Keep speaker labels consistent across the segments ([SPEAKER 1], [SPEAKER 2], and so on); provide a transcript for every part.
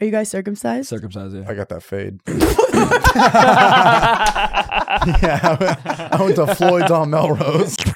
[SPEAKER 1] Are you guys circumcised?
[SPEAKER 2] Circumcised, yeah.
[SPEAKER 3] I got that fade. yeah, I went to Floyd's on Melrose.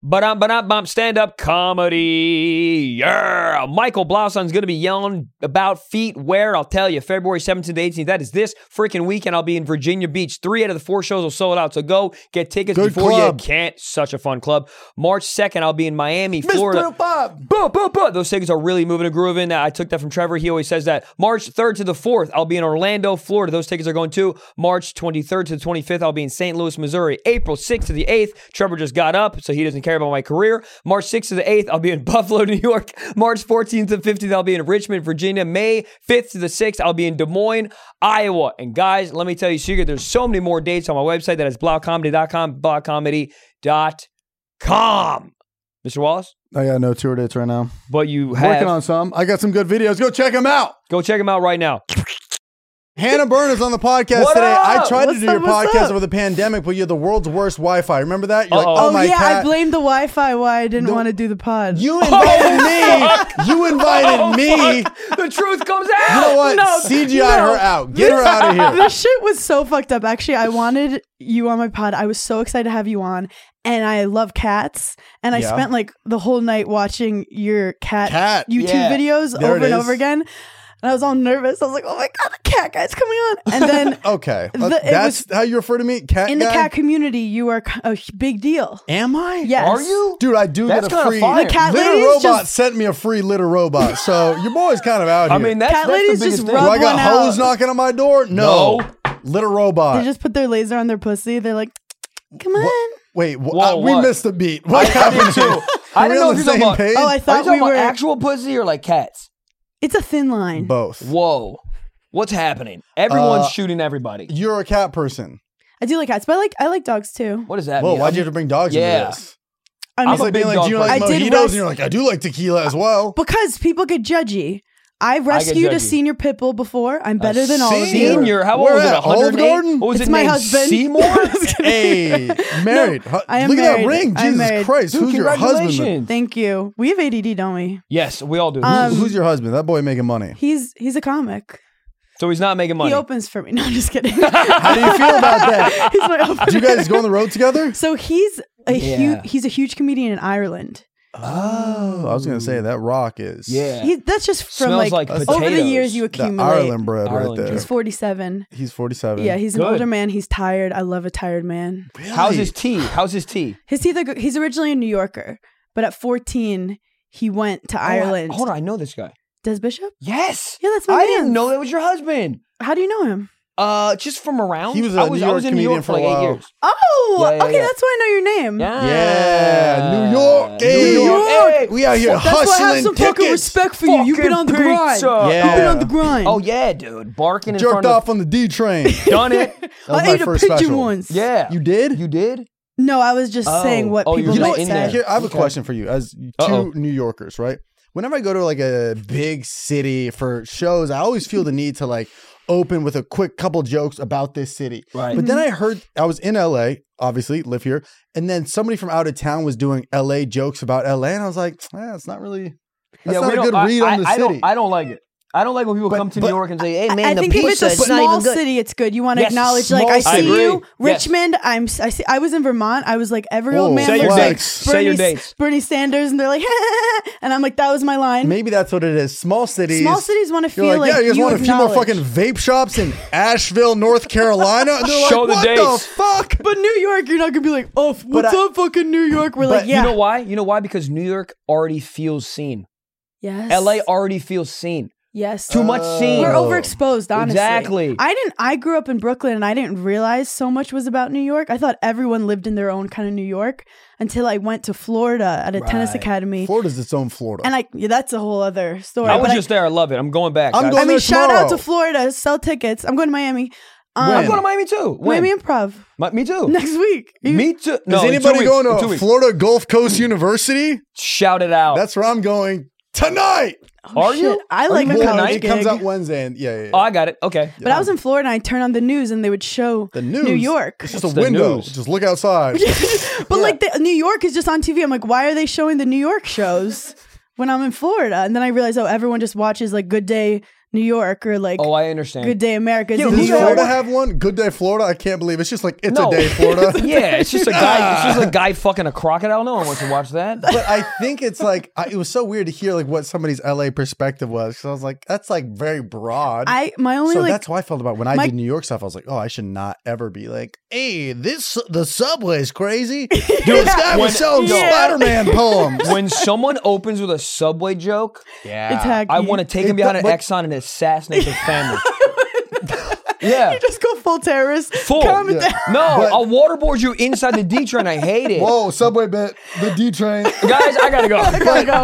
[SPEAKER 4] But um, but bump stand up comedy. Yeah, Michael Blauson's gonna be yelling about feet where I'll tell you. February 17th to 18th. That is this freaking weekend. I'll be in Virginia Beach. Three out of the four shows are sold out. So go get tickets
[SPEAKER 3] Good
[SPEAKER 4] before
[SPEAKER 3] club.
[SPEAKER 4] you can't. Such a fun club. March 2nd, I'll be in Miami, Florida.
[SPEAKER 3] Mr. Bob.
[SPEAKER 4] Boom, boom, boom. Those tickets are really moving and grooving. I took that from Trevor. He always says that. March 3rd to the 4th, I'll be in Orlando, Florida. Those tickets are going to March 23rd to the 25th, I'll be in St. Louis, Missouri. April 6th to the 8th, Trevor just got up, so he doesn't care about my career. March 6th to the 8th, I'll be in Buffalo, New York. March 14th to 15th, I'll be in Richmond, Virginia. May 5th to the 6th, I'll be in Des Moines, Iowa. And guys, let me tell you a secret. There's so many more dates on my website. That is blaucomedy.com, blaucomedy.com. Mr. Wallace?
[SPEAKER 3] I got no tour dates right now.
[SPEAKER 4] But you have
[SPEAKER 3] Working on some. I got some good videos. Go check them out.
[SPEAKER 4] Go check him out right now.
[SPEAKER 3] Hannah Byrne is on the podcast
[SPEAKER 4] What
[SPEAKER 3] today.
[SPEAKER 4] up?
[SPEAKER 3] I tried
[SPEAKER 1] What's
[SPEAKER 3] to do
[SPEAKER 1] up,
[SPEAKER 3] your
[SPEAKER 1] what's
[SPEAKER 3] podcast
[SPEAKER 1] up?
[SPEAKER 3] over the pandemic, but you had the world's worst Wi-Fi. Remember that? You're like,
[SPEAKER 4] Uh-oh.
[SPEAKER 3] oh,
[SPEAKER 1] Oh,
[SPEAKER 3] my
[SPEAKER 1] yeah, I
[SPEAKER 3] cat.
[SPEAKER 1] blame Oh, the Wi-Fi why I didn't want to do the pod.
[SPEAKER 3] you invited me. You invited me.
[SPEAKER 4] The truth comes
[SPEAKER 3] You
[SPEAKER 4] out.
[SPEAKER 3] know what? CGI
[SPEAKER 1] Oh, no.
[SPEAKER 3] her out. Get her
[SPEAKER 1] This-
[SPEAKER 3] out of here.
[SPEAKER 1] This shit was so fucked up. Actually, I wanted you on my pod. I was so excited to have you on, and I love cats. And I
[SPEAKER 3] Yeah.
[SPEAKER 1] spent like the whole night watching your cat,
[SPEAKER 3] Cat,
[SPEAKER 1] YouTube
[SPEAKER 3] yeah.
[SPEAKER 1] videos
[SPEAKER 3] There
[SPEAKER 1] over
[SPEAKER 3] it
[SPEAKER 1] and
[SPEAKER 3] is.
[SPEAKER 1] over again. And I was all nervous. I was like, "Oh my god, the cat guy's coming on!" And then
[SPEAKER 3] Okay,
[SPEAKER 1] The- it
[SPEAKER 3] that's
[SPEAKER 1] was-
[SPEAKER 3] how you refer to me, cat
[SPEAKER 1] in the
[SPEAKER 3] guy?
[SPEAKER 1] cat community, you are a big deal.
[SPEAKER 3] Am I?
[SPEAKER 1] Yes.
[SPEAKER 4] Are you?
[SPEAKER 3] Dude, I do
[SPEAKER 4] That's
[SPEAKER 3] get a
[SPEAKER 4] kinda
[SPEAKER 3] free
[SPEAKER 4] fire.
[SPEAKER 1] The cat
[SPEAKER 3] litter
[SPEAKER 1] ladies
[SPEAKER 3] robot
[SPEAKER 1] just-
[SPEAKER 3] sent me a free litter robot. So your boy's kind of out
[SPEAKER 4] I
[SPEAKER 3] here.
[SPEAKER 4] mean, that's,
[SPEAKER 1] Cat
[SPEAKER 4] that's
[SPEAKER 1] ladies
[SPEAKER 4] the biggest
[SPEAKER 1] just
[SPEAKER 4] thing.
[SPEAKER 3] do I got
[SPEAKER 1] one
[SPEAKER 3] hoes
[SPEAKER 1] out.
[SPEAKER 3] knocking on my door? No, litter robot.
[SPEAKER 1] They just put their laser on their pussy. They're like, "Come on."
[SPEAKER 3] What- Wait, wh-
[SPEAKER 4] Whoa,
[SPEAKER 3] I- we
[SPEAKER 4] what?
[SPEAKER 3] missed a beat. What happened to?
[SPEAKER 4] I didn't know if
[SPEAKER 3] the
[SPEAKER 4] you were
[SPEAKER 3] same
[SPEAKER 4] talking
[SPEAKER 3] page.
[SPEAKER 1] Oh, I
[SPEAKER 4] Are you
[SPEAKER 1] thought
[SPEAKER 4] talking
[SPEAKER 1] we
[SPEAKER 4] about
[SPEAKER 1] were.
[SPEAKER 4] actual pussy or like cats?
[SPEAKER 1] it's a thin line.
[SPEAKER 3] Both.
[SPEAKER 4] Whoa. What's happening? Everyone's
[SPEAKER 3] Uh,
[SPEAKER 4] shooting everybody.
[SPEAKER 3] You're a cat person.
[SPEAKER 1] I do like cats, but I like I like dogs too.
[SPEAKER 4] What does that
[SPEAKER 3] Whoa,
[SPEAKER 4] mean?
[SPEAKER 3] why'd you have to bring dogs
[SPEAKER 4] Yeah.
[SPEAKER 3] into this?
[SPEAKER 1] I
[SPEAKER 4] I'm
[SPEAKER 1] mean,
[SPEAKER 3] It's
[SPEAKER 4] a
[SPEAKER 3] like being
[SPEAKER 4] big
[SPEAKER 3] like,
[SPEAKER 4] dog
[SPEAKER 3] do you like
[SPEAKER 1] person. I
[SPEAKER 3] mojitos?
[SPEAKER 1] did
[SPEAKER 3] And
[SPEAKER 1] rest-
[SPEAKER 3] you're like, I do like tequila as well.
[SPEAKER 1] Because people get judgy. I rescued a
[SPEAKER 4] judgy.
[SPEAKER 1] senior pit bull before. I'm better than all of you.
[SPEAKER 3] senior?
[SPEAKER 4] Senior, how old
[SPEAKER 3] Where
[SPEAKER 4] was it?
[SPEAKER 3] at? Olive
[SPEAKER 4] 108?
[SPEAKER 3] Garden?
[SPEAKER 4] What was
[SPEAKER 1] It's
[SPEAKER 4] it
[SPEAKER 1] my
[SPEAKER 4] named?
[SPEAKER 1] husband.
[SPEAKER 4] Seymour?
[SPEAKER 3] Hey, married. Huh,
[SPEAKER 1] I am
[SPEAKER 3] Look at
[SPEAKER 1] married.
[SPEAKER 3] that ring.
[SPEAKER 1] I'm
[SPEAKER 3] Jesus
[SPEAKER 1] married.
[SPEAKER 3] Christ.
[SPEAKER 4] Dude,
[SPEAKER 3] Who's your husband?
[SPEAKER 4] congratulations.
[SPEAKER 1] Thank you. We have ADD, don't we?
[SPEAKER 4] Yes, we all do.
[SPEAKER 1] Um,
[SPEAKER 3] Who's your husband? That boy making money.
[SPEAKER 1] He's he's a comic.
[SPEAKER 4] so he's not making money.
[SPEAKER 1] He opens for me. No, I'm just kidding. he's
[SPEAKER 3] How do you feel about that?
[SPEAKER 1] my opener.
[SPEAKER 3] Did you guys go on the road together?
[SPEAKER 1] so he's a
[SPEAKER 4] Yeah.
[SPEAKER 1] huge he's a huge comedian in Ireland.
[SPEAKER 3] Oh, I was gonna say that rock is
[SPEAKER 4] yeah.
[SPEAKER 1] He, that's just from
[SPEAKER 4] Smells
[SPEAKER 1] like,
[SPEAKER 4] like
[SPEAKER 1] over the
[SPEAKER 4] potatoes.
[SPEAKER 1] years you
[SPEAKER 3] the
[SPEAKER 1] accumulate.
[SPEAKER 3] Ireland bread
[SPEAKER 4] Ireland
[SPEAKER 3] right there.
[SPEAKER 4] bread.
[SPEAKER 1] He's 47.
[SPEAKER 3] He's 47.
[SPEAKER 1] Yeah, he's an
[SPEAKER 4] Good.
[SPEAKER 1] older man. He's tired. I love a tired man.
[SPEAKER 3] Really?
[SPEAKER 4] How's his tea? How's his tea? Oh,
[SPEAKER 1] His teeth are good. He's originally a New Yorker, but at 14, he went to
[SPEAKER 4] Oh, I-
[SPEAKER 1] Ireland.
[SPEAKER 4] hold on, I know this guy.
[SPEAKER 1] Des Bishop?
[SPEAKER 4] Yes.
[SPEAKER 1] Yeah, that's my
[SPEAKER 4] I
[SPEAKER 1] man.
[SPEAKER 4] didn't know that was your husband.
[SPEAKER 1] How do you know him?
[SPEAKER 4] Uh, just from around.
[SPEAKER 3] He was a
[SPEAKER 4] I was,
[SPEAKER 3] New
[SPEAKER 4] I
[SPEAKER 3] York
[SPEAKER 4] was in New
[SPEAKER 3] comedian
[SPEAKER 4] York for
[SPEAKER 3] for
[SPEAKER 4] like
[SPEAKER 3] a
[SPEAKER 4] eight
[SPEAKER 3] while.
[SPEAKER 4] years.
[SPEAKER 1] Oh,
[SPEAKER 4] Yeah, yeah,
[SPEAKER 1] okay.
[SPEAKER 4] yeah.
[SPEAKER 1] That's why I know your name.
[SPEAKER 3] Yeah, New York. Hey,
[SPEAKER 4] New York.
[SPEAKER 3] Hey,
[SPEAKER 4] Hey.
[SPEAKER 3] we out here
[SPEAKER 1] That's why I have
[SPEAKER 3] hustling
[SPEAKER 1] some fucking
[SPEAKER 3] tickets.
[SPEAKER 1] respect for you. You've been
[SPEAKER 4] Fucking
[SPEAKER 1] on the grind.
[SPEAKER 4] pizza.
[SPEAKER 1] You've been on the
[SPEAKER 3] Yeah.
[SPEAKER 1] grind.
[SPEAKER 4] Oh yeah, dude, barking in
[SPEAKER 3] Jerked
[SPEAKER 4] front
[SPEAKER 3] off
[SPEAKER 4] of
[SPEAKER 3] on the D train.
[SPEAKER 4] done it.
[SPEAKER 3] was
[SPEAKER 1] I
[SPEAKER 3] my
[SPEAKER 1] ate a
[SPEAKER 3] first
[SPEAKER 1] pigeon
[SPEAKER 3] special.
[SPEAKER 1] once.
[SPEAKER 4] Yeah,
[SPEAKER 3] you did?
[SPEAKER 4] You did?
[SPEAKER 1] No, I was just
[SPEAKER 4] Oh.
[SPEAKER 1] saying what
[SPEAKER 4] Oh,
[SPEAKER 1] people
[SPEAKER 4] you're
[SPEAKER 3] You know
[SPEAKER 1] might
[SPEAKER 4] right
[SPEAKER 3] what?
[SPEAKER 4] in
[SPEAKER 1] say.
[SPEAKER 4] there.
[SPEAKER 3] Here, I have a
[SPEAKER 4] Okay.
[SPEAKER 3] question for you. As 2
[SPEAKER 4] Uh-oh.
[SPEAKER 3] New Yorkers, right? Whenever I go to like a big city for shows, I always feel the need to like open with a quick couple jokes about this city.
[SPEAKER 4] Right. Mm-hmm.
[SPEAKER 3] But then I heard I was in LA, obviously, live here, and then somebody from out of town was doing LA jokes about LA, and I was like, eh, it's not really that's
[SPEAKER 4] yeah,
[SPEAKER 3] not
[SPEAKER 4] we
[SPEAKER 3] a
[SPEAKER 4] don't-
[SPEAKER 3] good
[SPEAKER 4] I,
[SPEAKER 3] read
[SPEAKER 4] I,
[SPEAKER 3] on the
[SPEAKER 4] I
[SPEAKER 3] city.
[SPEAKER 4] Don't, I don't like it. I don't like when people
[SPEAKER 3] But-
[SPEAKER 4] come to
[SPEAKER 3] but-
[SPEAKER 4] New York and say, "Hey,
[SPEAKER 1] I-
[SPEAKER 4] man,
[SPEAKER 1] I
[SPEAKER 4] the
[SPEAKER 1] think if it's
[SPEAKER 4] pizza
[SPEAKER 1] a
[SPEAKER 4] is not even
[SPEAKER 1] small
[SPEAKER 4] good."
[SPEAKER 1] city, it's good. You want to
[SPEAKER 4] Yes,
[SPEAKER 1] acknowledge, like,
[SPEAKER 4] small
[SPEAKER 1] I
[SPEAKER 4] city.
[SPEAKER 1] see
[SPEAKER 4] I
[SPEAKER 1] you,
[SPEAKER 4] agree. Yes.
[SPEAKER 1] Richmond. I'm, I see. I was in Vermont. I was like every old
[SPEAKER 3] Whoa.
[SPEAKER 1] man.
[SPEAKER 3] Oh, Say
[SPEAKER 1] looks
[SPEAKER 3] your
[SPEAKER 1] like
[SPEAKER 3] dates.
[SPEAKER 4] Say
[SPEAKER 1] Bernie-
[SPEAKER 4] your dates.
[SPEAKER 1] Bernie Sanders, and they're like, and I'm like, that was my line.
[SPEAKER 3] Maybe that's what it is. Small cities.
[SPEAKER 1] Small cities want to feel
[SPEAKER 3] You're
[SPEAKER 1] like,
[SPEAKER 3] like, yeah, you just
[SPEAKER 1] you
[SPEAKER 3] want a few more
[SPEAKER 1] acknowledge.
[SPEAKER 3] fucking vape shops in Asheville, North Carolina. And they're
[SPEAKER 4] Show the
[SPEAKER 3] like, what
[SPEAKER 4] dates."
[SPEAKER 3] the fuck?
[SPEAKER 1] But New York, you're not gonna be like, oh, f- what's
[SPEAKER 3] I-
[SPEAKER 1] up, fucking New York? We're
[SPEAKER 3] but
[SPEAKER 1] like,
[SPEAKER 3] you
[SPEAKER 1] yeah,
[SPEAKER 4] You know why? You know why? Because New York already feels seen.
[SPEAKER 1] yes,
[SPEAKER 4] LA already feels seen.
[SPEAKER 1] yes,
[SPEAKER 4] Too much seen.
[SPEAKER 1] We're
[SPEAKER 3] Oh.
[SPEAKER 1] overexposed, honestly.
[SPEAKER 4] Exactly.
[SPEAKER 1] I didn't. I grew up in Brooklyn, and I didn't realize so much was about New York. I thought everyone lived in their own kind of New York until I went to Florida at a tennis
[SPEAKER 4] Right.
[SPEAKER 1] academy,
[SPEAKER 3] Florida's its own Florida.
[SPEAKER 1] and I. Yeah, that's a whole other story.
[SPEAKER 4] I was
[SPEAKER 1] but
[SPEAKER 4] just there. I love it. I'm going back.
[SPEAKER 3] I'm
[SPEAKER 4] guys.
[SPEAKER 1] I, I
[SPEAKER 3] going
[SPEAKER 1] mean,
[SPEAKER 3] there
[SPEAKER 1] shout out
[SPEAKER 3] tomorrow.
[SPEAKER 1] to Florida. Sell tickets. I'm going to Miami. Um,
[SPEAKER 3] When?
[SPEAKER 4] I'm going to Miami too. When?
[SPEAKER 1] Miami Improv
[SPEAKER 4] My- me too.
[SPEAKER 1] next week. You-
[SPEAKER 4] me too. No,
[SPEAKER 3] Is
[SPEAKER 4] in two
[SPEAKER 3] anybody
[SPEAKER 4] weeks.
[SPEAKER 3] going
[SPEAKER 4] In
[SPEAKER 3] to
[SPEAKER 4] two weeks.
[SPEAKER 3] Florida Gulf Coast University?
[SPEAKER 4] Shout it out.
[SPEAKER 3] That's where I'm going tonight.
[SPEAKER 1] Oh,
[SPEAKER 4] Are you?
[SPEAKER 1] shit. I
[SPEAKER 4] Are
[SPEAKER 1] like
[SPEAKER 4] you
[SPEAKER 1] a
[SPEAKER 4] going
[SPEAKER 1] college
[SPEAKER 4] tonight?
[SPEAKER 3] it comes
[SPEAKER 1] gig.
[SPEAKER 3] out Wednesday, and yeah, yeah, yeah.
[SPEAKER 4] Oh, I got it. Okay.
[SPEAKER 1] But I was in Florida and I turned on the news and they would show
[SPEAKER 3] the news.
[SPEAKER 1] New York.
[SPEAKER 3] It's just a
[SPEAKER 4] It's the
[SPEAKER 3] window.
[SPEAKER 4] news.
[SPEAKER 3] Just look outside.
[SPEAKER 1] But like the, New York is just on TV. I'm like, why are they showing the New York shows when I'm in Florida? And then I realized, oh, everyone just watches like Good Day New York or like
[SPEAKER 4] Oh, I understand.
[SPEAKER 1] Good Day America is
[SPEAKER 4] Yeah,
[SPEAKER 1] in
[SPEAKER 4] who's
[SPEAKER 1] New
[SPEAKER 3] Does
[SPEAKER 4] York.
[SPEAKER 3] Florida
[SPEAKER 1] York.
[SPEAKER 3] have one? Good Day Florida. I can't believe it's just like it's
[SPEAKER 4] no.
[SPEAKER 3] a day Florida.
[SPEAKER 4] yeah, it's just a guy. It's just a guy fucking a crocodile. No one wants to watch that.
[SPEAKER 3] but I think it's like I, it was so weird to hear like what somebody's LA perspective was because I was like that's like very broad.
[SPEAKER 1] I my only
[SPEAKER 3] so
[SPEAKER 1] like
[SPEAKER 3] that's how I felt about when I
[SPEAKER 1] my-
[SPEAKER 3] did New York stuff. I was like, oh, I should not ever be like, hey, this the subway's crazy. Dude, this guy
[SPEAKER 4] When-
[SPEAKER 3] was selling
[SPEAKER 1] Yeah.
[SPEAKER 3] Spider-Man poems.
[SPEAKER 4] When someone opens with a subway joke,
[SPEAKER 3] yeah,
[SPEAKER 1] attack
[SPEAKER 4] I
[SPEAKER 1] you.
[SPEAKER 4] want to take him
[SPEAKER 3] It
[SPEAKER 4] behind
[SPEAKER 3] do-
[SPEAKER 4] an
[SPEAKER 3] but-
[SPEAKER 4] Exxon and assassinate the family. yeah.
[SPEAKER 1] You just go full terrorist.
[SPEAKER 4] Full.
[SPEAKER 1] Come
[SPEAKER 4] No,
[SPEAKER 1] down.
[SPEAKER 4] I'll waterboard you inside the D train. I hate it.
[SPEAKER 3] Whoa, subway bit the D train.
[SPEAKER 4] Guys, I gotta go.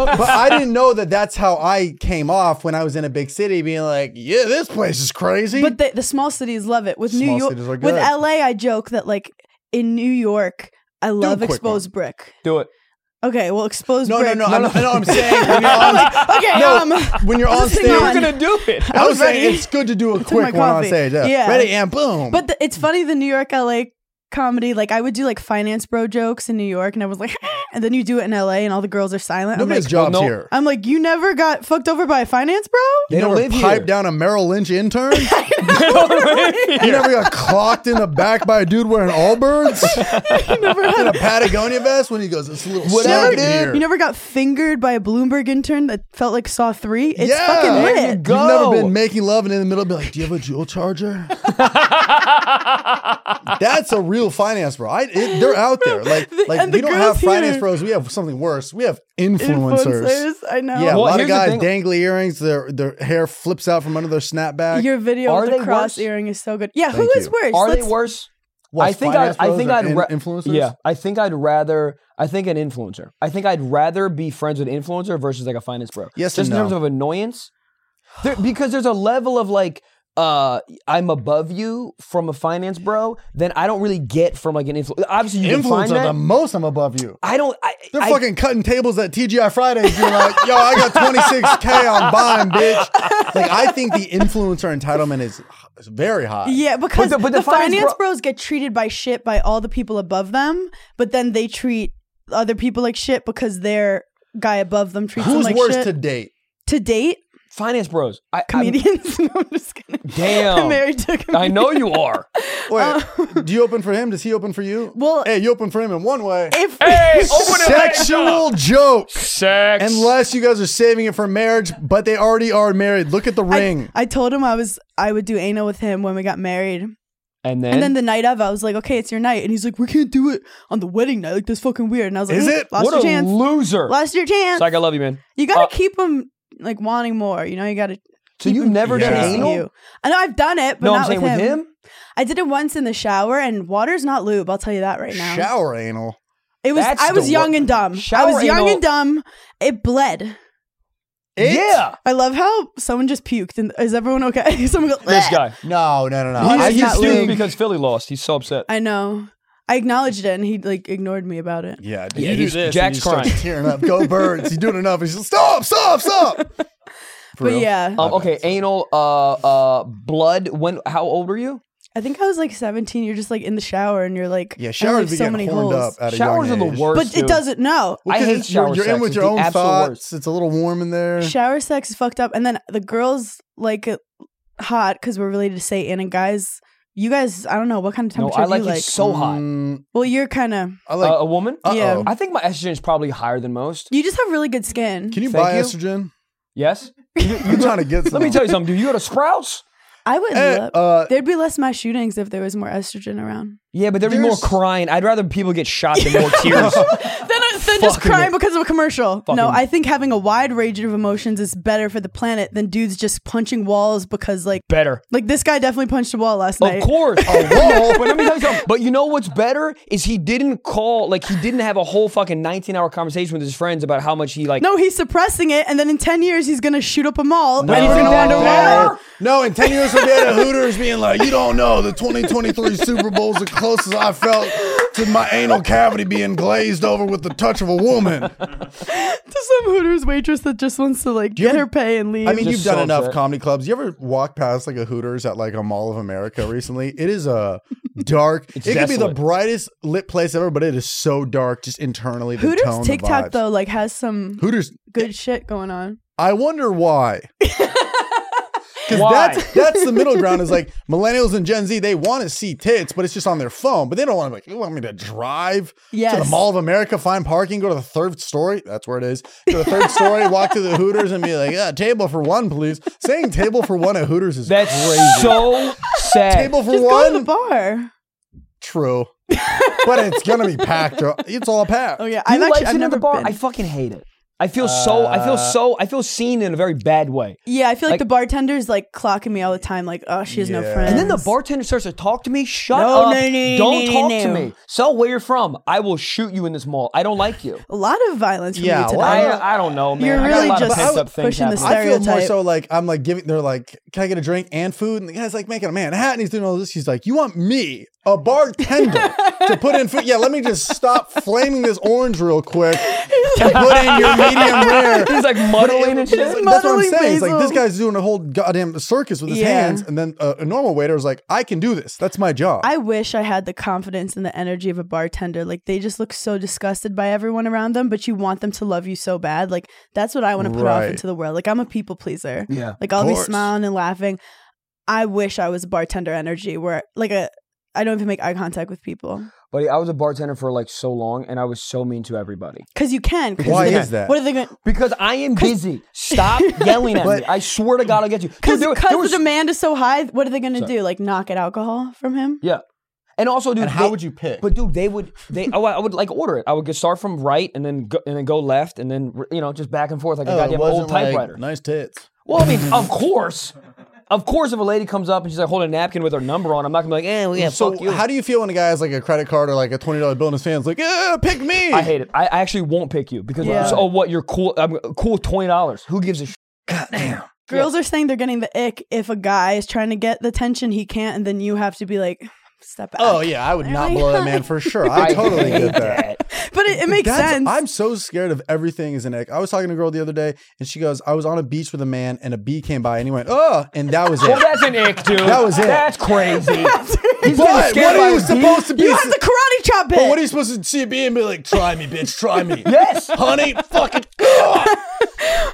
[SPEAKER 3] But, but I didn't know that that's how I came off when I was in a big city, being like, "Yeah, this place is crazy."
[SPEAKER 1] But the, the small cities love it. With New
[SPEAKER 3] Small
[SPEAKER 1] York,
[SPEAKER 3] cities are
[SPEAKER 1] with
[SPEAKER 3] good.
[SPEAKER 1] LA, I joke that like in New York, I love
[SPEAKER 3] quick
[SPEAKER 1] exposed brick.
[SPEAKER 4] Do it.
[SPEAKER 1] Okay, well, exposed
[SPEAKER 3] no, no,
[SPEAKER 1] brick.
[SPEAKER 3] no, I'm, no, I'm saying when you're on,
[SPEAKER 1] Okay, um,
[SPEAKER 3] when you're on
[SPEAKER 1] Just
[SPEAKER 3] stage,
[SPEAKER 1] hang
[SPEAKER 4] We're
[SPEAKER 1] on.
[SPEAKER 4] gonna do it.
[SPEAKER 3] I was
[SPEAKER 1] ready.
[SPEAKER 3] saying it's good to do a
[SPEAKER 1] my
[SPEAKER 3] quick one on
[SPEAKER 1] coffee.
[SPEAKER 3] stage. Yeah.
[SPEAKER 1] Yeah.
[SPEAKER 3] Ready and boom.
[SPEAKER 1] But the, it's funny the New York LA comedy. Like I would do like finance bro jokes in New York, and everyone's like, and then you do it in LA, and all the girls are silent. I'm
[SPEAKER 3] nobody has
[SPEAKER 1] like,
[SPEAKER 3] jobs
[SPEAKER 4] Well, no.
[SPEAKER 3] here.
[SPEAKER 1] I'm like, you never got fucked over by a finance bro.
[SPEAKER 4] They
[SPEAKER 3] you
[SPEAKER 4] don't
[SPEAKER 3] never
[SPEAKER 4] live
[SPEAKER 3] piped
[SPEAKER 4] here.
[SPEAKER 3] down a Merrill Lynch intern. you
[SPEAKER 4] Yeah.
[SPEAKER 3] never got clocked in the back by a dude wearing Allbirds
[SPEAKER 1] You never
[SPEAKER 3] in
[SPEAKER 1] had.
[SPEAKER 3] a Patagonia vest when he goes, "It's a little snug
[SPEAKER 4] Whatever,
[SPEAKER 3] in
[SPEAKER 4] dude.
[SPEAKER 3] here."
[SPEAKER 1] You never got fingered by a Bloomberg intern that felt like Saw Three. It's
[SPEAKER 3] Yeah.
[SPEAKER 1] fucking
[SPEAKER 3] There
[SPEAKER 1] lit.
[SPEAKER 4] you
[SPEAKER 3] You've never
[SPEAKER 4] Go.
[SPEAKER 3] been making love and in the middle be like, "Do you have a jewel charger?" That's a real finance bro. I, it, they're out there. Like, like
[SPEAKER 1] and the
[SPEAKER 3] we don't
[SPEAKER 1] girls
[SPEAKER 3] have finance
[SPEAKER 1] here-
[SPEAKER 3] bros. We have something worse. We have influencers.
[SPEAKER 1] Influencers, I know.
[SPEAKER 3] Yeah, a
[SPEAKER 4] Well,
[SPEAKER 3] lot
[SPEAKER 4] here's
[SPEAKER 3] of
[SPEAKER 4] the
[SPEAKER 3] guys
[SPEAKER 4] thing-
[SPEAKER 3] dangly earrings. Their their hair flips out from under their snapback.
[SPEAKER 1] Your video
[SPEAKER 4] Are
[SPEAKER 1] with the
[SPEAKER 4] they
[SPEAKER 1] cross
[SPEAKER 4] worse?
[SPEAKER 1] earring is so good. Yeah, who
[SPEAKER 3] Thank
[SPEAKER 1] is
[SPEAKER 3] you.
[SPEAKER 1] worse?
[SPEAKER 4] Are they
[SPEAKER 1] Let's-
[SPEAKER 4] worse?
[SPEAKER 3] What,
[SPEAKER 4] I think I,
[SPEAKER 3] finance
[SPEAKER 4] I
[SPEAKER 3] bros
[SPEAKER 4] think
[SPEAKER 3] are
[SPEAKER 4] I'd
[SPEAKER 3] in-
[SPEAKER 4] ra-
[SPEAKER 3] influencers.
[SPEAKER 4] Yeah, I think I'd rather I think an influencer. I think I'd rather be friends with an influencer versus like a finance bro.
[SPEAKER 3] Yes
[SPEAKER 4] just
[SPEAKER 3] and
[SPEAKER 4] in terms
[SPEAKER 3] no.
[SPEAKER 4] of annoyance, there, because there's a level of like uh I'm above you from a finance bro. Then I don't really get from like an influencer. Obviously, you can find
[SPEAKER 3] Influencer,
[SPEAKER 4] that.
[SPEAKER 3] the most I'm above you.
[SPEAKER 4] I don't. I,
[SPEAKER 3] They're
[SPEAKER 4] I-
[SPEAKER 3] fucking cutting tables at TGI Fridays. You're like, yo, I got 26k on buying, bitch. Like, I think the influencer entitlement is, is very high.
[SPEAKER 1] Yeah, because
[SPEAKER 4] the-
[SPEAKER 1] the,
[SPEAKER 4] but the finance
[SPEAKER 1] finance,
[SPEAKER 4] bro-
[SPEAKER 1] bros get treated by shit by all the people above them, but then they treat other people like shit because their guy above them treats them
[SPEAKER 3] Who's
[SPEAKER 1] like
[SPEAKER 3] worse
[SPEAKER 1] shit.
[SPEAKER 3] to date?
[SPEAKER 1] To date
[SPEAKER 4] finance bros. I, I'm-
[SPEAKER 1] comedians. no, I'm just kidding.
[SPEAKER 4] Damn.
[SPEAKER 1] I'm married to a comedian.
[SPEAKER 4] I know you are.
[SPEAKER 3] Wait, do you open for him? Does he open for you?
[SPEAKER 1] Um, Well-
[SPEAKER 3] hey, you open for him in one way.
[SPEAKER 1] If
[SPEAKER 3] Sexual jokes.
[SPEAKER 4] Sex.
[SPEAKER 3] Unless you guys are saving it for marriage, but they already are married. Look at the ring.
[SPEAKER 1] I told him I was I would do anal with him when we got married.
[SPEAKER 4] and then,
[SPEAKER 1] And then the night of, I was like, "Okay, it's your night," and he's like, "We can't do it on the wedding night. Like, that's fucking weird." And I was like,
[SPEAKER 3] Is
[SPEAKER 1] "Eh,
[SPEAKER 3] it?
[SPEAKER 1] Lost
[SPEAKER 4] what
[SPEAKER 1] your
[SPEAKER 4] a
[SPEAKER 1] chance.
[SPEAKER 4] loser.
[SPEAKER 1] Lost your chance.
[SPEAKER 4] It's like I love you, man.
[SPEAKER 1] you gotta
[SPEAKER 4] uh,
[SPEAKER 1] keep him like wanting more. You know, you gotta."
[SPEAKER 4] So you've never
[SPEAKER 3] Yeah.
[SPEAKER 4] done
[SPEAKER 1] chasing
[SPEAKER 4] anal?
[SPEAKER 1] you. I know I've done it, but
[SPEAKER 4] No, I'm
[SPEAKER 1] not
[SPEAKER 4] saying
[SPEAKER 1] with, him.
[SPEAKER 4] with him.
[SPEAKER 1] I did it once in the shower, and water's not lube. I'll tell you that right now.
[SPEAKER 3] Shower anal.
[SPEAKER 1] it was.
[SPEAKER 4] That's
[SPEAKER 1] I was
[SPEAKER 4] the
[SPEAKER 1] young
[SPEAKER 4] wor-
[SPEAKER 1] and dumb. I
[SPEAKER 4] Shower
[SPEAKER 1] was young
[SPEAKER 4] anal-
[SPEAKER 1] and dumb. It bled.
[SPEAKER 3] It?
[SPEAKER 4] Yeah.
[SPEAKER 1] I love how someone just puked. And is everyone okay? someone goes.
[SPEAKER 4] This
[SPEAKER 1] "Bleh."
[SPEAKER 4] guy.
[SPEAKER 3] No, no, no, no.
[SPEAKER 1] He's
[SPEAKER 3] I
[SPEAKER 1] just
[SPEAKER 4] I he's
[SPEAKER 1] not
[SPEAKER 3] just
[SPEAKER 1] lube.
[SPEAKER 4] stupid
[SPEAKER 3] think-
[SPEAKER 4] because Philly lost. He's so upset.
[SPEAKER 1] I know. I acknowledged it, and he like ignored me about it.
[SPEAKER 3] Yeah,
[SPEAKER 4] Yeah,
[SPEAKER 3] you do
[SPEAKER 4] he's-
[SPEAKER 3] this and
[SPEAKER 4] Jack's
[SPEAKER 3] you start
[SPEAKER 4] crying.
[SPEAKER 3] tearing up. Go birds! You're doing enough. He's like, stop, stop, stop. For
[SPEAKER 1] But
[SPEAKER 3] real.
[SPEAKER 1] yeah,
[SPEAKER 4] Um, okay, anal uh uh blood. When? How old are you?
[SPEAKER 1] I think I was like 17. You're just like in the shower, and you're like,
[SPEAKER 3] yeah.
[SPEAKER 1] "I
[SPEAKER 3] Showers
[SPEAKER 1] have
[SPEAKER 3] be
[SPEAKER 1] so
[SPEAKER 3] getting
[SPEAKER 1] many
[SPEAKER 3] horned
[SPEAKER 1] holes.
[SPEAKER 3] up at a
[SPEAKER 4] Showers
[SPEAKER 3] young
[SPEAKER 4] are the
[SPEAKER 3] age.
[SPEAKER 4] worst.
[SPEAKER 1] But it
[SPEAKER 4] dude.
[SPEAKER 1] doesn't. No,
[SPEAKER 4] I
[SPEAKER 3] Because
[SPEAKER 4] hate
[SPEAKER 3] it's- you're-
[SPEAKER 4] shower
[SPEAKER 3] You're
[SPEAKER 4] sex.
[SPEAKER 3] in with
[SPEAKER 4] It's
[SPEAKER 3] your
[SPEAKER 4] the
[SPEAKER 3] own
[SPEAKER 4] absolute
[SPEAKER 3] thoughts.
[SPEAKER 4] worst.
[SPEAKER 3] It's a little warm in there.
[SPEAKER 1] shower sex is fucked up and then the girls like it hot because we're related to satan and guys you guys i don't know what kind of
[SPEAKER 4] No,
[SPEAKER 1] temperature
[SPEAKER 4] I
[SPEAKER 1] do
[SPEAKER 4] like
[SPEAKER 1] you
[SPEAKER 4] it
[SPEAKER 1] like
[SPEAKER 4] so hot.
[SPEAKER 3] Mm,
[SPEAKER 1] well you're kind of
[SPEAKER 3] I like.
[SPEAKER 4] Uh, a woman.
[SPEAKER 3] uh-oh.
[SPEAKER 1] yeah.
[SPEAKER 4] I think my estrogen is probably higher than most.
[SPEAKER 1] you just have really good skin
[SPEAKER 3] Can you
[SPEAKER 4] Thank
[SPEAKER 3] buy
[SPEAKER 4] you.
[SPEAKER 3] estrogen?
[SPEAKER 4] Yes.
[SPEAKER 3] I'm trying to get some.
[SPEAKER 4] Let me tell you something, dude. You go to Sprouts.
[SPEAKER 1] i would
[SPEAKER 3] Eh,
[SPEAKER 1] love
[SPEAKER 3] uh,
[SPEAKER 1] there'd be less mass shootings if there was more estrogen around
[SPEAKER 4] Yeah, but there'd be more
[SPEAKER 3] There's-
[SPEAKER 4] crying. I'd rather people get shot than more tears.
[SPEAKER 1] then, then just
[SPEAKER 4] Fucking-
[SPEAKER 1] crying because of a commercial no
[SPEAKER 4] Fucking-
[SPEAKER 1] i think having a wide range of emotions is better for the planet than dudes just punching walls because like
[SPEAKER 4] Better.
[SPEAKER 1] like this guy definitely punched a wall last night
[SPEAKER 4] Of course. but let me tell you something. But you know what's better is he didn't call like he didn't have a whole fucking 19 hour conversation with his friends about how much he like
[SPEAKER 1] no he's suppressing it and then in 10 years he's gonna shoot up a mall
[SPEAKER 3] No,
[SPEAKER 1] and he's gonna
[SPEAKER 3] no,
[SPEAKER 1] wonder why
[SPEAKER 3] no, eh, no, in 10 years we'll be at a Hooters being like, you don't know, the 2023 Super Bowl's the closest I felt to my anal cavity being glazed over with the touch of a woman.
[SPEAKER 1] to some Hooters waitress that just wants to like get her pay and leave.
[SPEAKER 3] I mean,
[SPEAKER 4] Just
[SPEAKER 3] you've done
[SPEAKER 4] so
[SPEAKER 3] enough
[SPEAKER 4] upset.
[SPEAKER 3] comedy clubs. You ever walk past like a Hooters at like a Mall of America recently? It is a dark. it could be the
[SPEAKER 4] desolate.
[SPEAKER 3] brightest lit place ever, but it is so dark just internally. The tone,
[SPEAKER 1] Hooters
[SPEAKER 3] the
[SPEAKER 1] TikTok
[SPEAKER 3] vibes.
[SPEAKER 1] though like has some
[SPEAKER 3] Hooters.
[SPEAKER 1] good shit going on.
[SPEAKER 3] I wonder why. Because
[SPEAKER 4] Why?
[SPEAKER 3] that's that's the middle ground. Is like millennials and Gen Z, they want to see tits, but it's just on their phone. But they don't want to like. You want me to drive to the
[SPEAKER 1] Yes.
[SPEAKER 3] Mall of America, find parking, go to the third story. That's where it is. Go to the third story, walk to the Hooters, and be like, yeah, table for one, please. Saying table for one at Hooters is
[SPEAKER 4] That's
[SPEAKER 3] crazy.
[SPEAKER 4] so sad.
[SPEAKER 3] table for
[SPEAKER 1] Just go to the
[SPEAKER 3] one.
[SPEAKER 1] bar.
[SPEAKER 3] True, but it's gonna be packed. It's all packed.
[SPEAKER 1] Oh yeah,
[SPEAKER 4] Do
[SPEAKER 1] I've
[SPEAKER 4] you
[SPEAKER 1] actually
[SPEAKER 4] like
[SPEAKER 1] I've
[SPEAKER 4] sitting at
[SPEAKER 1] never
[SPEAKER 4] the bar?
[SPEAKER 1] been. Uh,
[SPEAKER 4] I fucking hate it. I feel so. I feel so. I feel seen in a very bad way.
[SPEAKER 1] yeah, I feel like,
[SPEAKER 4] like-
[SPEAKER 1] the bartender's like clocking me all the time. Like, oh, she has no
[SPEAKER 3] Yeah.
[SPEAKER 1] friends.
[SPEAKER 4] And then the bartender starts to talk to me. Shut
[SPEAKER 1] No,
[SPEAKER 4] up!
[SPEAKER 1] no, no, no,
[SPEAKER 4] don't
[SPEAKER 1] no,
[SPEAKER 4] talk
[SPEAKER 1] no,
[SPEAKER 4] to
[SPEAKER 1] no.
[SPEAKER 4] me. So where you're from? I will shoot you in this mall. I don't like you.
[SPEAKER 1] a lot of violence from
[SPEAKER 3] Yeah,
[SPEAKER 1] you today.
[SPEAKER 3] well, I-
[SPEAKER 4] I, I don't know, man.
[SPEAKER 1] Oh, You're
[SPEAKER 4] I got
[SPEAKER 1] really
[SPEAKER 4] a lot
[SPEAKER 1] just
[SPEAKER 4] of pent up things
[SPEAKER 1] pushing the
[SPEAKER 4] happening.
[SPEAKER 1] stereotype.
[SPEAKER 3] I feel more so like I'm like giving. They're like, "Can I get a drink and food?" And the guy's like making a man hat, and he's doing all this. He's like, "You want me, a bartender, to put in food? Yeah, let me just stop flaming this orange real quick and put in your medium rare."
[SPEAKER 4] He's like muddling and shit.
[SPEAKER 3] That's what I'm
[SPEAKER 1] Muddling
[SPEAKER 3] saying. It's like this
[SPEAKER 1] basil.
[SPEAKER 3] guy's doing a whole goddamn circus with his
[SPEAKER 1] Yeah.
[SPEAKER 3] hands, and then uh, a normal waiter is like, "I can do this. That's my job."
[SPEAKER 1] I wish I had the confidence and the energy of a bartender. Like they just look so disgusted by everyone around them, but you want them to love you so bad. Like that's what I want to put
[SPEAKER 3] Right.
[SPEAKER 1] off into the world. Like I'm a people pleaser.
[SPEAKER 4] Yeah.
[SPEAKER 1] Like I'll be
[SPEAKER 3] course.
[SPEAKER 1] smiling and laughing. I wish I was bartender energy where like a I don't even make eye contact with people
[SPEAKER 4] Buddy, I was a bartender for like so long and I was so mean to everybody.
[SPEAKER 1] because you can. 'cause
[SPEAKER 3] Why
[SPEAKER 1] they-
[SPEAKER 3] is that?
[SPEAKER 1] What are they going?
[SPEAKER 4] Because I am busy. Stop yelling at me. I swear to God, I'll get you. Dude,
[SPEAKER 1] Because
[SPEAKER 4] there- there was-
[SPEAKER 1] the demand is so high. What are they going to
[SPEAKER 4] Sorry.
[SPEAKER 1] do? Like knock at alcohol from him?
[SPEAKER 4] Yeah. And also, dude,
[SPEAKER 3] and how
[SPEAKER 4] they-
[SPEAKER 3] would you pick?
[SPEAKER 4] But dude, they would they oh, I would like order it. I would get start from right and then go, and then go left and then you know just back and forth like a
[SPEAKER 3] Oh, it
[SPEAKER 4] goddamn old
[SPEAKER 3] wasn't like,
[SPEAKER 4] typewriter.
[SPEAKER 3] nice tits.
[SPEAKER 4] Well, I mean, of course, of course, if a lady comes up and she's like holding a napkin with her number on, I'm not gonna be like, eh, well, yeah,
[SPEAKER 3] so
[SPEAKER 4] fuck you.
[SPEAKER 3] how do you feel when a guy has like a credit card or like a twenty dollar bill in his hands? Like, "Uh, pick me.
[SPEAKER 4] I hate it. I, I actually won't pick you because
[SPEAKER 1] Yeah.
[SPEAKER 4] oh what you're cool. I'm cool twenty dollars. Who gives a shit?
[SPEAKER 1] Girls are saying they're getting the ick if a guy is trying to get the attention he can't, and then you have to be like, step back.
[SPEAKER 3] Oh yeah, I would not
[SPEAKER 1] Really?
[SPEAKER 3] blow that man for sure. I totally
[SPEAKER 4] hate
[SPEAKER 3] get that.
[SPEAKER 1] But it, it makes
[SPEAKER 3] That's-
[SPEAKER 1] sense.
[SPEAKER 3] I'm so scared of everything as an egg. I was talking to a girl the other day, and she goes, "I was on a beach with a man, and a bee came by, and he went, oh, and that was it.
[SPEAKER 4] Well, that's an ick, dude.
[SPEAKER 3] That was it.
[SPEAKER 4] That's crazy.
[SPEAKER 3] but
[SPEAKER 4] He's getting
[SPEAKER 3] what
[SPEAKER 4] scared by
[SPEAKER 3] are you
[SPEAKER 4] a bee?
[SPEAKER 3] supposed to be?
[SPEAKER 1] you have the karate chop it.
[SPEAKER 3] but what are you supposed to see a bee and be like, try me, bitch, try me?
[SPEAKER 4] Yes.
[SPEAKER 3] honey, fucking.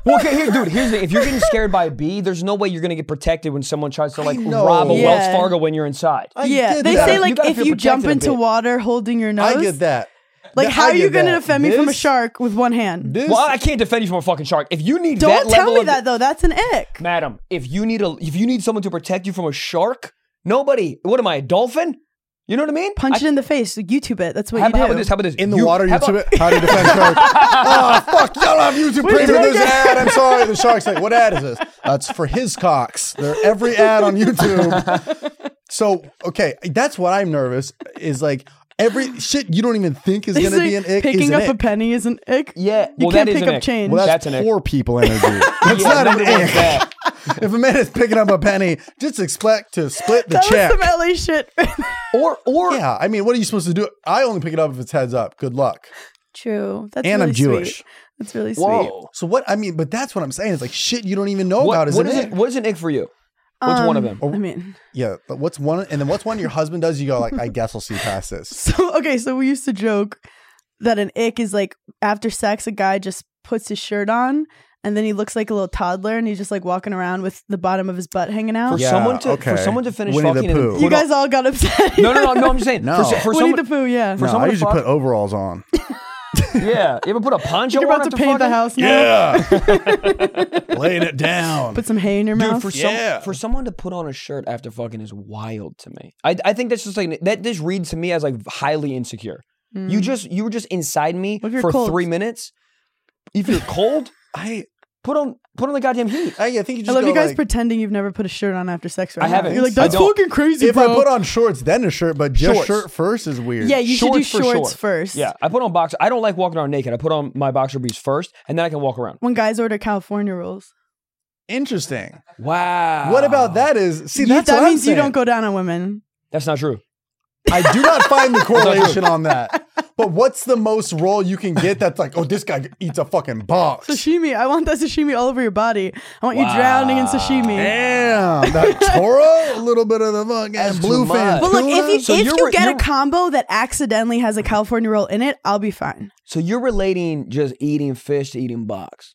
[SPEAKER 4] Well, okay, here, dude. Here's the. If you're getting scared by a bee, there's no way you're gonna get protected when someone tries to like
[SPEAKER 3] know.
[SPEAKER 4] rob a Wells
[SPEAKER 1] Yeah.
[SPEAKER 4] Fargo when you're inside.
[SPEAKER 3] I
[SPEAKER 1] yeah,
[SPEAKER 3] get
[SPEAKER 1] they
[SPEAKER 3] that.
[SPEAKER 1] say
[SPEAKER 4] You
[SPEAKER 1] like
[SPEAKER 4] gotta
[SPEAKER 1] if
[SPEAKER 4] feel
[SPEAKER 1] you jump
[SPEAKER 4] protected a
[SPEAKER 1] into
[SPEAKER 4] bit.
[SPEAKER 1] water holding your nose,
[SPEAKER 3] I get that.
[SPEAKER 1] Like,
[SPEAKER 3] Th-
[SPEAKER 1] how
[SPEAKER 3] I
[SPEAKER 1] are you
[SPEAKER 3] get
[SPEAKER 1] going to
[SPEAKER 3] that.
[SPEAKER 1] defend me from a
[SPEAKER 3] This-
[SPEAKER 1] shark with one hand?
[SPEAKER 3] This,
[SPEAKER 4] Well, I can't defend you from a fucking shark. If you need that
[SPEAKER 1] Don't tell
[SPEAKER 4] level
[SPEAKER 1] me
[SPEAKER 4] of,
[SPEAKER 1] that though. That's an ick.
[SPEAKER 4] madam. If you need a, if you need someone to protect you from a shark, nobody. What am I, a dolphin? You know what I mean?
[SPEAKER 1] Punch
[SPEAKER 4] I,
[SPEAKER 1] it in the face. Like, YouTube it. That's what
[SPEAKER 4] How,
[SPEAKER 1] you do.
[SPEAKER 4] how about this? How about this?
[SPEAKER 3] in the
[SPEAKER 4] You-
[SPEAKER 3] water,
[SPEAKER 4] how
[SPEAKER 3] you
[SPEAKER 4] about-
[SPEAKER 3] tip it. How do you defend shark? oh, fuck, y'all don't have YouTube Premium.
[SPEAKER 1] did
[SPEAKER 3] There's an
[SPEAKER 1] it.
[SPEAKER 3] ad. I'm sorry. The shark's like, what ad is this? That's for his cocks. They're every ad on YouTube. So, okay, that's what I'm nervous is like every shit you don't even think is
[SPEAKER 1] They
[SPEAKER 3] going to
[SPEAKER 1] say
[SPEAKER 3] be an ick.
[SPEAKER 1] picking
[SPEAKER 3] is an
[SPEAKER 1] up a
[SPEAKER 3] ick.
[SPEAKER 1] penny is an ick.
[SPEAKER 4] Yeah,
[SPEAKER 1] you
[SPEAKER 4] well, that
[SPEAKER 1] can't
[SPEAKER 4] is
[SPEAKER 1] pick
[SPEAKER 4] an
[SPEAKER 1] up
[SPEAKER 4] ick.
[SPEAKER 1] change.
[SPEAKER 3] Well, that's,
[SPEAKER 4] That's an ick.
[SPEAKER 3] poor people energy. That's
[SPEAKER 4] Yeah,
[SPEAKER 3] not an
[SPEAKER 4] number one
[SPEAKER 3] ick.
[SPEAKER 4] bad.
[SPEAKER 3] If a man is picking up a penny, just expect to split the
[SPEAKER 1] that
[SPEAKER 3] check.
[SPEAKER 1] was some LA shit.
[SPEAKER 4] Or or
[SPEAKER 3] Yeah, I mean, what are you supposed to do? I only pick it up if it's heads up. Good luck.
[SPEAKER 1] True. That's
[SPEAKER 3] And I'm
[SPEAKER 1] really sweet.
[SPEAKER 3] Jewish.
[SPEAKER 1] That's really sweet.
[SPEAKER 4] whoa.
[SPEAKER 3] So what? I mean, but that's what I'm saying. It's like shit you don't even know
[SPEAKER 4] What,
[SPEAKER 3] about is Um, oh,
[SPEAKER 4] what
[SPEAKER 3] an
[SPEAKER 4] is
[SPEAKER 3] ick.
[SPEAKER 4] it? What is an ick for you? What's one of them?
[SPEAKER 1] I mean,
[SPEAKER 3] Yeah, but what's one? And then what's one your husband does? You go like, I guess I'll see past this.
[SPEAKER 1] so okay, so we used to joke that an ick is like after sex, a guy just puts his shirt on and then he looks like a little toddler and he's just like walking around with the bottom of his butt hanging out.
[SPEAKER 4] For
[SPEAKER 3] Yeah,
[SPEAKER 4] someone to
[SPEAKER 3] okay.
[SPEAKER 4] for someone to finish
[SPEAKER 3] Winnie the
[SPEAKER 4] fucking and
[SPEAKER 3] Pooh.
[SPEAKER 4] put
[SPEAKER 1] you
[SPEAKER 4] on-
[SPEAKER 1] guys all got upset.
[SPEAKER 4] No, no, no, no. I'm just saying.
[SPEAKER 3] No.
[SPEAKER 4] For, for
[SPEAKER 1] Winnie
[SPEAKER 4] someone,
[SPEAKER 1] the Poo, yeah.
[SPEAKER 4] For
[SPEAKER 3] No,
[SPEAKER 4] someone
[SPEAKER 3] I
[SPEAKER 4] to
[SPEAKER 3] usually
[SPEAKER 4] fuck-
[SPEAKER 3] put overalls on.
[SPEAKER 4] yeah. You ever put a poncho
[SPEAKER 1] You're
[SPEAKER 4] on
[SPEAKER 1] about to
[SPEAKER 4] after
[SPEAKER 1] paint the
[SPEAKER 4] fucking?
[SPEAKER 1] house now.
[SPEAKER 3] Yeah, laying it down.
[SPEAKER 1] Put some hay in your
[SPEAKER 4] Dude,
[SPEAKER 1] mouth.
[SPEAKER 4] for
[SPEAKER 3] Yeah.
[SPEAKER 4] some for someone to put on a shirt after fucking is wild to me. I I think that's just like that. This reads to me as like highly insecure. You just you were just inside me
[SPEAKER 1] What if you're
[SPEAKER 4] for
[SPEAKER 1] Mm. cold?
[SPEAKER 4] three minutes. If you're cold,
[SPEAKER 3] I,
[SPEAKER 4] put on put on the goddamn heat.
[SPEAKER 3] I, I think you just
[SPEAKER 1] I love
[SPEAKER 3] go
[SPEAKER 1] you guys
[SPEAKER 3] like,
[SPEAKER 1] pretending you've never put a shirt on after sex. Right
[SPEAKER 4] I
[SPEAKER 1] now.
[SPEAKER 4] haven't.
[SPEAKER 1] You're like
[SPEAKER 4] I
[SPEAKER 1] that's
[SPEAKER 4] don't.
[SPEAKER 1] fucking crazy.
[SPEAKER 3] if
[SPEAKER 1] bro.
[SPEAKER 3] I put on shorts then a shirt, but just
[SPEAKER 4] Shorts.
[SPEAKER 3] shirt first is weird.
[SPEAKER 1] yeah, you should do
[SPEAKER 4] Shorts for
[SPEAKER 1] shorts
[SPEAKER 4] sure.
[SPEAKER 1] first.
[SPEAKER 4] Yeah, I put on box. I don't like walking around naked. I put on my boxer briefs first, and then I can walk around.
[SPEAKER 1] When guys order California rolls,
[SPEAKER 3] interesting.
[SPEAKER 4] Wow.
[SPEAKER 3] What about that? Is see
[SPEAKER 1] You-
[SPEAKER 3] that's
[SPEAKER 1] that
[SPEAKER 3] what I'm
[SPEAKER 1] means you
[SPEAKER 3] saying.
[SPEAKER 1] don't go down on women.
[SPEAKER 4] That's not true.
[SPEAKER 3] I do not find the correlation on that. But what's the most roll you can get? That's like, oh, this guy eats a fucking box.
[SPEAKER 1] Sashimi. I want that sashimi all over your body. I want you drowning in sashimi.
[SPEAKER 3] Damn, that Toro, a little bit of the fucking
[SPEAKER 4] too
[SPEAKER 3] blue fan.
[SPEAKER 4] much.
[SPEAKER 1] But look, if you
[SPEAKER 4] So
[SPEAKER 1] if
[SPEAKER 4] you're
[SPEAKER 1] you
[SPEAKER 4] re-
[SPEAKER 1] get a
[SPEAKER 4] you're-
[SPEAKER 1] combo that accidentally has a California roll in it, I'll be fine.
[SPEAKER 4] So you're relating just eating fish to eating box.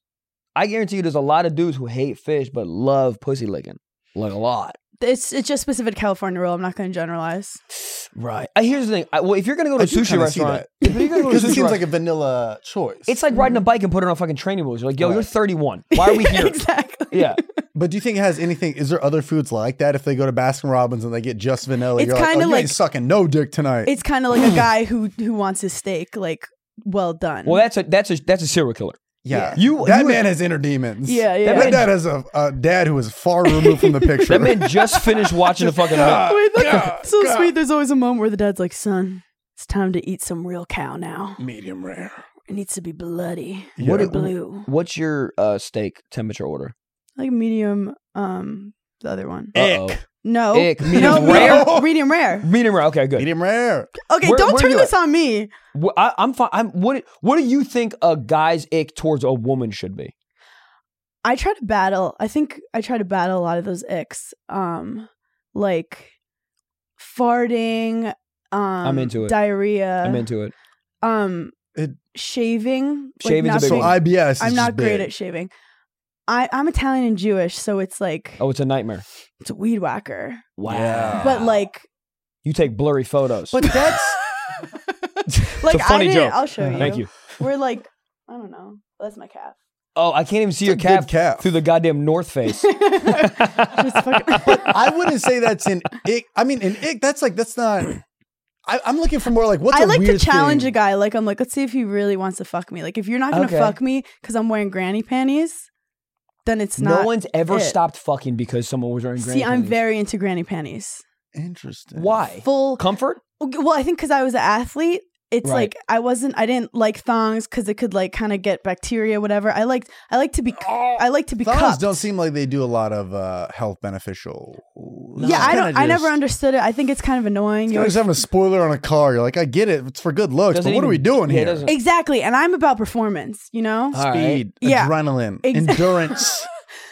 [SPEAKER 4] I guarantee you, there's a lot of dudes who hate fish but love pussy licking. Like a lot.
[SPEAKER 1] It's it's just specific California rule. I'm not going to generalize.
[SPEAKER 4] Right. Uh, here's the thing. I, well, if you're going to go to
[SPEAKER 3] I
[SPEAKER 4] a
[SPEAKER 3] do
[SPEAKER 4] sushi
[SPEAKER 3] kinda see
[SPEAKER 4] restaurant,
[SPEAKER 3] that.
[SPEAKER 4] if you're going to go to a
[SPEAKER 3] Because it
[SPEAKER 4] sushi
[SPEAKER 3] seems like
[SPEAKER 4] restaurant,
[SPEAKER 3] a vanilla choice.
[SPEAKER 4] it's like riding a bike and putting on fucking training wheels. You're like, yo, you're
[SPEAKER 3] Right.
[SPEAKER 4] 31. Why are we here?
[SPEAKER 1] exactly.
[SPEAKER 4] Yeah.
[SPEAKER 3] but do you think it has anything? Is there other foods like that? If they go to Baskin Robbins and they get just vanilla,
[SPEAKER 1] It's
[SPEAKER 3] you're like, oh,
[SPEAKER 1] kinda
[SPEAKER 3] you
[SPEAKER 1] like-
[SPEAKER 3] ain't sucking no dick tonight.
[SPEAKER 1] It's kind of like
[SPEAKER 4] Mm.
[SPEAKER 1] a guy who who wants his steak like well done.
[SPEAKER 4] Well, that's a that's a that's a serial killer.
[SPEAKER 3] yeah,
[SPEAKER 4] You-
[SPEAKER 3] that
[SPEAKER 4] you-
[SPEAKER 3] man has inner demons.
[SPEAKER 1] yeah, yeah.
[SPEAKER 4] that
[SPEAKER 3] That
[SPEAKER 4] man-
[SPEAKER 3] dad has a, a dad who is far removed from the picture.
[SPEAKER 4] That man just finished watching a fucking.
[SPEAKER 3] God.
[SPEAKER 1] Wait, that's
[SPEAKER 3] God,
[SPEAKER 1] so
[SPEAKER 3] God.
[SPEAKER 1] sweet. There's always a moment where the dad's like, "Son, it's time to eat some real cow now.
[SPEAKER 3] medium rare.
[SPEAKER 1] It needs to be bloody,
[SPEAKER 3] Yeah.
[SPEAKER 1] or
[SPEAKER 3] What-
[SPEAKER 1] blue,
[SPEAKER 4] What's your uh, steak temperature order?
[SPEAKER 1] like medium." Um, the other one.
[SPEAKER 4] Uh-oh.
[SPEAKER 3] Ick.
[SPEAKER 1] No,
[SPEAKER 4] Ick, Eh, medium
[SPEAKER 1] no,
[SPEAKER 3] rare?
[SPEAKER 1] medium- medium rare.
[SPEAKER 4] Medium rare. Okay, good.
[SPEAKER 3] Medium rare.
[SPEAKER 1] Okay,
[SPEAKER 4] Where-
[SPEAKER 1] don't
[SPEAKER 4] where
[SPEAKER 1] turn
[SPEAKER 4] you
[SPEAKER 1] this on me.
[SPEAKER 4] Wh- I, am fine. I'm, what What do you think a guy's ick towards a woman should be?
[SPEAKER 1] I try to battle. I think I try to battle a lot of those icks. Um, like farting. Um, I'm
[SPEAKER 4] into it.
[SPEAKER 1] Diarrhea.
[SPEAKER 4] I'm into it.
[SPEAKER 1] um,
[SPEAKER 3] It-
[SPEAKER 1] shaving. like
[SPEAKER 4] Shaving's
[SPEAKER 1] not
[SPEAKER 4] a big
[SPEAKER 3] So
[SPEAKER 1] being-
[SPEAKER 4] one.
[SPEAKER 3] IBS. Is
[SPEAKER 1] I'm
[SPEAKER 3] just
[SPEAKER 1] not great
[SPEAKER 3] big.
[SPEAKER 1] at shaving. I, I'm Italian and Jewish, so it's like
[SPEAKER 4] Oh, Ah. it's a nightmare.
[SPEAKER 1] it's a weed whacker.
[SPEAKER 4] Wow.
[SPEAKER 3] Yeah.
[SPEAKER 1] But like,
[SPEAKER 4] you take blurry photos.
[SPEAKER 3] But that's
[SPEAKER 1] like
[SPEAKER 4] funny
[SPEAKER 1] I didn't.
[SPEAKER 4] joke.
[SPEAKER 1] I'll show you.
[SPEAKER 4] Thank you.
[SPEAKER 1] We're like, I don't know. That's my calf.
[SPEAKER 4] Oh, I can't even see
[SPEAKER 3] It's a
[SPEAKER 4] your calf,
[SPEAKER 3] good calf.
[SPEAKER 4] through the goddamn North Face.
[SPEAKER 1] Just fucking-
[SPEAKER 3] I wouldn't say that's an ick. I mean, an ick. That's like that's not. I, I'm looking for more like what's.
[SPEAKER 1] I like
[SPEAKER 3] a
[SPEAKER 1] to
[SPEAKER 3] weird
[SPEAKER 1] challenge
[SPEAKER 3] thing?
[SPEAKER 1] a guy. Like I'm like, let's see if he really wants to fuck me. Like if you're not gonna
[SPEAKER 4] Okay.
[SPEAKER 1] fuck me because I'm wearing granny panties, then it's
[SPEAKER 4] no
[SPEAKER 1] not.
[SPEAKER 4] one's ever
[SPEAKER 1] it.
[SPEAKER 4] stopped fucking because someone was wearing.
[SPEAKER 1] see,
[SPEAKER 4] granny
[SPEAKER 1] I'm
[SPEAKER 4] panties.
[SPEAKER 1] very into granny panties.
[SPEAKER 3] Interesting.
[SPEAKER 4] Why?
[SPEAKER 1] Full
[SPEAKER 4] Comfort.
[SPEAKER 1] Okay, Well, I think because I was an athlete, it's
[SPEAKER 4] Right.
[SPEAKER 1] like I wasn't. I didn't like thongs because it could like kind of get bacteria, whatever. I liked. I like to be.
[SPEAKER 4] Oh,
[SPEAKER 1] I like to be
[SPEAKER 3] Thongs
[SPEAKER 1] cupped.
[SPEAKER 3] don't seem like they do a lot of uh, health beneficial.
[SPEAKER 1] yeah, I don't.
[SPEAKER 3] Kinda
[SPEAKER 1] I never
[SPEAKER 3] just-
[SPEAKER 1] understood it. I think it's kind of annoying.
[SPEAKER 3] You're
[SPEAKER 1] You're
[SPEAKER 3] just having a spoiler on a car. You're like, I get it. It's for good looks,
[SPEAKER 4] Doesn't
[SPEAKER 3] but what are
[SPEAKER 4] even-
[SPEAKER 3] we doing
[SPEAKER 4] yeah, it
[SPEAKER 3] here?
[SPEAKER 4] doesn't-
[SPEAKER 1] exactly, and I'm about performance. You know,
[SPEAKER 4] All right.
[SPEAKER 3] Speed,
[SPEAKER 1] Yeah.
[SPEAKER 3] adrenaline,
[SPEAKER 1] Ex-
[SPEAKER 3] endurance,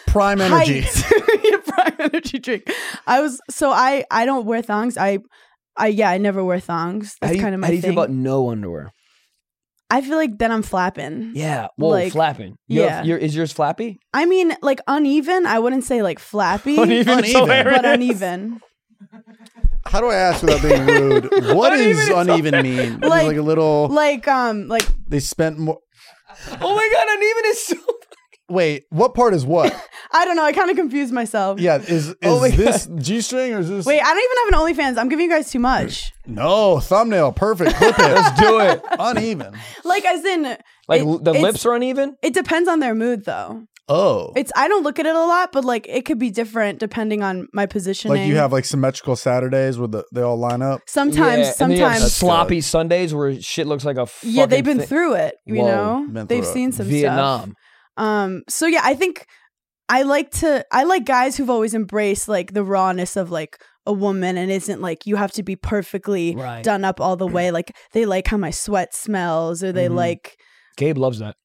[SPEAKER 3] prime energy.
[SPEAKER 1] Height. Yeah, prime energy drink. I was so I. I don't wear thongs. I. I yeah. I never wear thongs.
[SPEAKER 4] How
[SPEAKER 1] That's
[SPEAKER 4] do you,
[SPEAKER 1] kind of my
[SPEAKER 4] how do you
[SPEAKER 1] thing.
[SPEAKER 4] feel about no underwear?
[SPEAKER 1] I feel like then I'm flapping.
[SPEAKER 4] Yeah. Whoa,
[SPEAKER 1] Like-
[SPEAKER 4] flapping. Your-
[SPEAKER 1] Yeah.
[SPEAKER 4] your- is yours flappy?
[SPEAKER 1] I mean, like uneven. I wouldn't say like flappy.
[SPEAKER 4] Uneven. it's hilarious.
[SPEAKER 1] But uneven.
[SPEAKER 3] How do I ask without being rude? What does uneven mean? Is it
[SPEAKER 1] Like-
[SPEAKER 3] like a little.
[SPEAKER 1] Like um like
[SPEAKER 3] they spent more.
[SPEAKER 4] Oh my god, uneven is so.
[SPEAKER 3] Wait, what part is what?
[SPEAKER 1] I don't know. I kind of confused myself.
[SPEAKER 3] Yeah, is is
[SPEAKER 4] Oh my
[SPEAKER 3] this G string or is this?
[SPEAKER 1] Wait, I don't even have an OnlyFans. I'm giving you guys too much.
[SPEAKER 3] no thumbnail, perfect. Clip it.
[SPEAKER 4] Let's do it.
[SPEAKER 3] Uneven.
[SPEAKER 1] Like as in,
[SPEAKER 4] Like
[SPEAKER 1] it-
[SPEAKER 4] l- the
[SPEAKER 1] it's-
[SPEAKER 4] lips are uneven.
[SPEAKER 1] It depends on their mood, though.
[SPEAKER 3] Oh,
[SPEAKER 1] It's I don't look at it a lot, but like it could be different depending on my positioning.
[SPEAKER 3] like you have like symmetrical Saturdays where the, they all line up.
[SPEAKER 1] sometimes,
[SPEAKER 4] Yeah, and then you have
[SPEAKER 1] sometimes,
[SPEAKER 4] sloppy Sundays where shit looks like a fucking
[SPEAKER 1] yeah, they've been
[SPEAKER 4] thi-
[SPEAKER 1] through it. You
[SPEAKER 4] Whoa,
[SPEAKER 1] know,
[SPEAKER 3] been
[SPEAKER 1] they've
[SPEAKER 3] through it.
[SPEAKER 1] seen some
[SPEAKER 4] Vietnam.
[SPEAKER 1] stuff. Um, so yeah, I think I like to I like guys who've always embraced like the rawness of like a woman and isn't like you have to be perfectly
[SPEAKER 4] Right.
[SPEAKER 1] done up all the way. Like they like how my sweat smells, or they
[SPEAKER 4] Mhm.
[SPEAKER 1] like
[SPEAKER 4] Gabe loves that.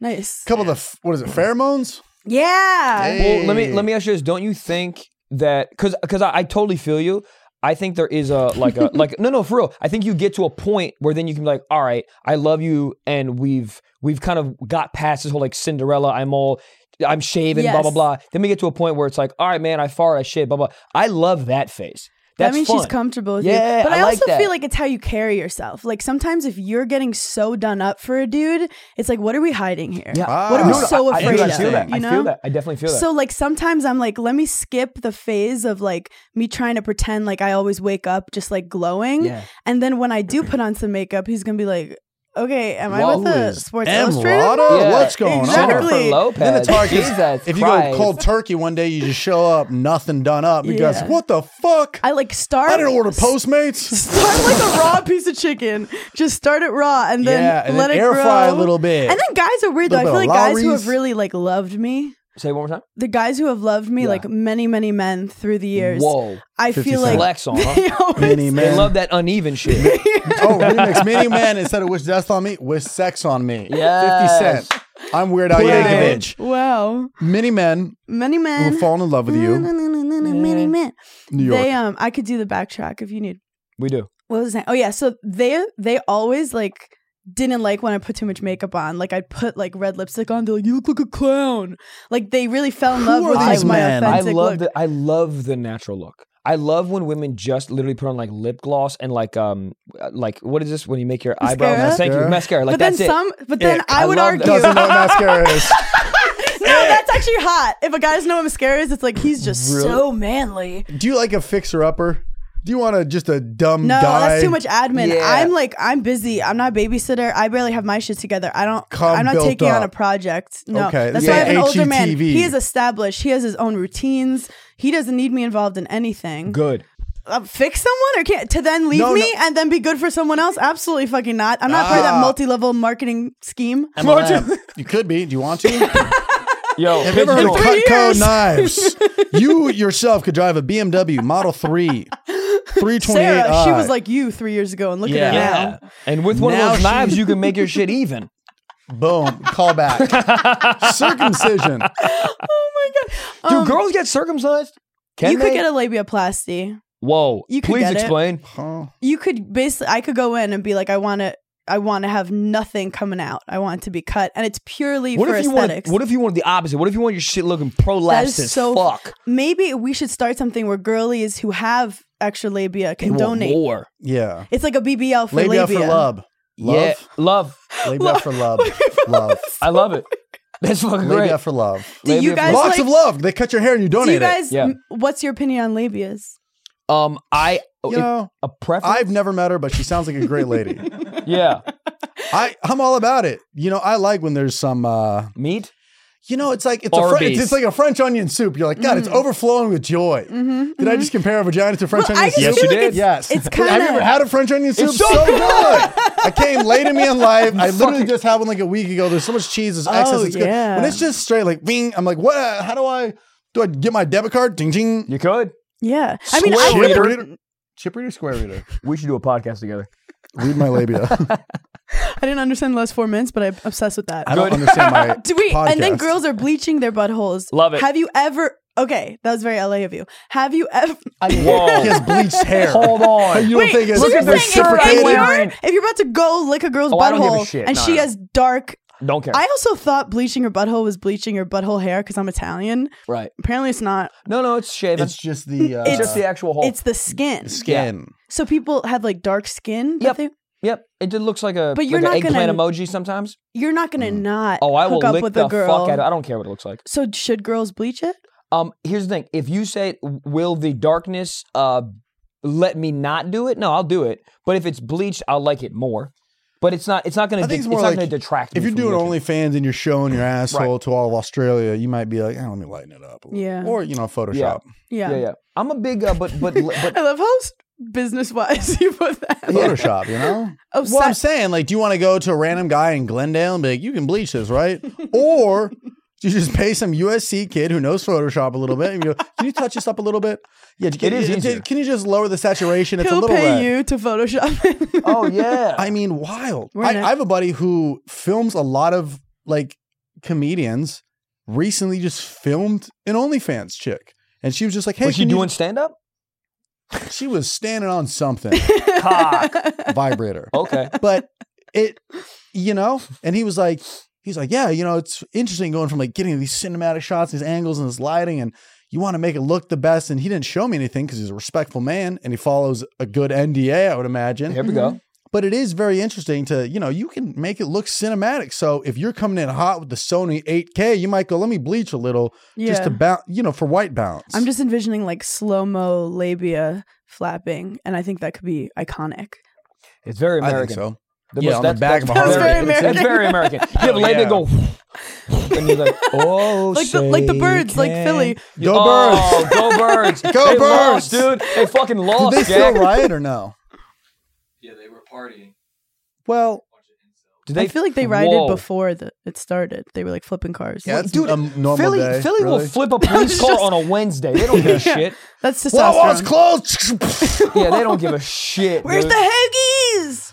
[SPEAKER 1] nice.
[SPEAKER 3] couple of the f- what is it pheromones?
[SPEAKER 1] Yeah.
[SPEAKER 3] Hey.
[SPEAKER 4] Well, let me let me ask you this: Don't you think that because because I, I totally feel you. I think there is a like a like no no for real. I think you get to a point where then you can be like, all right, I love you, and we've we've kind of got past this whole like Cinderella. I'm all I'm shaving, blah blah
[SPEAKER 1] Yes.
[SPEAKER 4] blah. Then we get to a point where it's like, all right, man, I fart, I shave, blah blah. I love that phase. That's
[SPEAKER 1] that means she's
[SPEAKER 4] fun.
[SPEAKER 1] comfortable with
[SPEAKER 4] Yeah,
[SPEAKER 1] you. But
[SPEAKER 4] I
[SPEAKER 1] I,
[SPEAKER 4] like
[SPEAKER 1] also
[SPEAKER 4] that.
[SPEAKER 1] feel like it's how you carry yourself. Like sometimes if you're getting so done up for a dude, it's like, what are we hiding here?
[SPEAKER 4] Yeah.
[SPEAKER 1] What are we
[SPEAKER 3] Ah,
[SPEAKER 1] so
[SPEAKER 4] I,
[SPEAKER 1] afraid
[SPEAKER 4] I,
[SPEAKER 1] of?
[SPEAKER 4] feel that.
[SPEAKER 1] You
[SPEAKER 4] I feel
[SPEAKER 1] know?
[SPEAKER 4] that. I definitely feel that.
[SPEAKER 1] So like sometimes I'm like, let me skip the phase of like me trying to pretend like I always wake up just like glowing.
[SPEAKER 4] Yeah.
[SPEAKER 1] And then when I do put on some makeup, he's gonna be like, Okay, am I
[SPEAKER 4] Whoa,
[SPEAKER 1] with a
[SPEAKER 3] who's
[SPEAKER 1] sports
[SPEAKER 3] M.
[SPEAKER 1] illustrated?
[SPEAKER 3] Rada?
[SPEAKER 1] model?"
[SPEAKER 3] Yeah. What's going on?
[SPEAKER 1] exactly.
[SPEAKER 4] Jennifer Lopez.
[SPEAKER 3] Then it's hard 'cause
[SPEAKER 4] Jesus
[SPEAKER 3] if you go
[SPEAKER 4] Christ.
[SPEAKER 3] cold turkey one day, you just show up, nothing done up. You guys,
[SPEAKER 1] Yeah.
[SPEAKER 3] what the fuck? I,
[SPEAKER 1] I like start
[SPEAKER 3] didn't order Postmates.
[SPEAKER 1] Start like a raw piece of chicken. Just start it raw and then
[SPEAKER 3] Yeah, and
[SPEAKER 1] let
[SPEAKER 3] then
[SPEAKER 1] it
[SPEAKER 3] air
[SPEAKER 1] grow.
[SPEAKER 3] fry a little bit.
[SPEAKER 1] And then guys are weird though. I
[SPEAKER 3] Little
[SPEAKER 1] feel like
[SPEAKER 3] bit of
[SPEAKER 1] guys who
[SPEAKER 3] Lowry's.
[SPEAKER 1] have really like loved me,
[SPEAKER 4] Say it one more time.
[SPEAKER 1] the guys who have loved me,
[SPEAKER 4] Yeah.
[SPEAKER 1] like many many men through the years.
[SPEAKER 4] Whoa.
[SPEAKER 1] I
[SPEAKER 3] 50
[SPEAKER 1] feel like
[SPEAKER 4] Flex on, huh?
[SPEAKER 1] they always-
[SPEAKER 3] Mini
[SPEAKER 4] They
[SPEAKER 3] man.
[SPEAKER 4] love that uneven shit.
[SPEAKER 3] oh, remix. Mini man instead of wish death on me, wish sex on me. 50
[SPEAKER 4] Yes.
[SPEAKER 3] Cent. I'm Weird Al
[SPEAKER 4] Put it
[SPEAKER 3] Yankovic.
[SPEAKER 1] Wow,
[SPEAKER 3] Mini men
[SPEAKER 1] many
[SPEAKER 3] who
[SPEAKER 1] men.
[SPEAKER 3] will fall in love with you.
[SPEAKER 1] Many men.
[SPEAKER 3] New York.
[SPEAKER 1] They um, I could do the backtrack if you need.
[SPEAKER 4] We do.
[SPEAKER 1] What was that? Oh yeah, so they they always like didn't like when I put too much makeup on. Like I'd put like red lipstick on. They're like, "You look like a clown." Like they really fell in love
[SPEAKER 3] are
[SPEAKER 1] with
[SPEAKER 3] these
[SPEAKER 1] like, my
[SPEAKER 3] men?
[SPEAKER 4] I
[SPEAKER 1] authentic
[SPEAKER 4] love
[SPEAKER 1] look.
[SPEAKER 4] the I love the natural look. I love when women just literally put on like lip gloss and like um like what is this when you make your eyebrows?
[SPEAKER 1] Mascara?
[SPEAKER 4] Thank you,
[SPEAKER 3] Mascara.
[SPEAKER 4] mascara. Like
[SPEAKER 1] but then
[SPEAKER 4] that's it.
[SPEAKER 1] some. But then
[SPEAKER 4] Ick.
[SPEAKER 1] I
[SPEAKER 4] I
[SPEAKER 1] would
[SPEAKER 4] love
[SPEAKER 1] argue.
[SPEAKER 4] that.
[SPEAKER 3] Doesn't know what mascara is.
[SPEAKER 1] no, that's actually hot. If a guy doesn't know what mascara is, it's like he's just so manly.
[SPEAKER 3] Do you like a fixer upper? Do you want to just a dumb
[SPEAKER 1] No,
[SPEAKER 3] guy?
[SPEAKER 1] that's too much admin.
[SPEAKER 4] Yeah.
[SPEAKER 1] I'm like, I'm busy. I'm not a babysitter. I barely have my shit together. I don't.
[SPEAKER 3] Come
[SPEAKER 1] I'm not
[SPEAKER 3] built
[SPEAKER 1] taking on a
[SPEAKER 3] up.
[SPEAKER 1] project. No,
[SPEAKER 3] Okay,
[SPEAKER 1] that's
[SPEAKER 3] yeah, E
[SPEAKER 1] why I have an older
[SPEAKER 3] HGTV.
[SPEAKER 1] man. He is established. He has his own routines. He doesn't need me involved in anything.
[SPEAKER 4] good.
[SPEAKER 1] Uh, fix someone or can't to then leave
[SPEAKER 3] No, Ah.
[SPEAKER 1] me and then be good for someone else? Absolutely fucking not. I'm not part of that multi-level marketing scheme.
[SPEAKER 3] MLM. You could be. Do you want to? Have
[SPEAKER 4] Yo,
[SPEAKER 3] you ever heard of
[SPEAKER 4] pigeonhole.
[SPEAKER 1] three years.
[SPEAKER 3] Cutco knives? You yourself could drive a BMW Model 3. 328
[SPEAKER 1] Sarah, she
[SPEAKER 3] uh,
[SPEAKER 1] was like you three years ago, and look at her now.
[SPEAKER 4] yeah. And with one
[SPEAKER 3] Now
[SPEAKER 4] of those
[SPEAKER 3] she-
[SPEAKER 4] knives, you can make your shit even.
[SPEAKER 3] boom, call back. Circumcision.
[SPEAKER 4] Do girls get circumcised? Can
[SPEAKER 1] Um, you
[SPEAKER 4] they?
[SPEAKER 1] could get a labiaplasty.
[SPEAKER 4] Whoa.
[SPEAKER 1] you could
[SPEAKER 4] Please
[SPEAKER 1] get it.
[SPEAKER 4] explain.
[SPEAKER 3] Oh,
[SPEAKER 1] You could basically, I could go in and be like, I want to, I want to have nothing coming out. I want it to be cut, and it's purely
[SPEAKER 4] What
[SPEAKER 1] for
[SPEAKER 4] if you want?
[SPEAKER 1] aesthetics.
[SPEAKER 4] What if you wanted the opposite? What if you want your shit looking prolapsed
[SPEAKER 1] That
[SPEAKER 4] as
[SPEAKER 1] is so-
[SPEAKER 4] fuck?
[SPEAKER 1] Maybe we should start something where girlies who have extra labia
[SPEAKER 4] They
[SPEAKER 1] can
[SPEAKER 4] want
[SPEAKER 1] donate.
[SPEAKER 4] more.
[SPEAKER 3] yeah.
[SPEAKER 1] It's like a BBL for
[SPEAKER 3] Labia,
[SPEAKER 1] labia.
[SPEAKER 3] for love.
[SPEAKER 4] Yeah,
[SPEAKER 3] Love.
[SPEAKER 4] love.
[SPEAKER 3] Labia for love. Love.
[SPEAKER 4] I love it. That's fucking
[SPEAKER 3] Labia
[SPEAKER 4] great.
[SPEAKER 3] for love.
[SPEAKER 1] Do you
[SPEAKER 4] Labia for
[SPEAKER 1] guys
[SPEAKER 3] Locks
[SPEAKER 1] like?
[SPEAKER 3] of love. They cut your hair and you
[SPEAKER 1] do
[SPEAKER 3] donate
[SPEAKER 1] you guys?
[SPEAKER 4] Yeah.
[SPEAKER 1] m- What's your opinion on labias?
[SPEAKER 4] Um, I
[SPEAKER 3] it. You know,
[SPEAKER 4] a preference.
[SPEAKER 3] I've never met her, but she sounds like a great lady.
[SPEAKER 4] yeah,
[SPEAKER 3] I, I'm all about it. You know, I like when there's some uh,
[SPEAKER 4] meat.
[SPEAKER 3] You know, it's like it's a French,
[SPEAKER 4] Arby's.
[SPEAKER 3] it's, it's like a French onion soup. You're like, God,
[SPEAKER 1] Mm.
[SPEAKER 3] it's overflowing with joy. Did I just compare a vagina to French
[SPEAKER 1] Mm-hmm. Well, I
[SPEAKER 3] onion
[SPEAKER 1] just
[SPEAKER 3] soup?
[SPEAKER 4] Yes,
[SPEAKER 1] feel
[SPEAKER 4] you
[SPEAKER 1] like
[SPEAKER 4] did.
[SPEAKER 1] it's,
[SPEAKER 3] yes.
[SPEAKER 1] it's
[SPEAKER 3] Have you ever
[SPEAKER 1] kind of.
[SPEAKER 3] had a French onion soup?
[SPEAKER 4] so
[SPEAKER 3] so good. I came late to me in life. I literally just had one like a week ago. There's so much cheese. There's excess.
[SPEAKER 1] Oh,
[SPEAKER 3] It's good.
[SPEAKER 1] yeah.
[SPEAKER 3] When it's just straight, like, bing. I'm like, what? How do I do? I get my debit card? Ding, ding.
[SPEAKER 4] You could.
[SPEAKER 1] Yeah, I mean,
[SPEAKER 3] Square
[SPEAKER 1] I would,
[SPEAKER 3] reader. Chip reader, square reader.
[SPEAKER 4] We should do a podcast together.
[SPEAKER 3] Read my labia.
[SPEAKER 1] I didn't understand the last four minutes, but I'm obsessed with that.
[SPEAKER 3] I don't
[SPEAKER 4] Good.
[SPEAKER 3] understand my.
[SPEAKER 1] Do we? And then
[SPEAKER 3] podcast.
[SPEAKER 1] girls are bleaching their buttholes.
[SPEAKER 4] Love it.
[SPEAKER 1] Have you ever? Okay, that was very LA of you. Have you ever?
[SPEAKER 4] Whoa.
[SPEAKER 3] He has bleached hair.
[SPEAKER 4] Hold on.
[SPEAKER 3] You don't
[SPEAKER 1] Wait,
[SPEAKER 3] think it's
[SPEAKER 1] so you're saying if,
[SPEAKER 4] super
[SPEAKER 1] if
[SPEAKER 4] reciprocated?
[SPEAKER 1] you're, if you're about to go lick a girl's
[SPEAKER 4] Oh, I don't give a
[SPEAKER 1] butthole
[SPEAKER 4] shit.
[SPEAKER 1] and
[SPEAKER 4] No,
[SPEAKER 1] she
[SPEAKER 4] no.
[SPEAKER 1] has dark,
[SPEAKER 4] Don't care.
[SPEAKER 1] I also thought bleaching her butthole was bleaching her butthole hair because I'm Italian.
[SPEAKER 4] right.
[SPEAKER 1] Apparently, it's not.
[SPEAKER 4] No, no, it's shaving.
[SPEAKER 3] It's
[SPEAKER 4] It's,
[SPEAKER 3] just the. Uh,
[SPEAKER 1] It's
[SPEAKER 4] just the actual hole.
[SPEAKER 1] It's the skin.
[SPEAKER 3] skin.
[SPEAKER 1] So people have like dark skin. But
[SPEAKER 4] Yep.
[SPEAKER 1] they,
[SPEAKER 4] yep. It just looks like a
[SPEAKER 1] But you're
[SPEAKER 4] like
[SPEAKER 1] not
[SPEAKER 4] an
[SPEAKER 1] gonna-
[SPEAKER 4] eggplant emoji sometimes.
[SPEAKER 1] you're not gonna not.
[SPEAKER 4] Oh, I
[SPEAKER 1] hook
[SPEAKER 4] will
[SPEAKER 1] up
[SPEAKER 4] lick
[SPEAKER 1] with
[SPEAKER 4] the
[SPEAKER 1] a girl.
[SPEAKER 4] fuck out of. I don't care what it looks like.
[SPEAKER 1] So should girls bleach it?
[SPEAKER 4] Um, here's the thing: if you say, "Will the darkness uh let me not do it?" No, I'll do it. But if it's bleached, I'll like it more. But it's not. It's not going
[SPEAKER 3] I
[SPEAKER 4] to.
[SPEAKER 3] think
[SPEAKER 4] it's
[SPEAKER 3] it's more
[SPEAKER 4] not
[SPEAKER 3] like
[SPEAKER 4] going to detract.
[SPEAKER 3] If
[SPEAKER 4] me
[SPEAKER 3] you're
[SPEAKER 4] from
[SPEAKER 3] doing
[SPEAKER 4] looking.
[SPEAKER 3] OnlyFans and you're showing your asshole to all of Australia, you might be like, eh, let me lighten it up. a little."
[SPEAKER 1] Yeah.
[SPEAKER 3] Or, you know, Photoshop.
[SPEAKER 1] Yeah.
[SPEAKER 4] yeah, yeah. I'm a big, uh, but but but
[SPEAKER 1] I love how business wise you put that.
[SPEAKER 3] Photoshop, you know?
[SPEAKER 1] Oh,
[SPEAKER 3] Well, I'm
[SPEAKER 1] sa-
[SPEAKER 3] saying, like, do you want to go to a random guy in Glendale and be like, you can bleach this, right? or do you just pay some USC kid who knows Photoshop a little bit and you go, can you touch this up a little bit? Yeah, can,
[SPEAKER 4] It is
[SPEAKER 3] you-
[SPEAKER 4] easier.
[SPEAKER 3] can you just lower the saturation? It's a
[SPEAKER 1] he'll
[SPEAKER 3] little
[SPEAKER 1] pay
[SPEAKER 3] red.
[SPEAKER 1] you to Photoshop it.
[SPEAKER 4] oh yeah.
[SPEAKER 3] I mean, wild.
[SPEAKER 1] We're
[SPEAKER 3] I,
[SPEAKER 1] not-
[SPEAKER 3] I have a buddy who films a lot of like comedians. Recently, just filmed an OnlyFans chick, and she was just like, "Hey,
[SPEAKER 4] was she
[SPEAKER 3] can you-
[SPEAKER 4] doing stand up?
[SPEAKER 3] She was standing on something,
[SPEAKER 4] Cock.
[SPEAKER 3] vibrator,
[SPEAKER 4] Okay.
[SPEAKER 3] but it, you know. And he was like, he's like, yeah, you know, it's interesting going from like getting these cinematic shots, these angles, and this lighting, and you want to make it look the best. And he didn't show me anything because he's a respectful man, and he follows a good NDA, I would imagine.
[SPEAKER 4] Here we go.
[SPEAKER 3] but it is very interesting to you know you can make it look cinematic so if you're coming in hot with the sony 8k you might go let me bleach a little just to bounce you know for white balance
[SPEAKER 1] I'm just envisioning like slow mo labia flapping, and I think that could be iconic.
[SPEAKER 4] It's very
[SPEAKER 3] i
[SPEAKER 4] American.
[SPEAKER 3] think so
[SPEAKER 4] The
[SPEAKER 3] Yeah, on the
[SPEAKER 4] that's-
[SPEAKER 3] back of a Oh,
[SPEAKER 4] that's
[SPEAKER 1] Harley.
[SPEAKER 4] very-
[SPEAKER 1] That's very
[SPEAKER 4] It's very American. You have a lady
[SPEAKER 3] yeah.
[SPEAKER 4] go. and you're like, oh,
[SPEAKER 1] Like the- like the
[SPEAKER 4] say
[SPEAKER 1] birds, like
[SPEAKER 4] can
[SPEAKER 1] Philly.
[SPEAKER 4] you-
[SPEAKER 3] Go
[SPEAKER 4] oh, go birds,
[SPEAKER 3] Go
[SPEAKER 4] They
[SPEAKER 3] birds.
[SPEAKER 4] lost, dude. They fucking
[SPEAKER 3] did
[SPEAKER 4] lost.
[SPEAKER 3] they still
[SPEAKER 4] Jack.
[SPEAKER 3] riot or no
[SPEAKER 2] Yeah, they were partying.
[SPEAKER 3] well
[SPEAKER 4] Did
[SPEAKER 1] I
[SPEAKER 4] they-
[SPEAKER 1] feel like they rioted
[SPEAKER 4] Whoa.
[SPEAKER 1] before the, it started. They were like flipping cars.
[SPEAKER 3] yeah, that's
[SPEAKER 4] dude,
[SPEAKER 3] a normal
[SPEAKER 4] Philly,
[SPEAKER 3] day,
[SPEAKER 4] Philly will
[SPEAKER 3] really.
[SPEAKER 4] flip a police car on a Wednesday. They don't give a shit.
[SPEAKER 1] That's
[SPEAKER 3] Whoa, whoa, it's
[SPEAKER 1] testosterone.
[SPEAKER 3] closed
[SPEAKER 4] Yeah, they don't give a shit.
[SPEAKER 1] Where's
[SPEAKER 4] dude.
[SPEAKER 1] the hoagies?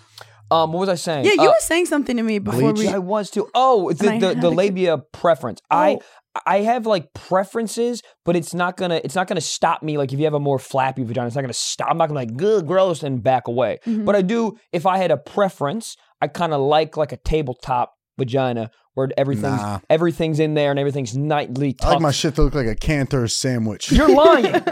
[SPEAKER 4] Um, what was I saying?
[SPEAKER 1] Yeah, you
[SPEAKER 4] Uh,
[SPEAKER 1] were saying something to me before
[SPEAKER 3] bleach.
[SPEAKER 1] we.
[SPEAKER 4] I was too. Oh, the,
[SPEAKER 1] I
[SPEAKER 4] the,
[SPEAKER 1] had a-
[SPEAKER 4] the labia preference. I I have like preferences, but it's not gonna it's not gonna stop me. Like if you have a more flappy vagina, it's not gonna stop. I'm not gonna like good gross and back away. But I do. If I had a preference, I I kind of like like a tabletop vagina where everything's
[SPEAKER 3] Nah.
[SPEAKER 4] everything's in there and everything's nightly.
[SPEAKER 3] I like my
[SPEAKER 4] tucked.
[SPEAKER 3] shit to look like a Cantor sandwich.
[SPEAKER 4] You're lying.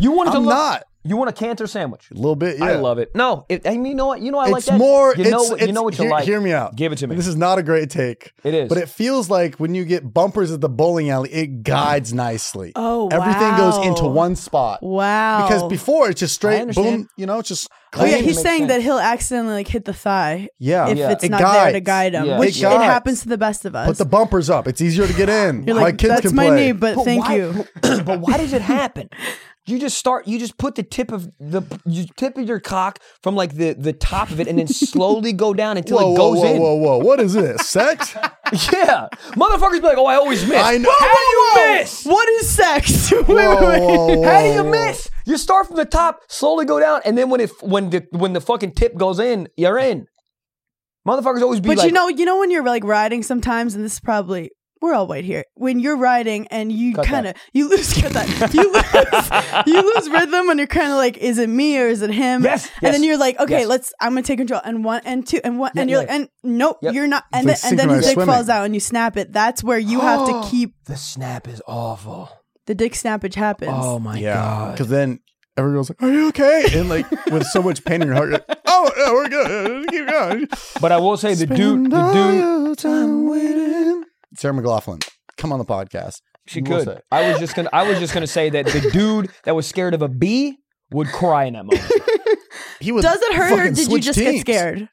[SPEAKER 4] you want it to
[SPEAKER 3] I'm
[SPEAKER 4] look.
[SPEAKER 3] not.
[SPEAKER 4] You want a Cantor sandwich.
[SPEAKER 3] A little bit. Yeah.
[SPEAKER 4] I love it. No, it, and you know what? You know I like
[SPEAKER 3] it's
[SPEAKER 4] that.
[SPEAKER 3] more.
[SPEAKER 4] You
[SPEAKER 3] it's,
[SPEAKER 4] know, you
[SPEAKER 3] it's-
[SPEAKER 4] know what you
[SPEAKER 3] hear,
[SPEAKER 4] like.
[SPEAKER 3] Hear me out.
[SPEAKER 4] Give it to me.
[SPEAKER 3] This is not a great take.
[SPEAKER 4] It is.
[SPEAKER 3] But it feels like when you get bumpers at the bowling alley, it guides nicely.
[SPEAKER 1] Oh,
[SPEAKER 3] everything goes into
[SPEAKER 1] wow.
[SPEAKER 3] one spot.
[SPEAKER 1] Wow.
[SPEAKER 3] Because before it's just
[SPEAKER 4] I
[SPEAKER 3] straight
[SPEAKER 4] understand.
[SPEAKER 3] boom, you know, it's just
[SPEAKER 1] Oh yeah,
[SPEAKER 3] clean.
[SPEAKER 1] he's
[SPEAKER 4] Makes
[SPEAKER 1] saying that
[SPEAKER 4] sense.
[SPEAKER 1] he'll accidentally like hit the thigh
[SPEAKER 3] yeah.
[SPEAKER 1] if it's
[SPEAKER 3] It
[SPEAKER 1] not there to
[SPEAKER 3] guides.
[SPEAKER 1] guide him,
[SPEAKER 4] Yeah. It
[SPEAKER 1] which it,
[SPEAKER 3] guides.
[SPEAKER 1] happens to the best of us.
[SPEAKER 3] Put the bumpers up. It's easier to get in.
[SPEAKER 1] You're
[SPEAKER 3] my
[SPEAKER 1] like,
[SPEAKER 3] kids
[SPEAKER 1] that's
[SPEAKER 3] can
[SPEAKER 1] my
[SPEAKER 3] play.
[SPEAKER 1] knee, but, thank
[SPEAKER 4] why,
[SPEAKER 1] you.
[SPEAKER 4] but why does it happen? You just start. You just put the tip of the you tip of your cock from like the the top of it, and then slowly go down until
[SPEAKER 3] Whoa,
[SPEAKER 4] it
[SPEAKER 3] whoa,
[SPEAKER 4] goes
[SPEAKER 3] whoa,
[SPEAKER 4] in.
[SPEAKER 3] whoa, whoa! What is this? Sex?
[SPEAKER 4] Yeah, motherfuckers be like, "Oh, I always miss."
[SPEAKER 3] I know-
[SPEAKER 4] How do you
[SPEAKER 3] Whoa, whoa, whoa.
[SPEAKER 4] miss?
[SPEAKER 1] What is sex? Wait,
[SPEAKER 3] Whoa,
[SPEAKER 1] wait, wait.
[SPEAKER 3] whoa, whoa,
[SPEAKER 4] How do you
[SPEAKER 3] whoa.
[SPEAKER 4] miss? You start from the top, slowly go down, and then when it when the when the fucking tip goes in, you're in. Motherfuckers always be
[SPEAKER 1] But
[SPEAKER 4] like,
[SPEAKER 1] you know, you know when you're like riding sometimes, and this is probably we're all white here. When you're riding and you
[SPEAKER 4] Cut
[SPEAKER 1] kind of you lose cut that you lose you lose rhythm, and you're kind of like, is it me or is it him?
[SPEAKER 4] Yes,
[SPEAKER 1] And
[SPEAKER 4] yes,
[SPEAKER 1] then you're like, okay,
[SPEAKER 4] yes.
[SPEAKER 1] let's. I'm gonna take control. And one and two and one
[SPEAKER 4] Yeah,
[SPEAKER 1] and you're
[SPEAKER 4] yeah.
[SPEAKER 1] like, and nope,
[SPEAKER 4] Yep.
[SPEAKER 1] you're not. And then,
[SPEAKER 3] It's like
[SPEAKER 1] and then the dick
[SPEAKER 3] synchronized swimming.
[SPEAKER 1] falls out, and you snap it. That's where you have to keep
[SPEAKER 4] "The snap is awful."
[SPEAKER 1] the dick snappage happens.
[SPEAKER 4] Oh my
[SPEAKER 3] Yeah,
[SPEAKER 4] god!
[SPEAKER 3] because then everyone's like, "Are you okay?" And like with so much pain in your heart, you're like, "Oh, yeah, we're good. Keep going."
[SPEAKER 4] But I will say the dude,
[SPEAKER 3] Spend
[SPEAKER 4] the
[SPEAKER 3] all
[SPEAKER 4] dude.
[SPEAKER 3] your time waiting. Sarah McLaughlin, come on the podcast.
[SPEAKER 4] She
[SPEAKER 3] We'll
[SPEAKER 4] could.
[SPEAKER 3] say.
[SPEAKER 4] I was just gonna. I was just gonna say that the dude that was scared of a bee would cry in that moment.
[SPEAKER 3] He was.
[SPEAKER 1] Does it hurt, or
[SPEAKER 3] fucking
[SPEAKER 1] did you
[SPEAKER 3] switch
[SPEAKER 1] just
[SPEAKER 3] teams.
[SPEAKER 1] get scared?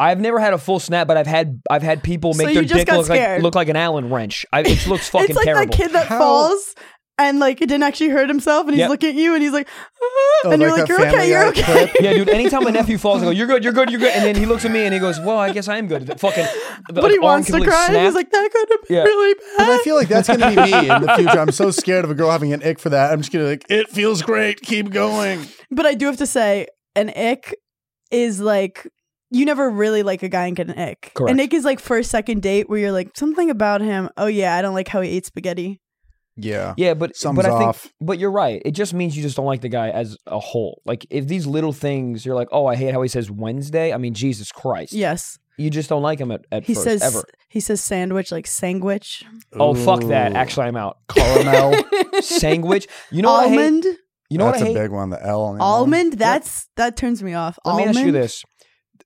[SPEAKER 4] I've never had a full snap, but I've had. I've had people
[SPEAKER 1] So
[SPEAKER 4] make
[SPEAKER 1] you
[SPEAKER 4] their
[SPEAKER 1] just
[SPEAKER 4] dick
[SPEAKER 1] got
[SPEAKER 4] look like,
[SPEAKER 1] scared.
[SPEAKER 4] look like an Allen wrench. I, it looks fucking
[SPEAKER 1] It's like
[SPEAKER 4] terrible.
[SPEAKER 1] that kid that
[SPEAKER 3] How-
[SPEAKER 1] falls and like it didn't actually hurt himself, and he's
[SPEAKER 4] Yep.
[SPEAKER 1] looking at you, and he's like,
[SPEAKER 3] Oh,
[SPEAKER 1] and you're like,
[SPEAKER 3] that
[SPEAKER 1] you're okay,
[SPEAKER 3] Family
[SPEAKER 1] you're
[SPEAKER 3] Guy
[SPEAKER 1] okay.
[SPEAKER 3] clip?
[SPEAKER 4] Yeah, dude. Anytime my nephew falls, I go, "You're good, you're good, you're good," and then he looks at me and he goes, "Well, I guess I am good." The fucking. the-
[SPEAKER 1] but he
[SPEAKER 4] arm
[SPEAKER 1] wants to
[SPEAKER 4] completely
[SPEAKER 1] cry. and He's
[SPEAKER 4] snapped.
[SPEAKER 1] like, that could have been
[SPEAKER 4] Yeah.
[SPEAKER 1] really
[SPEAKER 3] But I
[SPEAKER 1] bad.
[SPEAKER 3] feel like that's gonna be me in the future. I'm so scared of a girl having an ick for that. I'm just gonna be like, it feels great. Keep going.
[SPEAKER 1] But I do have to say, an ick is like you never really like a guy and get an ick.
[SPEAKER 4] Correct.
[SPEAKER 1] An ick is like first, second date where you're like something about him. Oh yeah, I don't like how he ate spaghetti.
[SPEAKER 3] Yeah.
[SPEAKER 4] Yeah, but
[SPEAKER 3] Something's
[SPEAKER 4] but I think
[SPEAKER 3] off.
[SPEAKER 4] but you're right. It just means you just don't like the guy as a whole. Like if these little things, you're like, "Oh, I hate how he says Wednesday." I mean, Jesus Christ.
[SPEAKER 1] Yes,
[SPEAKER 4] You just don't like him at, at
[SPEAKER 1] he
[SPEAKER 4] first
[SPEAKER 1] says.
[SPEAKER 4] ever.
[SPEAKER 1] He says sandwich like sandwich.
[SPEAKER 4] Oh fuck that!
[SPEAKER 3] Ooh.
[SPEAKER 4] Actually, I'm out.
[SPEAKER 3] Caramel.
[SPEAKER 4] Sandwich. You know what I hate?
[SPEAKER 1] almond,
[SPEAKER 4] You know
[SPEAKER 3] that's
[SPEAKER 4] what I
[SPEAKER 3] a
[SPEAKER 4] hate?
[SPEAKER 3] big one. The L. On the
[SPEAKER 1] almond. That's that turns me off.
[SPEAKER 4] Let
[SPEAKER 1] almond.
[SPEAKER 4] me ask you this: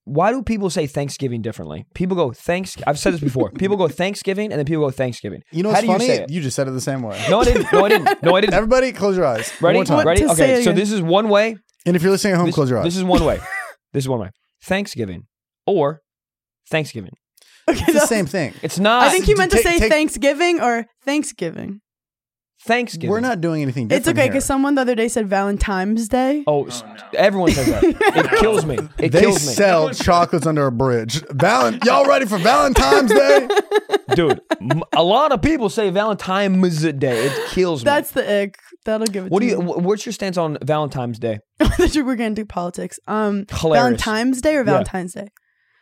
[SPEAKER 4] Why do people say Thanksgiving differently? People go thanks. I've said this before. people go Thanksgiving and then people go Thanksgiving.
[SPEAKER 3] You know
[SPEAKER 4] How
[SPEAKER 3] what's
[SPEAKER 4] do
[SPEAKER 3] funny?
[SPEAKER 4] You, say it?
[SPEAKER 3] You just said it the same way.
[SPEAKER 4] No, I didn't. No, I didn't. No, I didn't.
[SPEAKER 3] Everybody, close your eyes. One
[SPEAKER 4] Ready?
[SPEAKER 3] more time.
[SPEAKER 1] What
[SPEAKER 4] Ready?
[SPEAKER 1] to
[SPEAKER 4] Okay.
[SPEAKER 1] say
[SPEAKER 4] So
[SPEAKER 1] again?
[SPEAKER 4] this is one way.
[SPEAKER 3] And if you're listening at home,
[SPEAKER 4] This,
[SPEAKER 3] close your eyes.
[SPEAKER 4] this is one way. this is one way. Thanksgiving or Thanksgiving.
[SPEAKER 1] Okay,
[SPEAKER 3] it's the
[SPEAKER 1] that-
[SPEAKER 3] same thing.
[SPEAKER 4] It's not
[SPEAKER 1] I think you meant to
[SPEAKER 3] Take-
[SPEAKER 1] say
[SPEAKER 3] take-
[SPEAKER 1] Thanksgiving or Thanksgiving.
[SPEAKER 4] Thanksgiving.
[SPEAKER 3] We're not doing anything
[SPEAKER 1] It's
[SPEAKER 3] different.
[SPEAKER 1] okay
[SPEAKER 3] here.
[SPEAKER 1] because someone the other day said Valentine's Day.
[SPEAKER 4] Oh, s-
[SPEAKER 2] no.
[SPEAKER 4] everyone says that. It kills me. It
[SPEAKER 3] they
[SPEAKER 4] kills me,
[SPEAKER 3] sell chocolates under a bridge. Valen- y'all ready for Valentine's Day?
[SPEAKER 4] dude. m- A lot of people say Valentine's Day. It kills me.
[SPEAKER 1] That's the ick. That'll give it.
[SPEAKER 4] What
[SPEAKER 1] to
[SPEAKER 4] do you?
[SPEAKER 1] me.
[SPEAKER 4] wh- What's your stance on Valentine's Day?
[SPEAKER 1] that you were gonna do politics. Um,
[SPEAKER 4] Hilarious.
[SPEAKER 1] Valentine's Day or Valentine's Day?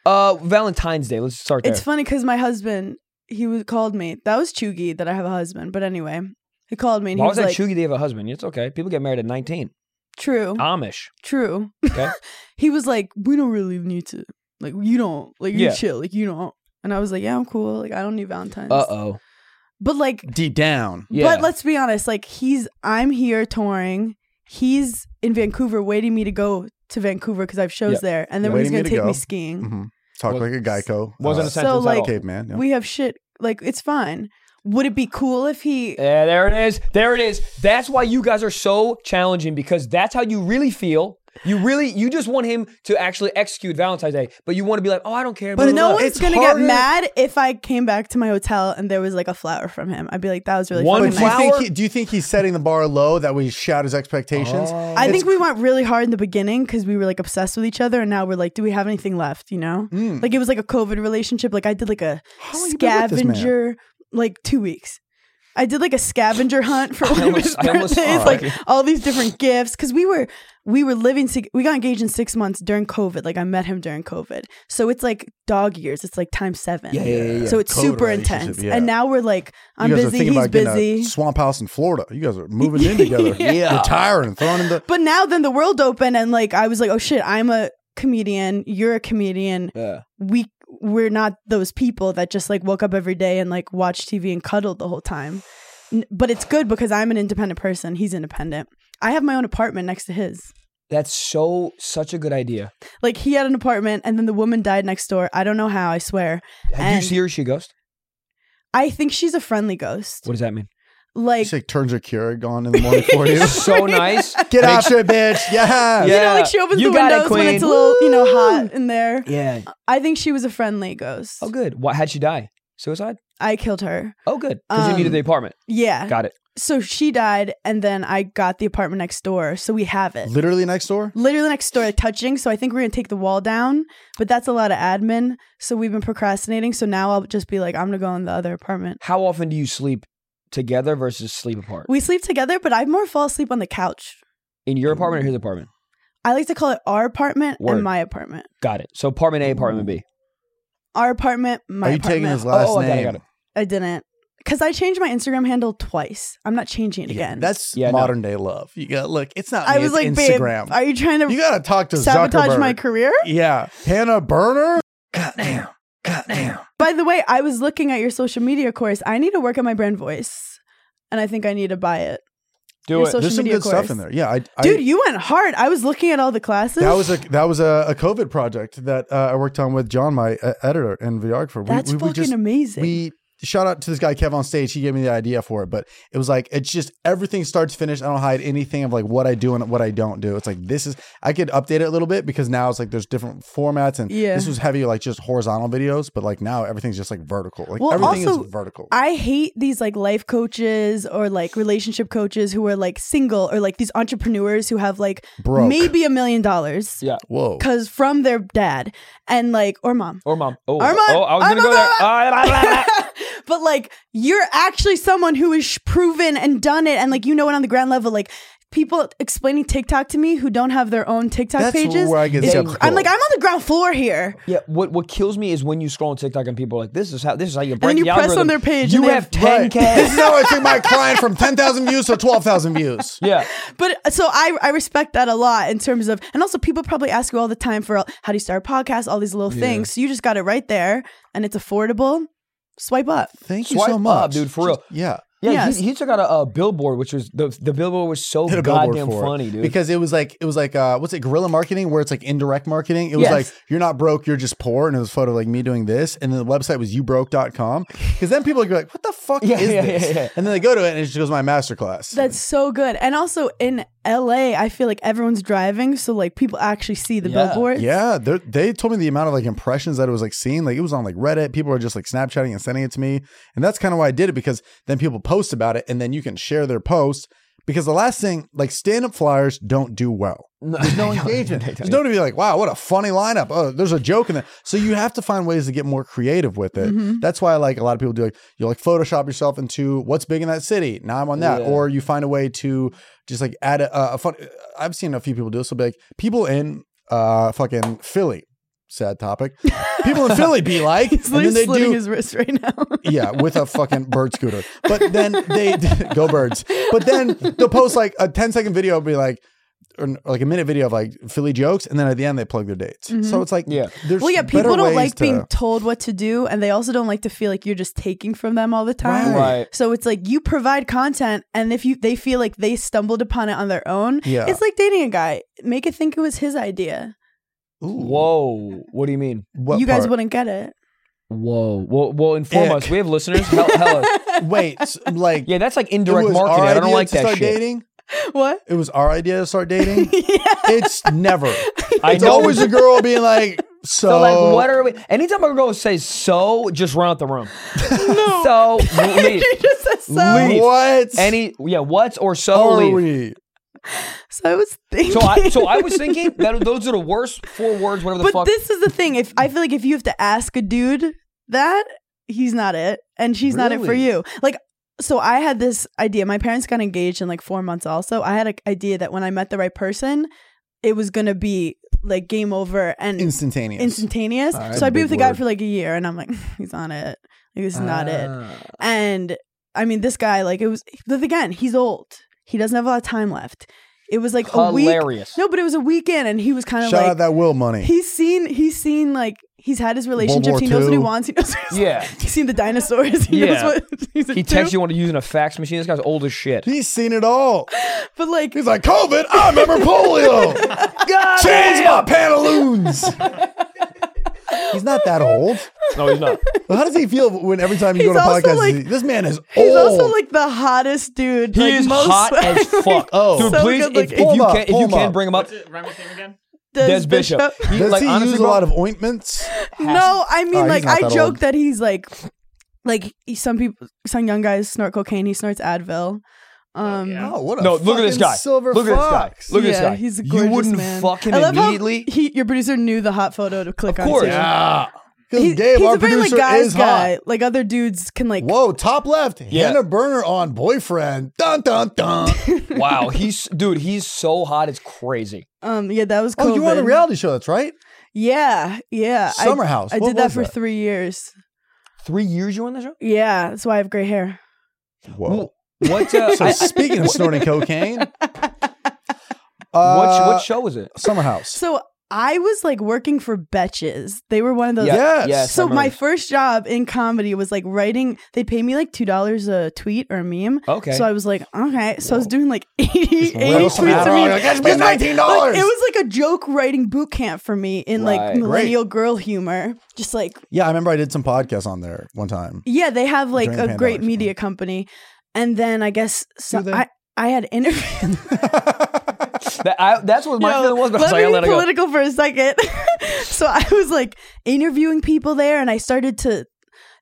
[SPEAKER 4] Uh, Valentine's Day. Let's start there.
[SPEAKER 1] It's funny because my husband he was called me. That was chuggy that I have a husband, but anyway, he called me and
[SPEAKER 4] Why
[SPEAKER 1] he
[SPEAKER 4] was
[SPEAKER 1] was,
[SPEAKER 4] that
[SPEAKER 1] like,
[SPEAKER 4] Shuggy? They have a husband. It's okay. People get married at 19.
[SPEAKER 1] "True,
[SPEAKER 4] Amish.
[SPEAKER 1] true."
[SPEAKER 4] Okay.
[SPEAKER 1] he was like, "We don't really need to. Like, you don't. Like, you
[SPEAKER 4] Yeah.
[SPEAKER 1] chill. Like, you don't." And I was like, "Yeah, I'm cool. Like, I don't need Valentine's."
[SPEAKER 4] Uh oh.
[SPEAKER 1] But like,
[SPEAKER 3] Deep down.
[SPEAKER 4] Yeah.
[SPEAKER 1] But let's be honest, like he's I'm here touring. He's in Vancouver waiting me to go to Vancouver because I have shows
[SPEAKER 4] Yep.
[SPEAKER 1] there. And then when
[SPEAKER 3] Waiting
[SPEAKER 1] he's gonna
[SPEAKER 3] me to
[SPEAKER 1] take
[SPEAKER 3] go.
[SPEAKER 1] me skiing.
[SPEAKER 3] hmm Talk
[SPEAKER 4] Was-
[SPEAKER 3] like a Geico.
[SPEAKER 4] Wasn't
[SPEAKER 3] uh,
[SPEAKER 4] a sentence
[SPEAKER 1] so,
[SPEAKER 4] at
[SPEAKER 1] like-
[SPEAKER 4] all.
[SPEAKER 3] caveman. yeah.
[SPEAKER 1] We have shit like it's fine. Would it be cool if he
[SPEAKER 4] Yeah, there it is. There it is. That's why you guys are so challenging because that's how you really feel. You really, you just want him to actually execute Valentine's Day, but you want to be like, oh, I don't care.
[SPEAKER 1] but no
[SPEAKER 4] blah, blah,
[SPEAKER 1] one's
[SPEAKER 3] it's
[SPEAKER 1] gonna
[SPEAKER 3] harder-
[SPEAKER 1] get mad if I came back to my hotel and there was like a flower from him. I'd be like, that was really
[SPEAKER 4] One
[SPEAKER 1] fucking
[SPEAKER 3] But do you,
[SPEAKER 1] nice.
[SPEAKER 4] flower?
[SPEAKER 3] think he, do you think he's setting the bar low that we shout his expectations?
[SPEAKER 1] I think we went really hard in the beginning because we were like obsessed with each other, and now we're like, do we have anything left? You know, like it was like a COVID relationship. Like I did like a
[SPEAKER 3] Mm. long you been with this man?
[SPEAKER 1] scavenger, like two weeks. I did like a scavenger hunt for one
[SPEAKER 4] almost-
[SPEAKER 1] of his
[SPEAKER 4] I almost-
[SPEAKER 1] birthdays,
[SPEAKER 4] all
[SPEAKER 1] like
[SPEAKER 4] right.
[SPEAKER 1] all these different gifts. Because we were we were living, to, we got engaged in six months during COVID. Like I met him during COVID, so it's like dog years. It's like times seven.
[SPEAKER 4] Yeah, yeah, yeah, yeah.
[SPEAKER 1] So it's
[SPEAKER 3] Code
[SPEAKER 1] super
[SPEAKER 3] relationship,
[SPEAKER 1] intense.
[SPEAKER 3] yeah.
[SPEAKER 1] And now we're like, I'm
[SPEAKER 3] you guys are
[SPEAKER 1] busy,
[SPEAKER 3] thinking
[SPEAKER 1] he's
[SPEAKER 3] about getting
[SPEAKER 1] busy.
[SPEAKER 3] a swamp house in Florida. You guys are moving in together.
[SPEAKER 4] Yeah.
[SPEAKER 3] Retiring, throwing in the.
[SPEAKER 1] But now then the world opened and like I was like, oh shit, I'm a comedian, you're a comedian.
[SPEAKER 4] Yeah.
[SPEAKER 1] We we're not those people that just like woke up every day and like watched TV and cuddled the whole time. N- But it's good because I'm an independent person. He's independent. I have my own apartment next to his.
[SPEAKER 4] That's so such a good idea.
[SPEAKER 1] Like he had an apartment and then the woman died next door. I don't know how, I swear.
[SPEAKER 4] Have you
[SPEAKER 1] And-
[SPEAKER 4] see her? Is she a ghost?
[SPEAKER 1] I think she's a friendly ghost.
[SPEAKER 4] What does that mean?
[SPEAKER 1] Like
[SPEAKER 3] She like, turns her Keurig on in the morning for you.
[SPEAKER 4] so nice.
[SPEAKER 3] Get off your bitch. Yeah.
[SPEAKER 1] you
[SPEAKER 4] Yeah.
[SPEAKER 1] know, like she opens
[SPEAKER 4] You
[SPEAKER 1] the
[SPEAKER 4] got it,
[SPEAKER 1] windows when it's a
[SPEAKER 4] queen.
[SPEAKER 1] little, you know,
[SPEAKER 4] Woo!
[SPEAKER 1] hot in there.
[SPEAKER 4] Yeah.
[SPEAKER 1] I think she was a friendly ghost.
[SPEAKER 4] Oh, good. Why how'd she die? Suicide?
[SPEAKER 1] I killed her.
[SPEAKER 4] Oh, good. Because you
[SPEAKER 1] Um,
[SPEAKER 4] needed the apartment.
[SPEAKER 1] Yeah.
[SPEAKER 4] Got it.
[SPEAKER 1] so she died, and then I got the apartment next door. So we have it.
[SPEAKER 3] Literally next door?
[SPEAKER 1] Literally next door, like touching. So I think we're gonna take the wall down, but that's a lot of admin. So we've been procrastinating. So now I'll just be like, I'm gonna go in the other apartment.
[SPEAKER 4] How often do you sleep together versus sleep apart?
[SPEAKER 1] We sleep together, but I more fall asleep on the couch.
[SPEAKER 4] In your apartment or his apartment?
[SPEAKER 1] I like to call it our apartment
[SPEAKER 4] Word.
[SPEAKER 1] and my apartment.
[SPEAKER 4] Got it. So apartment A, apartment B.
[SPEAKER 1] Our apartment, my
[SPEAKER 3] Are you
[SPEAKER 1] apartment.
[SPEAKER 3] taking his last
[SPEAKER 4] Oh, I
[SPEAKER 3] name?
[SPEAKER 4] got it, I got it.
[SPEAKER 1] I didn't. Because I changed my Instagram handle twice. I'm not changing it
[SPEAKER 3] Yeah,
[SPEAKER 1] again.
[SPEAKER 3] That's
[SPEAKER 4] Yeah, no.
[SPEAKER 3] modern day love. You got look. It's not. Me,
[SPEAKER 1] I was like,
[SPEAKER 3] it's Instagram.
[SPEAKER 1] babe, are you trying to
[SPEAKER 3] you gotta talk to
[SPEAKER 1] sabotage
[SPEAKER 3] Zuckerberg.
[SPEAKER 1] my career?
[SPEAKER 3] yeah, Hannah Burner.
[SPEAKER 4] Goddamn. Goddamn.
[SPEAKER 1] By the way, I was looking at your social media course. I need to work on my brand voice, and I think I need to buy it.
[SPEAKER 4] Do
[SPEAKER 1] You're
[SPEAKER 4] it.
[SPEAKER 1] so- Social
[SPEAKER 3] There's some
[SPEAKER 1] media
[SPEAKER 3] good stuff
[SPEAKER 1] course.
[SPEAKER 3] in there. Yeah, I, I-
[SPEAKER 1] Dude, you went hard. I was looking at all the classes.
[SPEAKER 3] that was a that was a, a COVID project that uh, I worked on with John, my uh, editor and videographer. We,
[SPEAKER 1] That's
[SPEAKER 3] we, we
[SPEAKER 1] fucking
[SPEAKER 3] just
[SPEAKER 1] amazing.
[SPEAKER 3] we shout out to this guy Kev on stage. He gave me the idea for it, but it was like it's just everything starts to finish. I don't hide anything of like what I do and what I don't do. It's like this is I could update it a little bit because now it's like there's different formats and
[SPEAKER 1] Yeah.
[SPEAKER 3] this was heavy like just horizontal videos, but like now everything's just like vertical. Like
[SPEAKER 1] Well,
[SPEAKER 3] everything
[SPEAKER 1] also,
[SPEAKER 3] is vertical.
[SPEAKER 1] I hate these like life coaches or like relationship coaches who are like single or like these entrepreneurs who have like
[SPEAKER 3] Broke.
[SPEAKER 1] maybe a million dollars
[SPEAKER 4] Yeah.
[SPEAKER 3] Whoa.
[SPEAKER 1] because from their dad and like or mom.
[SPEAKER 4] Or mom. Oh,
[SPEAKER 1] Armand,
[SPEAKER 4] oh I was going
[SPEAKER 1] Armand,
[SPEAKER 4] to go there. Ah, blah, blah, blah.
[SPEAKER 1] but like you're actually someone who is proven and done it and like you know it on the ground level like people explaining tiktok to me who don't have their own tiktok
[SPEAKER 3] That's
[SPEAKER 1] pages
[SPEAKER 3] where I get
[SPEAKER 1] is-
[SPEAKER 3] skeptical.
[SPEAKER 1] i'm like i'm on the ground floor here
[SPEAKER 4] Yeah, what what kills me is when you scroll on TikTok and people are like, "This is how this is how you break
[SPEAKER 1] then you
[SPEAKER 4] the
[SPEAKER 1] press on
[SPEAKER 4] algorithm."
[SPEAKER 1] their page
[SPEAKER 4] You
[SPEAKER 1] and they
[SPEAKER 4] have
[SPEAKER 1] have-
[SPEAKER 4] ten k.
[SPEAKER 3] This is how I took my client from 10,000 views to 12,000 views.
[SPEAKER 4] yeah,
[SPEAKER 1] but so I, I respect that a lot in terms of and also people probably ask you all the time for how do you start a podcast all these little things so you just got it right there and it's affordable swipe up
[SPEAKER 3] Thank you
[SPEAKER 4] Swipe
[SPEAKER 3] so
[SPEAKER 4] up,
[SPEAKER 3] much.
[SPEAKER 4] dude, for real.
[SPEAKER 3] Just- yeah.
[SPEAKER 4] yeah.
[SPEAKER 1] Yes.
[SPEAKER 4] He, he took out a, a billboard, which was the the billboard was so
[SPEAKER 3] Did a billboard
[SPEAKER 4] goddamn
[SPEAKER 3] for it.
[SPEAKER 4] funny, dude.
[SPEAKER 3] Because it was like it was like uh what's it guerrilla marketing where it's like indirect marketing. It was
[SPEAKER 1] Yes.
[SPEAKER 3] like you're not broke, you're just poor, and it was a photo of, like me doing this, and then the website was youbroke.com. Because then people are like, What the fuck
[SPEAKER 4] Yeah,
[SPEAKER 3] is
[SPEAKER 4] yeah,
[SPEAKER 3] this?
[SPEAKER 4] yeah, yeah.
[SPEAKER 3] And then they go to it and it just goes my masterclass.
[SPEAKER 1] that's so good and also in la i feel like everyone's driving so like people actually see the
[SPEAKER 4] Yeah.
[SPEAKER 1] billboards
[SPEAKER 3] yeah, they're- they told me the amount of like impressions that it was like seen. Like it was on like Reddit. People are just like Snapchatting and sending it to me. And that's kind of why I did it because then people post about it and then you can share their post. Because the last thing, like stand up flyers don't do well. There's no engagement. There's nobody be like, wow, what a funny lineup. Oh, there's a joke in there. So you have to find ways to get more creative with it. That's why like a lot of people do like you like Photoshop yourself into what's big in that city. Now I'm on that.
[SPEAKER 4] Yeah.
[SPEAKER 3] Or you find a way to just like add a, a fun. I've seen a few people do this. So be like people in uh fucking Philly. Sad topic. People in Philly be like, and
[SPEAKER 1] He's literally
[SPEAKER 3] then they
[SPEAKER 1] slitting
[SPEAKER 3] do
[SPEAKER 1] his wrist right now.
[SPEAKER 3] yeah, with a fucking bird scooter. But then they go birds. But then they'll post like a 10 second video, be like, or or like a minute video of like Philly jokes, and then at the end they plug their dates. So it's like,
[SPEAKER 4] Yeah.
[SPEAKER 1] Mm-hmm.
[SPEAKER 3] there's
[SPEAKER 1] well, yeah,
[SPEAKER 3] better
[SPEAKER 1] people don't
[SPEAKER 3] ways
[SPEAKER 1] like
[SPEAKER 3] to-
[SPEAKER 1] being told what to do, and they also don't like to feel like you're just taking from them all the time.
[SPEAKER 4] Right.
[SPEAKER 1] So it's like you provide content, and if you they feel like they stumbled upon it on their own,
[SPEAKER 3] Yeah.
[SPEAKER 1] it's like dating a guy. Make it think it was his idea.
[SPEAKER 3] Ooh,
[SPEAKER 4] Whoa, what do you mean?
[SPEAKER 3] what
[SPEAKER 1] you guys
[SPEAKER 3] part?
[SPEAKER 1] wouldn't get it.
[SPEAKER 4] Whoa, well, well, inform
[SPEAKER 3] Ick.
[SPEAKER 4] us. We have listeners. Hell, hell us.
[SPEAKER 3] wait, s- like
[SPEAKER 4] Yeah, that's like
[SPEAKER 3] it
[SPEAKER 4] indirect
[SPEAKER 3] was
[SPEAKER 4] marketing.
[SPEAKER 3] our
[SPEAKER 4] I don't
[SPEAKER 3] idea
[SPEAKER 4] like
[SPEAKER 3] to
[SPEAKER 4] that
[SPEAKER 3] start
[SPEAKER 4] shit.
[SPEAKER 3] dating.
[SPEAKER 1] What?
[SPEAKER 3] It was our idea to start dating.
[SPEAKER 1] yeah.
[SPEAKER 3] It's never. It's
[SPEAKER 4] I know.
[SPEAKER 3] always a girl being like, so,
[SPEAKER 4] So like, what are we? Anytime a girl says "so," just run out the room.
[SPEAKER 1] No.
[SPEAKER 4] So leave.
[SPEAKER 1] She just said so.
[SPEAKER 4] Leave.
[SPEAKER 3] what
[SPEAKER 4] Any yeah, what's or so
[SPEAKER 3] are
[SPEAKER 4] leave.
[SPEAKER 3] we?
[SPEAKER 1] So I was thinking.
[SPEAKER 4] So I so I was thinking that those are the worst four words. Whatever the
[SPEAKER 1] but
[SPEAKER 4] fuck.
[SPEAKER 1] this is the thing. If I feel like if you have to ask a dude that, he's not it, and she's not it for
[SPEAKER 3] Really?
[SPEAKER 1] you. Like, so I had this idea. My parents got engaged in like four months. Also, I had an idea that when I met the right person, it was gonna be like game over and
[SPEAKER 3] Instantaneous.
[SPEAKER 1] instantaneous.
[SPEAKER 4] All right,
[SPEAKER 1] so I'd be
[SPEAKER 4] Ah, big
[SPEAKER 1] with a guy
[SPEAKER 4] word.
[SPEAKER 1] for like a year, and I'm like, he's not it. Like, this is not it
[SPEAKER 4] Ah.
[SPEAKER 1] and I mean, this guy, like, it was but again, he's old. He doesn't have a lot of time left. It was like a week.
[SPEAKER 4] Hilarious.
[SPEAKER 1] No, but it was a weekend, and he was kind of
[SPEAKER 3] Shout
[SPEAKER 1] like
[SPEAKER 3] out that Will money.
[SPEAKER 1] he's seen he's seen like he's had his relationships.
[SPEAKER 3] War
[SPEAKER 1] He knows what he
[SPEAKER 3] II.
[SPEAKER 1] wants. He knows.
[SPEAKER 4] Yeah.
[SPEAKER 1] he's seen the dinosaurs. He knows
[SPEAKER 4] Yeah.
[SPEAKER 1] what he's
[SPEAKER 4] He texts you on using a fax machine. This guy's old as shit.
[SPEAKER 3] He's seen it all.
[SPEAKER 1] But like,
[SPEAKER 3] He's like, COVID, I remember polio. God Change my pantaloons. He's not that old.
[SPEAKER 4] No, he's not.
[SPEAKER 3] Well, how does he feel when every time you
[SPEAKER 1] He's
[SPEAKER 3] go to
[SPEAKER 1] also
[SPEAKER 3] podcasts,
[SPEAKER 1] like-
[SPEAKER 3] he- this man is old?
[SPEAKER 1] he's also like the hottest dude.
[SPEAKER 4] He
[SPEAKER 1] like,
[SPEAKER 4] is
[SPEAKER 1] most-
[SPEAKER 4] hot as fuck.
[SPEAKER 3] Oh.
[SPEAKER 4] dude,
[SPEAKER 1] So
[SPEAKER 4] please,
[SPEAKER 1] good
[SPEAKER 4] if, if
[SPEAKER 1] looking.
[SPEAKER 3] Pull
[SPEAKER 4] you
[SPEAKER 3] him
[SPEAKER 4] can,
[SPEAKER 3] up,
[SPEAKER 4] if
[SPEAKER 3] pull
[SPEAKER 4] you
[SPEAKER 3] him
[SPEAKER 4] can
[SPEAKER 3] up.
[SPEAKER 4] bring him up,
[SPEAKER 2] What's it? Remind me his name again.
[SPEAKER 1] Des
[SPEAKER 4] Des Bishop. He-
[SPEAKER 3] Does
[SPEAKER 4] like,
[SPEAKER 3] he
[SPEAKER 4] honestly,
[SPEAKER 3] use
[SPEAKER 4] bro-
[SPEAKER 3] a lot of ointments?
[SPEAKER 1] No, I
[SPEAKER 3] Oh,
[SPEAKER 1] mean
[SPEAKER 3] he's
[SPEAKER 1] like
[SPEAKER 3] not
[SPEAKER 1] I
[SPEAKER 3] that
[SPEAKER 1] joke
[SPEAKER 3] old.
[SPEAKER 1] that he's like, like he- some people, some young guys snort cocaine. He snorts Advil. Um,
[SPEAKER 2] yeah.
[SPEAKER 3] Oh, what a
[SPEAKER 4] No, look at this
[SPEAKER 3] fucking
[SPEAKER 4] guy.
[SPEAKER 3] Silver
[SPEAKER 4] Look at this guy.
[SPEAKER 3] fox.
[SPEAKER 4] Look at this
[SPEAKER 1] yeah,
[SPEAKER 4] guy.
[SPEAKER 1] He's a
[SPEAKER 4] You
[SPEAKER 1] gorgeous
[SPEAKER 4] wouldn't
[SPEAKER 1] man.
[SPEAKER 4] fuck him
[SPEAKER 1] I love how
[SPEAKER 4] immediately?
[SPEAKER 1] He, your producer knew the hot photo to click
[SPEAKER 4] Of
[SPEAKER 1] on.
[SPEAKER 4] course.
[SPEAKER 1] too.
[SPEAKER 3] Yeah. Because
[SPEAKER 1] He's,
[SPEAKER 3] Gabe,
[SPEAKER 1] he's
[SPEAKER 3] our
[SPEAKER 1] a very like
[SPEAKER 3] producer,
[SPEAKER 1] guys
[SPEAKER 3] is hot.
[SPEAKER 1] guy. Like other dudes can like.
[SPEAKER 3] Whoa, top left.
[SPEAKER 4] Yeah.
[SPEAKER 3] Hannah Burner on boyfriend. Dun, dun, dun.
[SPEAKER 4] wow, he's dude, he's so hot, it's crazy.
[SPEAKER 1] Um. Yeah, that was. COVID.
[SPEAKER 3] oh, you were on a reality show. That's right.
[SPEAKER 1] Yeah, yeah. I-
[SPEAKER 3] Summer House.
[SPEAKER 1] I,
[SPEAKER 3] What
[SPEAKER 1] did that
[SPEAKER 3] was
[SPEAKER 1] for
[SPEAKER 3] that?
[SPEAKER 1] three years.
[SPEAKER 4] Three years you on the show?
[SPEAKER 1] Yeah, that's why I have gray hair.
[SPEAKER 3] Whoa.
[SPEAKER 4] Wh- What? Uh,
[SPEAKER 3] So
[SPEAKER 4] I-
[SPEAKER 3] speaking of snorting cocaine, uh,
[SPEAKER 4] what, what show was it?
[SPEAKER 3] Summer House.
[SPEAKER 1] So I was like working for Betches. They were one of those.
[SPEAKER 3] Yeah. Yes.
[SPEAKER 4] yes. I
[SPEAKER 1] So my
[SPEAKER 4] remember.
[SPEAKER 1] first job in comedy was like writing. They paid me like two dollars a tweet or a meme.
[SPEAKER 4] okay.
[SPEAKER 1] So I was like, okay. So I was doing like 80, 80
[SPEAKER 3] Well,
[SPEAKER 1] tweets a meme.
[SPEAKER 3] Samara, like, that's
[SPEAKER 1] Like,
[SPEAKER 3] been nineteen
[SPEAKER 1] like,
[SPEAKER 3] dollars.
[SPEAKER 1] it was like a joke writing boot camp for me in
[SPEAKER 4] Right.
[SPEAKER 1] like
[SPEAKER 4] Great.
[SPEAKER 1] millennial girl humor. Just like
[SPEAKER 3] Yeah, I remember I did some podcasts on there one time.
[SPEAKER 1] Yeah, they have like
[SPEAKER 3] During the
[SPEAKER 1] a great
[SPEAKER 3] pandemic,
[SPEAKER 1] media company, and then I guess so
[SPEAKER 3] they?
[SPEAKER 1] I I had interviews.
[SPEAKER 4] That- I- that's what my
[SPEAKER 1] Yo,
[SPEAKER 4] feeling was. But I
[SPEAKER 1] let
[SPEAKER 4] was like,
[SPEAKER 1] me
[SPEAKER 4] I
[SPEAKER 1] be
[SPEAKER 4] let it go.
[SPEAKER 1] political for a second. so I was like interviewing people there, and I started to.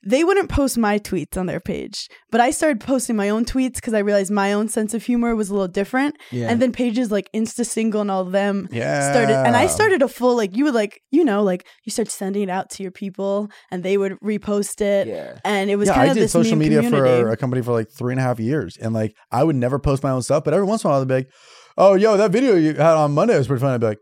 [SPEAKER 1] They wouldn't post my tweets on their page, but I started posting my own tweets because I realized my own sense of humor was a little different.
[SPEAKER 4] Yeah.
[SPEAKER 1] And then pages like Insta Single and all of them
[SPEAKER 3] Yeah.
[SPEAKER 1] started, and I started a full like you would like you know like you start sending it out to your people, and they would repost it,
[SPEAKER 4] Yeah.
[SPEAKER 1] and it was
[SPEAKER 3] yeah,
[SPEAKER 1] kind
[SPEAKER 3] I
[SPEAKER 1] of
[SPEAKER 3] did
[SPEAKER 1] this
[SPEAKER 3] social
[SPEAKER 1] meme
[SPEAKER 3] media
[SPEAKER 1] community.
[SPEAKER 3] for a company for like three and a half years, and like I would never post my own stuff, but every once in a while I'd be like, "Oh, yo, that video you had on Monday was pretty funny." I'd be like,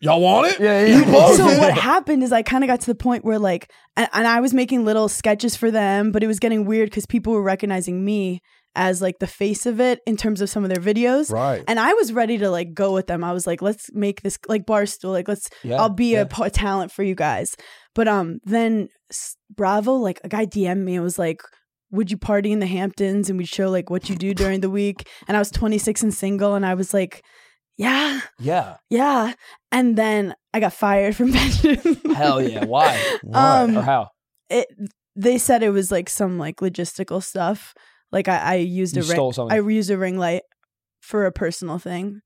[SPEAKER 3] "Y'all want it?
[SPEAKER 4] Yeah, Oh, yeah.
[SPEAKER 3] You posted
[SPEAKER 1] so
[SPEAKER 3] it."
[SPEAKER 1] what happened is I kind of got to the point where like, and, and I was making little sketches for them, but it was getting weird because people were recognizing me as like the face of it in terms of some of their videos.
[SPEAKER 3] Right.
[SPEAKER 1] And I was ready to like go with them. I was like, let's make this like barstool. Like, let's.
[SPEAKER 4] Yeah,
[SPEAKER 1] I'll be
[SPEAKER 4] yeah.
[SPEAKER 1] a, po- a talent for you guys. But um, then s- Bravo, like a guy DM'd me and was like, "Would you party in the Hamptons?" And we'd show like what you do during the week. And I was 26 and single, and I was like, "Yeah,
[SPEAKER 4] Yeah.
[SPEAKER 1] yeah. And then I got fired from pension.
[SPEAKER 4] Hell yeah. Why?
[SPEAKER 3] Why?
[SPEAKER 1] Um,
[SPEAKER 4] Or how?
[SPEAKER 1] It, they said it was like some like logistical stuff. Like I, I used
[SPEAKER 4] You
[SPEAKER 1] a ring.
[SPEAKER 4] stole something.
[SPEAKER 1] I used a ring light for a personal thing.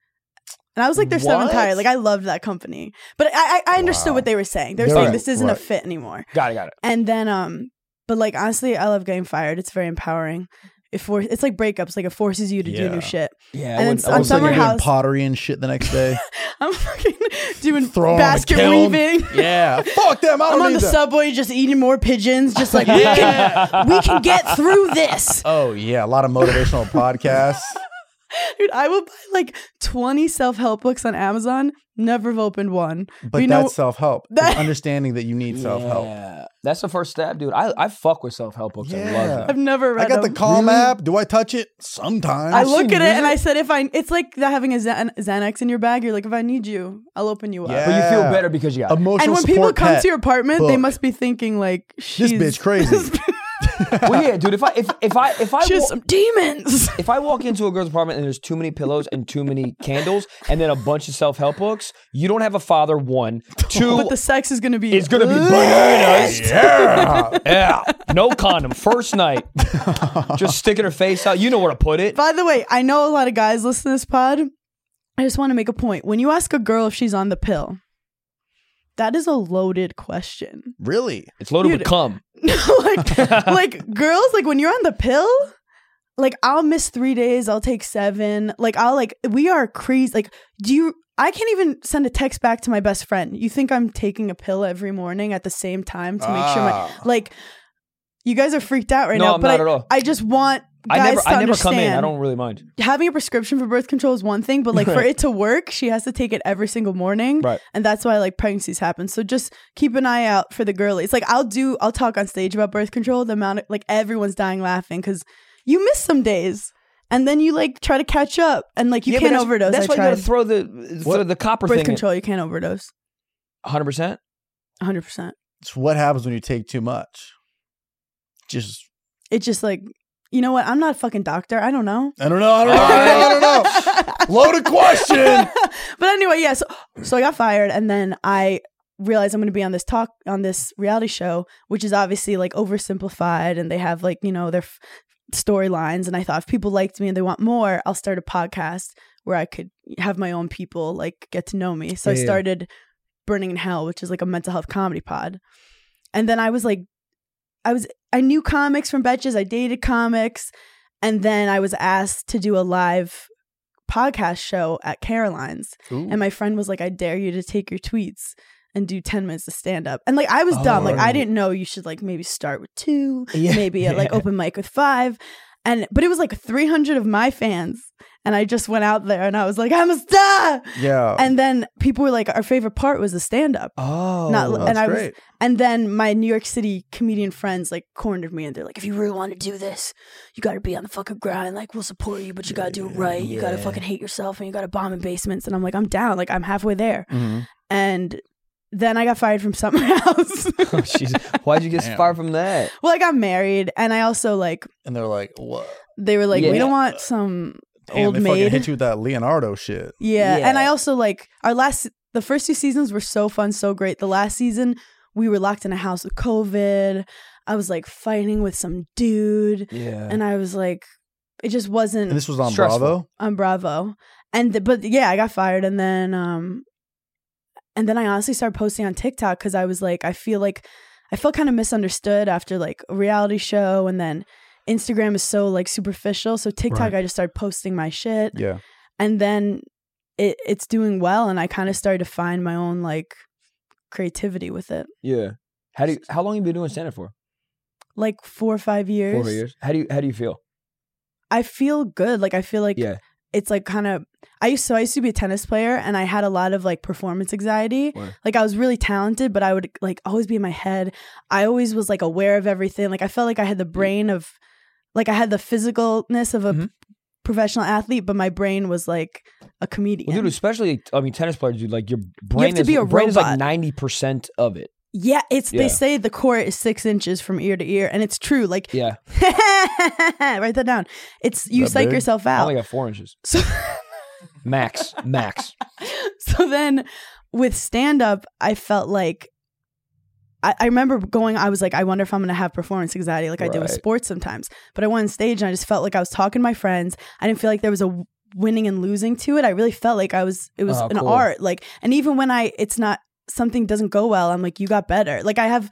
[SPEAKER 1] And I was like, they're so
[SPEAKER 4] What?
[SPEAKER 1] tired. Like I loved that company, but I, I, I understood
[SPEAKER 3] Wow.
[SPEAKER 1] what they were saying. They were
[SPEAKER 3] They're
[SPEAKER 1] saying
[SPEAKER 4] right,
[SPEAKER 1] this isn't
[SPEAKER 3] right.
[SPEAKER 1] a fit anymore.
[SPEAKER 4] got it. Got it.
[SPEAKER 1] And then, um, but like honestly, I love getting fired. It's very empowering. It for it's like breakups. Like it forces you to do
[SPEAKER 3] Yeah.
[SPEAKER 1] new shit. And
[SPEAKER 4] Yeah. wouldn't-
[SPEAKER 1] then on
[SPEAKER 3] Looks like
[SPEAKER 1] Summer
[SPEAKER 3] you're doing
[SPEAKER 1] House-
[SPEAKER 3] pottery and shit the next day.
[SPEAKER 1] I'm fucking doing
[SPEAKER 3] Throw 'em in the
[SPEAKER 1] basket
[SPEAKER 3] kiln.
[SPEAKER 1] weaving.
[SPEAKER 3] yeah, Ah, fuck them. I don't
[SPEAKER 1] I'm on
[SPEAKER 3] need
[SPEAKER 1] the
[SPEAKER 3] them.
[SPEAKER 1] subway just eating more pigeons, just like we, can, we can get through this.
[SPEAKER 3] Oh yeah, a lot of motivational podcasts.
[SPEAKER 1] Dude, I will buy like 20 self help books on Amazon. Never have opened one.
[SPEAKER 3] But
[SPEAKER 1] you
[SPEAKER 3] that's uh,
[SPEAKER 1] know,
[SPEAKER 3] self help.
[SPEAKER 1] That-
[SPEAKER 3] Understanding that you need self help.
[SPEAKER 4] Yeah. That's the first step, dude. I, I fuck with self help books. I
[SPEAKER 3] Yeah.
[SPEAKER 4] love
[SPEAKER 1] I've
[SPEAKER 4] them.
[SPEAKER 1] never read
[SPEAKER 3] I got the
[SPEAKER 1] 'em.
[SPEAKER 3] Calm app. Do I touch it? Sometimes.
[SPEAKER 1] I look at it
[SPEAKER 4] Really?
[SPEAKER 1] and I said, if I, it's like that having a Xan- Xanax in your bag. You're like, if I need you, I'll open you up.
[SPEAKER 3] Yeah.
[SPEAKER 4] But you feel
[SPEAKER 3] Yeah.
[SPEAKER 4] better because you got it.
[SPEAKER 3] Emotional
[SPEAKER 1] And when
[SPEAKER 3] support
[SPEAKER 1] people come
[SPEAKER 3] pet.
[SPEAKER 1] to your apartment, they
[SPEAKER 3] book.
[SPEAKER 1] must be thinking like, she's
[SPEAKER 3] this bitch crazy.
[SPEAKER 4] well, yeah, dude. If I if if I if I
[SPEAKER 1] She has
[SPEAKER 4] wa-
[SPEAKER 1] some demons.
[SPEAKER 4] if I walk into a girl's apartment and there's too many pillows and too many candles and then a bunch of self help books, you don't have a father. One, two,
[SPEAKER 1] but the sex is gonna be.
[SPEAKER 4] it's gonna be bananas. Yeah, yeah. No condom. First night, just sticking her face out. You know where to put it.
[SPEAKER 1] By the way, I know a lot of guys listen to this pod. I just want to make a point. When you ask a girl if she's on the pill, that is a loaded question.
[SPEAKER 3] really?
[SPEAKER 4] It's loaded with
[SPEAKER 1] Dude.
[SPEAKER 4] cum.
[SPEAKER 1] like, like girls, like when you're on the pill, like I'll miss three days, I'll take seven. Like I'll like we are crazy. Like, do you? I can't even send a text back to my best friend. You think I'm taking a pill every morning at the same time to make sure my like. You guys are freaked out right
[SPEAKER 4] Ah. No,
[SPEAKER 1] now,
[SPEAKER 4] I'm
[SPEAKER 1] but
[SPEAKER 4] not
[SPEAKER 1] I,
[SPEAKER 4] at all.
[SPEAKER 1] I just want guys
[SPEAKER 4] I never,
[SPEAKER 1] to
[SPEAKER 4] I never
[SPEAKER 1] understand
[SPEAKER 4] come in. I don't really mind.
[SPEAKER 1] having a prescription for birth control is one thing, but like for
[SPEAKER 4] Right.
[SPEAKER 1] it to work, she has to take it every single morning.
[SPEAKER 4] Right.
[SPEAKER 1] And that's why like pregnancies happen. So just keep an eye out for the girlies. Like I'll do I'll talk on stage about birth control, the amount of like everyone's dying laughing because you miss some days. and then you like try to catch up, and like you
[SPEAKER 4] Yeah, but
[SPEAKER 1] can't
[SPEAKER 4] that's-
[SPEAKER 1] overdose.
[SPEAKER 4] That's
[SPEAKER 1] I
[SPEAKER 4] why you
[SPEAKER 1] tried.
[SPEAKER 4] gotta throw the throw
[SPEAKER 3] What?
[SPEAKER 4] the copper
[SPEAKER 1] birth
[SPEAKER 4] thing.
[SPEAKER 1] control. You can't overdose.
[SPEAKER 4] Hundred percent.
[SPEAKER 1] 100. percent
[SPEAKER 3] It's what happens when you take too much. Just
[SPEAKER 1] It's just like you know what? I'm not a fucking doctor. I don't know.
[SPEAKER 3] I don't know.
[SPEAKER 4] Oh,
[SPEAKER 3] I don't know. I don't know. I don't know. Loaded question.
[SPEAKER 1] but anyway, yeah. So, so I got fired, and then I realized I'm going to be on this talk on this reality show, which is obviously like oversimplified, and they have like you know their f- storylines. And I thought if people liked me and they want more, I'll start a podcast where I could have my own people like get to know me. So
[SPEAKER 4] Yeah,
[SPEAKER 1] I
[SPEAKER 4] yeah.
[SPEAKER 1] started Burning in Hell, which is like a mental health comedy pod. And then I was like, I was I knew comics from Betches. I dated comics. And then I was asked to do a live podcast show at Caroline's. And my friend was like, I dare you to take your tweets and do 10 minutes of stand up. And like, I was dumb. Like, I
[SPEAKER 4] Oh.
[SPEAKER 1] didn't know you should like maybe start with two,
[SPEAKER 4] Yeah.
[SPEAKER 1] maybe at like
[SPEAKER 4] Yeah.
[SPEAKER 1] open mic with five. And, but it was like 300 of my fans. And I just went out there and I was like, I'm a star.
[SPEAKER 3] Yeah.
[SPEAKER 1] And then people were like, our favorite part was the stand up.
[SPEAKER 4] Oh,
[SPEAKER 1] Not-
[SPEAKER 3] Well, that's
[SPEAKER 1] and I was-
[SPEAKER 3] great.
[SPEAKER 1] And then my New York City comedian friends like cornered me and they're like, if you really want to do this, you got to be on the fucking grind. Like, we'll support you, but you got to do it right. You got to
[SPEAKER 4] Yeah.
[SPEAKER 1] fucking hate yourself and you got to bomb in basements. And I'm like, I'm down. Like, I'm halfway there.
[SPEAKER 3] Mhm.
[SPEAKER 1] And then I got fired from somewhere else.
[SPEAKER 4] Oh, jeez. Why'd you get
[SPEAKER 3] Damn.
[SPEAKER 4] fired from that?
[SPEAKER 1] well, I got married and I also like,
[SPEAKER 3] And they're like, what?
[SPEAKER 1] they were like, we
[SPEAKER 4] Yeah.
[SPEAKER 1] don't want some
[SPEAKER 3] Damn,
[SPEAKER 1] old
[SPEAKER 3] they fucking
[SPEAKER 1] maid. Mm.
[SPEAKER 3] hit you with that Leonardo shit.
[SPEAKER 1] Yeah. And
[SPEAKER 4] Yeah.
[SPEAKER 1] I also like our last, the first two seasons were so fun, so great. The last season, we were locked in a house with COVID. I was like fighting with some dude.
[SPEAKER 4] Yeah.
[SPEAKER 1] And I was like, it just
[SPEAKER 3] And
[SPEAKER 1] wasn't
[SPEAKER 3] this was on
[SPEAKER 4] Stressful.
[SPEAKER 3] Bravo.
[SPEAKER 1] on Bravo. And th- but yeah, I got fired, and then um, and then I honestly started posting on TikTok because I was like, I feel like I felt kind of misunderstood after like a reality show, and then Instagram is so like superficial. So TikTok,
[SPEAKER 3] Right.
[SPEAKER 1] I just started posting my shit,
[SPEAKER 3] Yeah.
[SPEAKER 1] and then it it's doing well, and I kind of started to find my own like creativity with it.
[SPEAKER 4] yeah. How do you, how long you been doing stand up for?
[SPEAKER 1] Like four or five years,
[SPEAKER 4] Four years. How do you how do you feel?
[SPEAKER 1] I feel good. Like I feel like
[SPEAKER 4] Yeah.
[SPEAKER 1] it's like kind of I used so I used to be a tennis player and I had a lot of like performance anxiety.
[SPEAKER 4] Word.
[SPEAKER 1] Like I was really talented, but I would like always be in my head. I always was like aware of everything. Like I felt like I
[SPEAKER 4] Mm.
[SPEAKER 1] had the brain of like I had the physicalness of a
[SPEAKER 4] Mhm.
[SPEAKER 1] professional athlete, but my brain was like a comedian.
[SPEAKER 4] Well, dude, especially I mean, tennis players, dude. Like your brain
[SPEAKER 1] to
[SPEAKER 4] is
[SPEAKER 1] be a
[SPEAKER 4] brain is like
[SPEAKER 1] robot.
[SPEAKER 4] ninety percent of it.
[SPEAKER 1] yeah, it's
[SPEAKER 4] Yeah.
[SPEAKER 1] they say the core is six inches from ear to ear, and it's true. Like
[SPEAKER 4] Yeah.
[SPEAKER 1] write that down. It's you
[SPEAKER 3] That
[SPEAKER 1] psych
[SPEAKER 3] big?
[SPEAKER 1] yourself
[SPEAKER 4] I
[SPEAKER 1] out.
[SPEAKER 4] only got four inches
[SPEAKER 1] so
[SPEAKER 4] max. max.
[SPEAKER 1] so then with stand up, I felt like I, I remember going, I was like, I wonder if I'm going to have performance anxiety like I do with
[SPEAKER 4] Right.
[SPEAKER 1] sports sometimes. But I went on stage and I just felt like I was talking to my friends. I didn't feel like there was a w- winning and losing to it. I really felt like I was, it was
[SPEAKER 4] Oh,
[SPEAKER 1] an
[SPEAKER 4] cool.
[SPEAKER 1] art. Like, and even when I, it's not, something doesn't go well, I'm like, you got better. Like, I have,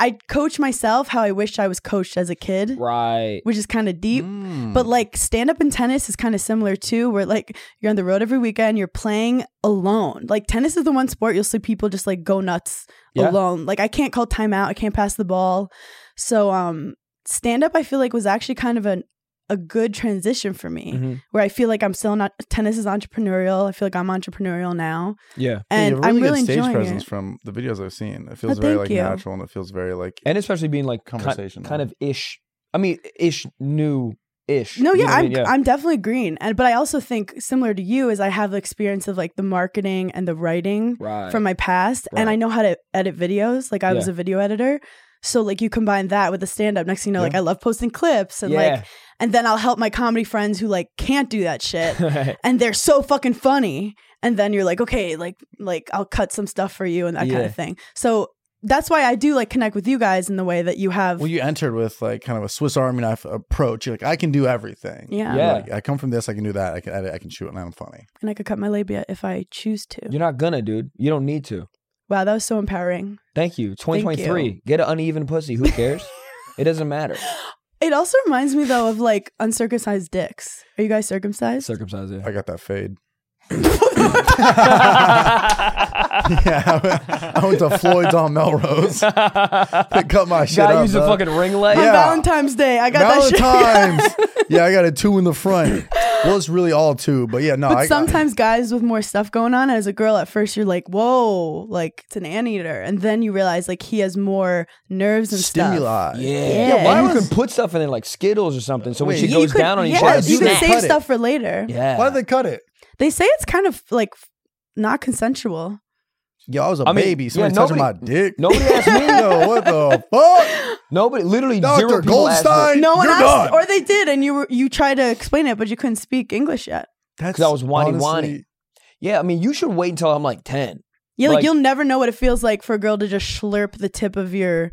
[SPEAKER 1] I coach myself how I wish I was coached as a kid,
[SPEAKER 4] Right.
[SPEAKER 1] which is kind of deep.
[SPEAKER 3] Mm.
[SPEAKER 1] But like stand up and tennis is kind of similar too, where like you're on the road every weekend, you're playing alone. Like tennis is the one sport you'll see people just like go nuts
[SPEAKER 4] Yeah.
[SPEAKER 1] alone. Like I can't call timeout, I can't pass the ball. So um stand up I feel like was actually kind of an a good transition for me
[SPEAKER 4] Mhm.
[SPEAKER 1] where I feel like I'm still not tennis is entrepreneurial. I feel like I'm entrepreneurial now.
[SPEAKER 4] Yeah.
[SPEAKER 3] Yeah, you
[SPEAKER 1] And
[SPEAKER 3] have a
[SPEAKER 1] I'm really
[SPEAKER 3] good stage
[SPEAKER 1] enjoying
[SPEAKER 3] presence
[SPEAKER 1] it.
[SPEAKER 3] from the videos I've seen. It feels
[SPEAKER 1] Oh,
[SPEAKER 3] very
[SPEAKER 1] thank
[SPEAKER 3] like
[SPEAKER 1] you.
[SPEAKER 3] natural and it feels very like
[SPEAKER 4] And especially being like ki-
[SPEAKER 3] Conversational.
[SPEAKER 4] kind of ish. I mean, ish new ish.
[SPEAKER 1] No,
[SPEAKER 4] You
[SPEAKER 1] yeah,
[SPEAKER 4] know what I
[SPEAKER 1] I'm
[SPEAKER 4] mean? yeah.
[SPEAKER 1] I'm definitely green. And but I also think similar to you is I have the experience of like the marketing and the writing
[SPEAKER 4] right.
[SPEAKER 1] from my past and
[SPEAKER 4] Right.
[SPEAKER 1] I know how to edit videos. Like I was
[SPEAKER 4] Yeah.
[SPEAKER 1] a video editor. So like you combine that with the stand up. Next thing you know, like
[SPEAKER 3] Yeah.
[SPEAKER 1] I love posting clips and
[SPEAKER 4] yeah.
[SPEAKER 1] like and then I'll help my comedy friends who like can't do that shit
[SPEAKER 4] Right.
[SPEAKER 1] and they're so fucking funny. And then you're like, okay, like like I'll cut some stuff for you and that kind
[SPEAKER 4] Yeah.
[SPEAKER 1] of thing. So that's why I do like connect with you guys in the way that you have
[SPEAKER 3] well, you entered with like kind of a Swiss Army knife approach. You're like, I can do everything.
[SPEAKER 1] yeah.
[SPEAKER 4] Yeah.
[SPEAKER 3] Like, I come from this. I can do that. I can edit. I can shoot, and I'm funny.
[SPEAKER 1] And I could cut my labia if I choose to.
[SPEAKER 4] You're not gonna, dude. You don't need to.
[SPEAKER 1] Wow, that was so empowering.
[SPEAKER 4] Thank you. 2023.
[SPEAKER 1] you.
[SPEAKER 4] Get an uneven pussy. Who cares? it doesn't matter.
[SPEAKER 1] It also reminds me though of like uncircumcised dicks. Are you guys circumcised?
[SPEAKER 4] Circumcise it.
[SPEAKER 3] I got that fade. yeah, I
[SPEAKER 4] yeah.
[SPEAKER 3] went to Floyd's on Melrose. They cut my shit
[SPEAKER 4] Guy
[SPEAKER 3] up.
[SPEAKER 4] used a
[SPEAKER 3] bro.
[SPEAKER 4] fucking ring light.
[SPEAKER 1] On
[SPEAKER 3] Yeah.
[SPEAKER 1] Valentine's Day, I got that shit.
[SPEAKER 3] Valentine's. yeah, I got a two in the front. Well, it's really all two, but yeah, no.
[SPEAKER 1] But
[SPEAKER 3] I,
[SPEAKER 1] sometimes guys with more stuff going on, as a girl, at first you're like, "Whoa, like it's an anteater," and then you realize like he has more nerves and stuff.
[SPEAKER 3] stimuli.
[SPEAKER 4] Yeah.
[SPEAKER 1] Yeah.
[SPEAKER 4] Why
[SPEAKER 1] Yes.
[SPEAKER 4] you can put stuff in there like Skittles or something, so when
[SPEAKER 3] Wait.
[SPEAKER 4] she
[SPEAKER 3] Yeah,
[SPEAKER 1] you
[SPEAKER 4] goes
[SPEAKER 1] could-
[SPEAKER 4] down on each
[SPEAKER 1] yeah,
[SPEAKER 4] other,
[SPEAKER 1] you can
[SPEAKER 4] snap.
[SPEAKER 3] say-
[SPEAKER 1] save
[SPEAKER 3] Cut it.
[SPEAKER 1] stuff for later.
[SPEAKER 4] yeah.
[SPEAKER 3] Why did they cut it?
[SPEAKER 1] They say it's kind of like not consensual.
[SPEAKER 3] Yo, I was a
[SPEAKER 4] I mean,
[SPEAKER 3] baby.
[SPEAKER 4] yeah,
[SPEAKER 3] Somebody touching my
[SPEAKER 4] nobody-
[SPEAKER 3] dick.
[SPEAKER 4] Nobody asked me.
[SPEAKER 3] Yo, what the fuck?
[SPEAKER 4] Nobody, literally
[SPEAKER 3] Dr.
[SPEAKER 4] zero people asked me.
[SPEAKER 3] Goldstein,
[SPEAKER 1] No one
[SPEAKER 3] you're
[SPEAKER 1] asked,
[SPEAKER 3] done.
[SPEAKER 1] or they did, and you were, you tried to explain it, but you couldn't speak English yet.
[SPEAKER 3] That's
[SPEAKER 4] I was whiny,
[SPEAKER 3] honestly-
[SPEAKER 4] whiny. Yeah, I mean, you should wait until I'm like ten.
[SPEAKER 1] Yeah, like,
[SPEAKER 4] Like-
[SPEAKER 1] you'll never know what it feels like for a girl to just slurp the tip of your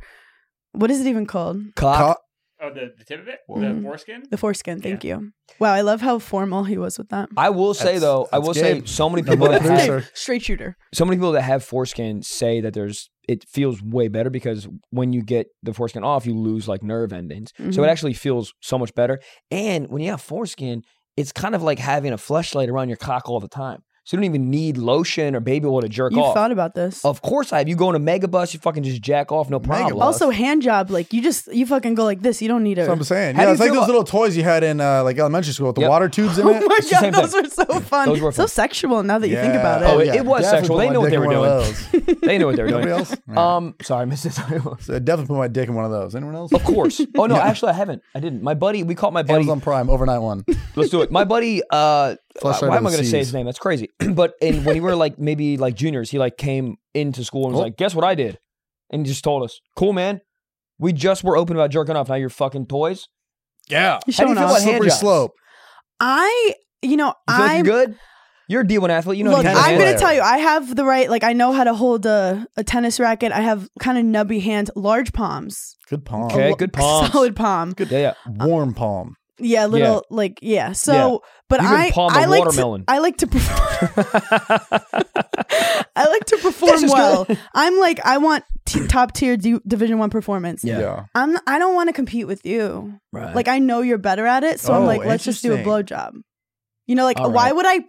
[SPEAKER 1] what is it even called?
[SPEAKER 4] Cock.
[SPEAKER 3] Cock.
[SPEAKER 5] Oh, the, the tip of it,
[SPEAKER 3] Whoa. Mm-hmm.
[SPEAKER 5] the
[SPEAKER 1] Mhm.
[SPEAKER 5] foreskin.
[SPEAKER 1] The foreskin. Thank you. Wow, I love how formal he was with that.
[SPEAKER 4] I will say
[SPEAKER 3] That's-
[SPEAKER 4] though, I
[SPEAKER 3] that's
[SPEAKER 4] will say
[SPEAKER 3] game.
[SPEAKER 4] so many
[SPEAKER 3] Number
[SPEAKER 4] people that
[SPEAKER 3] producer.
[SPEAKER 4] have
[SPEAKER 1] Straight, straight shooter.
[SPEAKER 4] so many people that have foreskin say that there's it feels way better because when you get the foreskin off, you lose like nerve endings. So
[SPEAKER 1] Mhm.
[SPEAKER 3] Mm-hmm.
[SPEAKER 4] it actually feels so much better. And when you have foreskin, it's kind of like having a fleshlight around your cock all the time. So you don't even need lotion or baby oil to jerk
[SPEAKER 1] You've
[SPEAKER 4] off.
[SPEAKER 1] thought about this.
[SPEAKER 4] of course I have. You go in a mega bus, you fucking just jack off, no problem.
[SPEAKER 3] Megabus?
[SPEAKER 1] also, hand job, like you just you fucking go like this. You don't need
[SPEAKER 3] That's what
[SPEAKER 1] a
[SPEAKER 3] I'm saying.
[SPEAKER 4] How do
[SPEAKER 3] Yeah,
[SPEAKER 4] you
[SPEAKER 3] it's like
[SPEAKER 4] feel
[SPEAKER 3] those
[SPEAKER 4] about-
[SPEAKER 3] little toys you had in uh, like elementary school with the
[SPEAKER 4] Yep.
[SPEAKER 3] water tubes in
[SPEAKER 1] Oh
[SPEAKER 3] it.
[SPEAKER 1] my
[SPEAKER 4] the
[SPEAKER 1] god,
[SPEAKER 4] same
[SPEAKER 1] those were so fun.
[SPEAKER 4] Those were
[SPEAKER 1] so
[SPEAKER 4] fun.
[SPEAKER 1] sexual now that you think
[SPEAKER 3] Yeah.
[SPEAKER 1] about it.
[SPEAKER 4] Oh, it- it was
[SPEAKER 3] Definitely
[SPEAKER 4] sexual. They
[SPEAKER 3] put
[SPEAKER 4] know
[SPEAKER 3] my
[SPEAKER 4] what they
[SPEAKER 3] dick
[SPEAKER 4] were
[SPEAKER 3] in one of those.
[SPEAKER 4] they knew what they were doing.
[SPEAKER 3] Anybody else? Yeah.
[SPEAKER 4] Um, sorry, Mrs.
[SPEAKER 3] So I definitely put my dick in one of those. Anyone else?
[SPEAKER 4] Of course. Oh no, actually I haven't. I didn't. My buddy, we caught my buddy.
[SPEAKER 3] Amazon Prime overnight one.
[SPEAKER 4] Let's do it. My buddy, uh,
[SPEAKER 3] Flashlight
[SPEAKER 4] why am I
[SPEAKER 3] of the
[SPEAKER 4] going to say
[SPEAKER 3] seas.
[SPEAKER 4] his name? That's crazy. but in, when we were like maybe like juniors, he like came into school and was
[SPEAKER 3] Oh.
[SPEAKER 4] like, "Guess what I did?" And he just told us, "Cool, man. We just were open about jerking off. Now you're fucking toys.
[SPEAKER 3] Yeah,
[SPEAKER 1] You're
[SPEAKER 4] How do you
[SPEAKER 1] showing
[SPEAKER 4] feel
[SPEAKER 1] off.
[SPEAKER 4] about hand
[SPEAKER 3] slippery
[SPEAKER 4] jobs?
[SPEAKER 3] slope.
[SPEAKER 1] I you know
[SPEAKER 4] You feel like
[SPEAKER 1] I'm
[SPEAKER 4] you're good. You're a D1 athlete. You know.
[SPEAKER 1] Look,
[SPEAKER 4] how to
[SPEAKER 3] you can
[SPEAKER 4] use
[SPEAKER 1] I'm
[SPEAKER 4] your
[SPEAKER 1] going
[SPEAKER 4] hands.
[SPEAKER 1] to tell
[SPEAKER 3] play.
[SPEAKER 1] you, I have the right, like, I know how to hold a, a tennis racket. I have kind of nubby hands, large palms.
[SPEAKER 3] Good palm.
[SPEAKER 4] Okay,
[SPEAKER 1] Lo-
[SPEAKER 4] good palms.
[SPEAKER 1] Solid palm.
[SPEAKER 4] Yeah, yeah.
[SPEAKER 3] Warm palm.
[SPEAKER 1] Yeah, little, like, yeah. So,
[SPEAKER 4] Yeah.
[SPEAKER 1] but
[SPEAKER 4] You can
[SPEAKER 1] I,
[SPEAKER 4] palm a
[SPEAKER 1] I like
[SPEAKER 4] watermelon.
[SPEAKER 1] To, I like to perform. I like to perform
[SPEAKER 4] is
[SPEAKER 1] well. I'm like, I want t- top tier D- Division One performance.
[SPEAKER 4] Yeah.
[SPEAKER 3] Yeah.
[SPEAKER 1] I'm, I don't want to compete with you.
[SPEAKER 4] Right.
[SPEAKER 1] Like, I know you're better at it. So I'm
[SPEAKER 3] Uh, Oh,
[SPEAKER 1] like, let's just do a
[SPEAKER 3] interesting.
[SPEAKER 1] blowjob. You know, like,
[SPEAKER 4] All
[SPEAKER 1] why
[SPEAKER 4] right.
[SPEAKER 1] would I?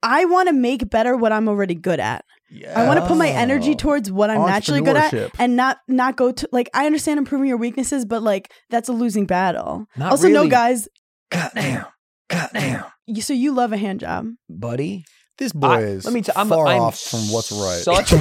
[SPEAKER 1] I want to make better what I'm already good at.
[SPEAKER 3] Yeah.
[SPEAKER 1] I want to put my energy towards what I'm naturally good at
[SPEAKER 3] Oh. Entrepreneurship.
[SPEAKER 1] and not not go to like I understand improving your weaknesses, but like that's a losing battle.
[SPEAKER 4] Not
[SPEAKER 1] also, no
[SPEAKER 4] really.
[SPEAKER 1] guys,
[SPEAKER 4] God damn. God damn.
[SPEAKER 1] you, so you love a hand job.
[SPEAKER 4] Buddy,
[SPEAKER 3] This boy
[SPEAKER 4] I-
[SPEAKER 3] is
[SPEAKER 4] let me tell. I'm,
[SPEAKER 3] far
[SPEAKER 4] I'm
[SPEAKER 3] off from what's right.
[SPEAKER 4] Such. That's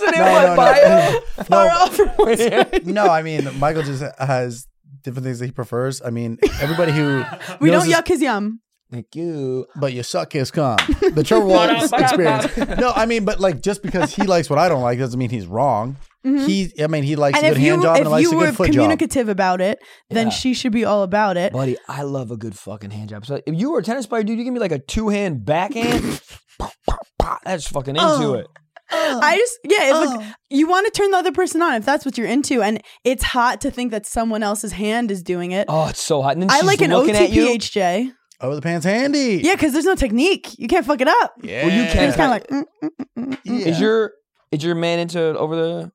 [SPEAKER 4] an no, bio.
[SPEAKER 1] Far off from what's right.
[SPEAKER 3] No, I mean Michael just has different things that he prefers. I mean, everybody who
[SPEAKER 1] We
[SPEAKER 3] knows
[SPEAKER 1] don't
[SPEAKER 3] this-
[SPEAKER 1] yuck his yum.
[SPEAKER 4] Thank you.
[SPEAKER 3] but you suck his cum. The Trevor Wallace experience. No, I mean, but like just because he likes what I don't like doesn't mean he's wrong. He, I mean, he likes
[SPEAKER 1] And
[SPEAKER 3] a
[SPEAKER 1] if
[SPEAKER 3] good
[SPEAKER 1] you
[SPEAKER 3] hand job and
[SPEAKER 1] if
[SPEAKER 3] likes
[SPEAKER 1] you
[SPEAKER 3] a
[SPEAKER 1] were
[SPEAKER 3] good foot job.
[SPEAKER 1] communicative about it, then
[SPEAKER 4] Yeah.
[SPEAKER 1] she should be all about it.
[SPEAKER 4] Buddy, I love a good fucking hand job. So if you were a tennis player, dude, you give me like a two hand backhand. pop, pop, pop, That's fucking into
[SPEAKER 1] Oh.
[SPEAKER 4] it.
[SPEAKER 1] I just yeah, if a- you want to turn the other person on if that's what you're into, and it's hot to think that someone else's hand is doing it.
[SPEAKER 4] Oh, it's so hot. And then
[SPEAKER 1] I
[SPEAKER 4] she's
[SPEAKER 1] like an
[SPEAKER 4] looking at you.
[SPEAKER 1] OTPHJ.
[SPEAKER 3] Oh, the pants handy.
[SPEAKER 1] Yeah, because there's no technique. You can't fuck it up.
[SPEAKER 3] yeah.
[SPEAKER 4] Well, you
[SPEAKER 1] It's
[SPEAKER 4] can't-
[SPEAKER 1] kind of like. mm.
[SPEAKER 4] Is your is your man into over the?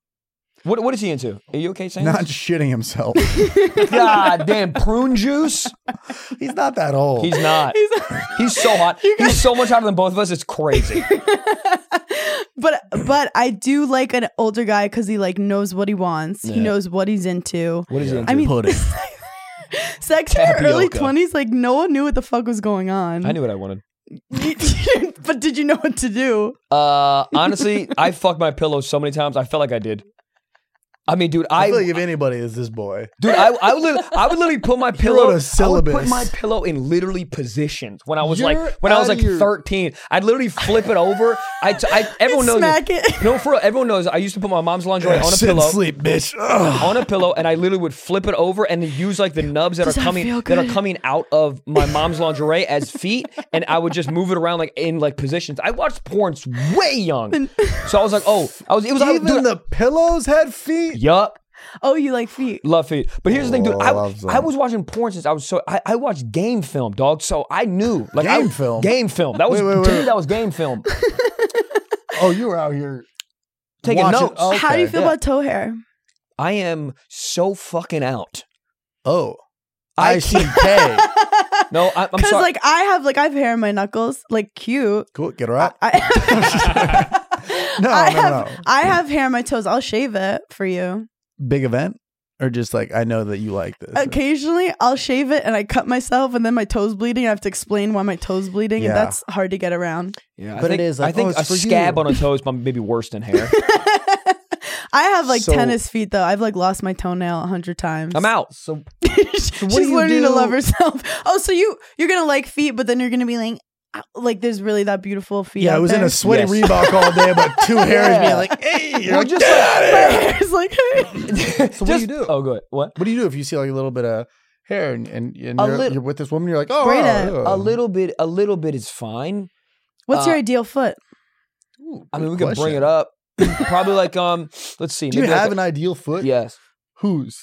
[SPEAKER 4] What what is he into? Are you okay saying?
[SPEAKER 3] not
[SPEAKER 4] this?
[SPEAKER 3] shitting himself.
[SPEAKER 4] God damn prune juice.
[SPEAKER 3] he's not that old.
[SPEAKER 4] He's not. He's, so hot. He's so much hotter than both of us. It's crazy.
[SPEAKER 1] but but I do like an older guy because he like knows what he wants. He
[SPEAKER 4] Yeah.
[SPEAKER 1] knows what he's into.
[SPEAKER 4] What is he into?
[SPEAKER 1] I mean,
[SPEAKER 3] pudding.
[SPEAKER 1] sex in your early
[SPEAKER 4] Tapioca.
[SPEAKER 1] twenties, like no one knew what the fuck was going on.
[SPEAKER 4] I knew what I wanted.
[SPEAKER 1] but did you know what to do?
[SPEAKER 4] Uh, honestly, I fucked my pillow so many times. I felt like I did. I mean, dude,
[SPEAKER 3] I
[SPEAKER 4] I,
[SPEAKER 3] feel like if anybody is this boy,
[SPEAKER 4] dude, I, I would, literally, I would literally put my pillow.
[SPEAKER 3] wrote a
[SPEAKER 4] I would put
[SPEAKER 3] syllabus.
[SPEAKER 4] my pillow in literally positions when I was
[SPEAKER 3] You're
[SPEAKER 4] like when I was
[SPEAKER 3] outta
[SPEAKER 4] like
[SPEAKER 3] your-
[SPEAKER 4] thirteen. I'd literally flip it over. I, t- I everyone knows.
[SPEAKER 1] Smack
[SPEAKER 4] this.
[SPEAKER 1] it.
[SPEAKER 4] No, for real, everyone knows. I used to put my mom's lingerie on a
[SPEAKER 3] Sit and
[SPEAKER 4] pillow.
[SPEAKER 3] sleep, bitch. Ugh.
[SPEAKER 4] on a pillow and I literally would flip it over and use like the nubs that
[SPEAKER 1] Does
[SPEAKER 4] are
[SPEAKER 1] that
[SPEAKER 4] coming
[SPEAKER 1] feel
[SPEAKER 4] that are
[SPEAKER 1] good?
[SPEAKER 4] coming out of my mom's lingerie as feet and I would just move it around like in like positions. I watched porn way young. So I was like, oh, I was it was I
[SPEAKER 3] Even
[SPEAKER 4] dude,
[SPEAKER 3] the pillows had feet.
[SPEAKER 4] Yup.
[SPEAKER 1] Oh, you like feet?
[SPEAKER 4] Love feet. But here's the thing, dude.
[SPEAKER 3] Oh,
[SPEAKER 4] I,
[SPEAKER 3] love that.
[SPEAKER 4] I was watching porn since I was so I, I watched game film, dog. So I knew like I-
[SPEAKER 3] Game film?
[SPEAKER 4] Game film. That was
[SPEAKER 3] Wait, wait, wait.
[SPEAKER 4] dude, that was game film.
[SPEAKER 3] Oh, you were out here.
[SPEAKER 4] Taking
[SPEAKER 3] Watching-
[SPEAKER 4] notes.
[SPEAKER 3] oh.
[SPEAKER 1] How do you
[SPEAKER 3] Okay.
[SPEAKER 1] feel
[SPEAKER 4] Yeah.
[SPEAKER 1] about toe hair?
[SPEAKER 4] I am so fucking out.
[SPEAKER 3] Oh,
[SPEAKER 4] I
[SPEAKER 3] I
[SPEAKER 4] can't-
[SPEAKER 3] see K.
[SPEAKER 4] No, I, I'm
[SPEAKER 1] Because
[SPEAKER 4] sorry.
[SPEAKER 1] like I have like I have hair in my knuckles, like cute.
[SPEAKER 3] Cool, get
[SPEAKER 4] Uh,
[SPEAKER 3] her out.
[SPEAKER 1] I,
[SPEAKER 3] No,
[SPEAKER 1] I
[SPEAKER 3] no,
[SPEAKER 1] have
[SPEAKER 3] no.
[SPEAKER 1] I have hair on my toes. I'll shave it for you.
[SPEAKER 3] Big event. or just like I know that you like
[SPEAKER 1] Uh,
[SPEAKER 3] this?
[SPEAKER 1] Occasionally, I'll shave it and I cut myself, and then my toes bleeding. I have to explain why my toes bleeding,
[SPEAKER 3] Yeah.
[SPEAKER 1] and that's hard to get around.
[SPEAKER 4] Yeah,
[SPEAKER 3] But
[SPEAKER 4] I
[SPEAKER 3] it
[SPEAKER 4] think,
[SPEAKER 3] is
[SPEAKER 4] I
[SPEAKER 3] like,
[SPEAKER 4] think
[SPEAKER 3] oh, it's
[SPEAKER 4] a
[SPEAKER 3] for you.
[SPEAKER 4] scab on a toe is maybe worse than hair.
[SPEAKER 1] I have like
[SPEAKER 3] So-
[SPEAKER 1] tennis feet though. I've like lost my toenail a hundred times.
[SPEAKER 4] I'm out. So
[SPEAKER 3] do
[SPEAKER 1] She's
[SPEAKER 3] you
[SPEAKER 1] learning to
[SPEAKER 3] do-
[SPEAKER 1] love herself. Oh, so you you're gonna like feet, but then you're gonna be like, "Ow," like there's really that beautiful feet.
[SPEAKER 3] yeah, I
[SPEAKER 1] out
[SPEAKER 3] was in
[SPEAKER 1] there.
[SPEAKER 3] a sweaty
[SPEAKER 4] Yes.
[SPEAKER 3] Reebok all day, but two hairs
[SPEAKER 4] Yeah.
[SPEAKER 3] being like, "Hey, you're
[SPEAKER 4] Well,
[SPEAKER 3] like,
[SPEAKER 4] just
[SPEAKER 3] "Get
[SPEAKER 4] like-
[SPEAKER 3] outta here."
[SPEAKER 1] It's like
[SPEAKER 4] just,
[SPEAKER 3] what do you do?
[SPEAKER 4] Oh, good. What?
[SPEAKER 3] What do you do if you see like a little bit of hair and and, and
[SPEAKER 4] A
[SPEAKER 3] you're,
[SPEAKER 4] lit-
[SPEAKER 3] you're with this woman? You're like, oh,
[SPEAKER 1] Braid
[SPEAKER 3] wow,
[SPEAKER 1] it.
[SPEAKER 3] yeah."
[SPEAKER 4] A little bit. A little bit is fine.
[SPEAKER 1] what's
[SPEAKER 4] Uh,
[SPEAKER 1] your ideal foot?
[SPEAKER 3] Ooh,
[SPEAKER 4] I mean,
[SPEAKER 3] good
[SPEAKER 4] we could
[SPEAKER 3] question.
[SPEAKER 4] bring it up. Probably like um. Let's see.
[SPEAKER 3] Do you
[SPEAKER 4] maybe like
[SPEAKER 3] have
[SPEAKER 4] a-
[SPEAKER 3] an ideal foot?
[SPEAKER 4] Yes.
[SPEAKER 3] Whose?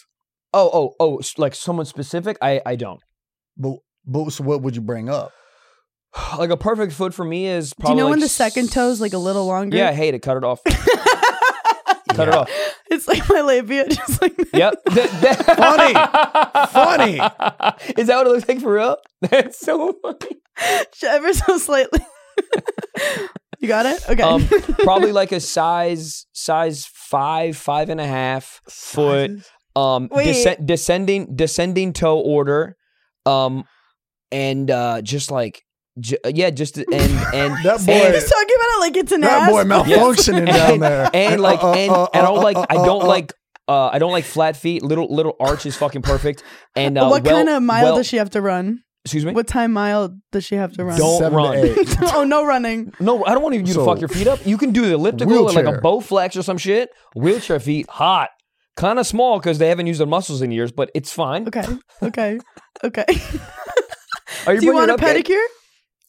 [SPEAKER 4] Oh, oh, oh. s- Like someone specific? I, I don't.
[SPEAKER 3] But but so what would you bring up?
[SPEAKER 4] Like a perfect foot for me
[SPEAKER 1] Do
[SPEAKER 4] is
[SPEAKER 1] you
[SPEAKER 4] probably.
[SPEAKER 1] know when
[SPEAKER 4] like
[SPEAKER 1] the second toe's like a little longer?
[SPEAKER 4] Yeah, I hate it. Cut it off. Cut it
[SPEAKER 3] Yeah.
[SPEAKER 4] off.
[SPEAKER 1] it's like my labia, just like that.
[SPEAKER 4] Yep. That- that-
[SPEAKER 3] Funny.
[SPEAKER 4] Is that what it looks like for real? That's so funny.
[SPEAKER 1] ever so slightly. you got it? Okay.
[SPEAKER 4] Um, probably like a size size five, five and a half foot.
[SPEAKER 3] Sizes?
[SPEAKER 4] Um,
[SPEAKER 1] Wait.
[SPEAKER 4] descend, descending descending toe order. Um, and uh, just like j- uh, yeah, just and and
[SPEAKER 3] That boy-
[SPEAKER 4] and-
[SPEAKER 1] He's talking about it like it's an
[SPEAKER 3] That
[SPEAKER 1] ass.
[SPEAKER 3] boy malfunctioning down there.
[SPEAKER 4] and like
[SPEAKER 3] uh, uh,
[SPEAKER 4] and
[SPEAKER 3] uh,
[SPEAKER 4] I don't
[SPEAKER 3] uh,
[SPEAKER 4] like
[SPEAKER 3] uh,
[SPEAKER 4] I
[SPEAKER 3] uh,
[SPEAKER 4] don't
[SPEAKER 3] uh,
[SPEAKER 4] like uh I don't like flat feet. Little little arch is fucking perfect. And uh,
[SPEAKER 1] what
[SPEAKER 4] well,
[SPEAKER 1] kind of mile
[SPEAKER 4] well-
[SPEAKER 1] does she have to run?
[SPEAKER 4] Excuse me.
[SPEAKER 1] What time mile does she have to run?
[SPEAKER 4] Don't
[SPEAKER 3] uh, seven to
[SPEAKER 4] run.
[SPEAKER 3] eight.
[SPEAKER 1] oh, no running.
[SPEAKER 4] No, I don't want you to
[SPEAKER 3] So-
[SPEAKER 4] fuck your feet up. You can do the elliptical or like a
[SPEAKER 3] Wheelchair.
[SPEAKER 4] Bowflex or some shit. Wheelchair feet, hot. Kind of small because they haven't used their muscles in years, but it's fine.
[SPEAKER 1] Okay. Okay. Okay. Do
[SPEAKER 4] Are
[SPEAKER 1] you
[SPEAKER 4] bringing
[SPEAKER 1] want
[SPEAKER 4] it
[SPEAKER 1] a
[SPEAKER 4] up, Kate?
[SPEAKER 1] pedicure?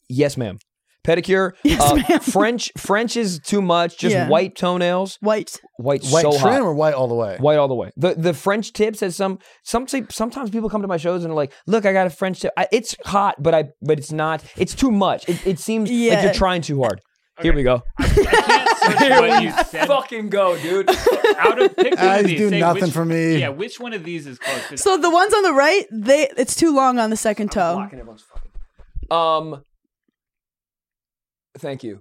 [SPEAKER 4] Yes, ma'am. Pedicure. uh,
[SPEAKER 1] Yes, ma'am.
[SPEAKER 4] French. French is too much. Just
[SPEAKER 1] Yeah.
[SPEAKER 4] white toenails.
[SPEAKER 1] White.
[SPEAKER 4] White,
[SPEAKER 3] white
[SPEAKER 4] so
[SPEAKER 3] trim
[SPEAKER 4] hot.
[SPEAKER 3] or white all the way.
[SPEAKER 4] White all the way. The the French tips as some some say- sometimes people come to my shows and are like, look, I got a French tip. I, it's hot, but I but it's not. It's too much. It, it seems like
[SPEAKER 1] Yeah.
[SPEAKER 4] you're trying too hard. Here we go.
[SPEAKER 5] I can't search what you said.
[SPEAKER 4] Fucking go, dude.
[SPEAKER 1] Um,
[SPEAKER 5] Out of pick one of
[SPEAKER 3] Eyes
[SPEAKER 5] these.
[SPEAKER 3] do
[SPEAKER 5] Say
[SPEAKER 3] nothing
[SPEAKER 5] which-
[SPEAKER 3] for me.
[SPEAKER 5] Yeah, which one of these is closest?
[SPEAKER 1] So the ones on the right, they it's too long on the second toe.
[SPEAKER 4] Blocking everyone's fucking. Um. Thank you.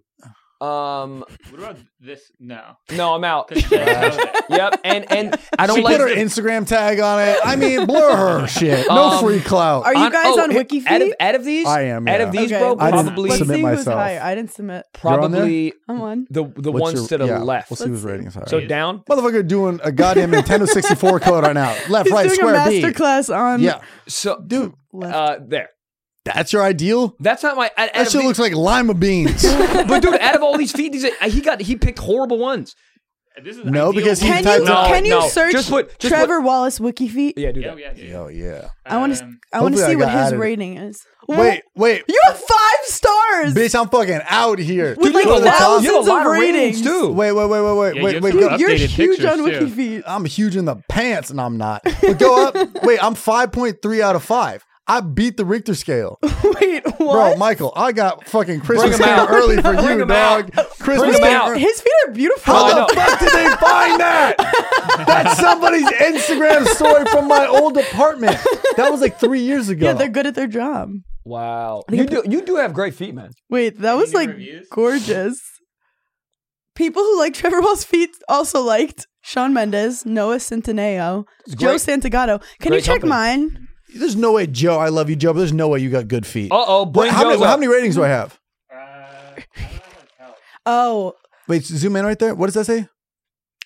[SPEAKER 4] Um.
[SPEAKER 5] what about this? No.
[SPEAKER 4] No, I'm out.
[SPEAKER 5] 'Cause that's how it-
[SPEAKER 4] yep. And and I don't
[SPEAKER 3] she
[SPEAKER 4] like
[SPEAKER 3] put her Instagram tag on it. I mean, blur her shit. No
[SPEAKER 4] Um,
[SPEAKER 3] free clout.
[SPEAKER 1] Are you guys on
[SPEAKER 4] it-
[SPEAKER 1] Wiki
[SPEAKER 4] oh, Out of,
[SPEAKER 1] Feet?
[SPEAKER 4] out of these,
[SPEAKER 3] I am,
[SPEAKER 4] Out of
[SPEAKER 3] yeah.
[SPEAKER 4] these,
[SPEAKER 1] Okay,
[SPEAKER 4] bro,
[SPEAKER 1] let's-
[SPEAKER 3] I didn't
[SPEAKER 4] probably,
[SPEAKER 1] Let's
[SPEAKER 3] submit
[SPEAKER 1] see who's
[SPEAKER 3] myself.
[SPEAKER 1] higher. I didn't submit.
[SPEAKER 3] You're on there?
[SPEAKER 4] probably
[SPEAKER 1] I'm on.
[SPEAKER 4] the the
[SPEAKER 3] What's
[SPEAKER 4] ones
[SPEAKER 3] your-
[SPEAKER 4] to the
[SPEAKER 3] yeah,
[SPEAKER 4] left.
[SPEAKER 3] We'll see whose ratings are.
[SPEAKER 4] so down.
[SPEAKER 3] motherfucker doing a goddamn Nintendo 64 code right now. Left,
[SPEAKER 1] He's
[SPEAKER 3] right,
[SPEAKER 1] doing
[SPEAKER 3] square
[SPEAKER 1] a
[SPEAKER 3] B.
[SPEAKER 1] masterclass on
[SPEAKER 3] Yeah,
[SPEAKER 4] So
[SPEAKER 3] dude,
[SPEAKER 1] left.
[SPEAKER 4] uh, there.
[SPEAKER 3] that's your ideal.
[SPEAKER 4] That's not my. Out, out
[SPEAKER 3] That
[SPEAKER 4] of
[SPEAKER 3] shit
[SPEAKER 4] the-
[SPEAKER 3] looks like lima beans.
[SPEAKER 4] but dude, out of all these feet, these are- he got he picked horrible ones.
[SPEAKER 5] This is
[SPEAKER 3] No,
[SPEAKER 5] ideal
[SPEAKER 3] because he
[SPEAKER 5] one.
[SPEAKER 1] can
[SPEAKER 3] typed
[SPEAKER 1] you
[SPEAKER 4] No,
[SPEAKER 1] can you
[SPEAKER 4] no.
[SPEAKER 1] search
[SPEAKER 4] Just put- just
[SPEAKER 1] Trevor Wallace Wiki Feet?
[SPEAKER 4] Yeah, dude.
[SPEAKER 5] Oh, Yeah, yeah, yeah.
[SPEAKER 3] Yo, yeah.
[SPEAKER 1] I want to
[SPEAKER 5] Um,
[SPEAKER 1] I want to
[SPEAKER 3] hopefully I
[SPEAKER 1] see what
[SPEAKER 3] got
[SPEAKER 1] his
[SPEAKER 3] added.
[SPEAKER 1] rating is.
[SPEAKER 3] Wait, wait,
[SPEAKER 1] You have five stars.
[SPEAKER 3] bitch, I'm fucking out here.
[SPEAKER 1] With like
[SPEAKER 4] you have a lot-
[SPEAKER 1] thousands
[SPEAKER 4] you have a lot
[SPEAKER 1] of ratings.
[SPEAKER 4] too.
[SPEAKER 3] Wait, wait, wait, wait, wait,
[SPEAKER 5] Yeah, you
[SPEAKER 3] wait,
[SPEAKER 5] have
[SPEAKER 3] wait.
[SPEAKER 5] to
[SPEAKER 3] Go,
[SPEAKER 5] up-
[SPEAKER 1] You're
[SPEAKER 5] Updated
[SPEAKER 1] huge on
[SPEAKER 5] pictures, too.
[SPEAKER 1] Wiki Feet.
[SPEAKER 3] I'm huge in the pants, and I'm not. But go up. wait, I'm 5.3 out of five. I beat the Richter scale,
[SPEAKER 1] Wait, what?
[SPEAKER 3] bro, Michael. I got fucking Christmas
[SPEAKER 4] 'em
[SPEAKER 3] dinner
[SPEAKER 4] out.
[SPEAKER 3] early for
[SPEAKER 4] Bring
[SPEAKER 3] you,
[SPEAKER 4] 'em out.
[SPEAKER 3] dog. Christmas
[SPEAKER 4] Bring 'em
[SPEAKER 3] dinner
[SPEAKER 4] out.
[SPEAKER 1] His feet are beautiful.
[SPEAKER 4] Oh, I
[SPEAKER 3] How
[SPEAKER 4] know.
[SPEAKER 3] the fuck did they find that? That's somebody's Instagram story from my old apartment. That was like three years ago.
[SPEAKER 1] yeah, they're good at their job.
[SPEAKER 4] Wow, you do you do have great feet, man.
[SPEAKER 1] Wait, that was
[SPEAKER 5] get
[SPEAKER 1] like
[SPEAKER 5] reviews?
[SPEAKER 1] gorgeous. People who like Trevor Wall's feet also liked Sean Mendes, Noah Centineo, Joe
[SPEAKER 4] great.
[SPEAKER 1] Santagato. Can you
[SPEAKER 4] Great
[SPEAKER 1] check
[SPEAKER 4] company.
[SPEAKER 1] mine?
[SPEAKER 3] there's no way, Joe. I love you, Joe. But there's no way you got good feet.
[SPEAKER 4] Uh oh, bring
[SPEAKER 3] how,
[SPEAKER 4] those
[SPEAKER 3] many,
[SPEAKER 4] up.
[SPEAKER 3] how many ratings do I have?
[SPEAKER 5] uh, I don't know.
[SPEAKER 1] Oh,
[SPEAKER 3] Wait, zoom in right there. What does that say?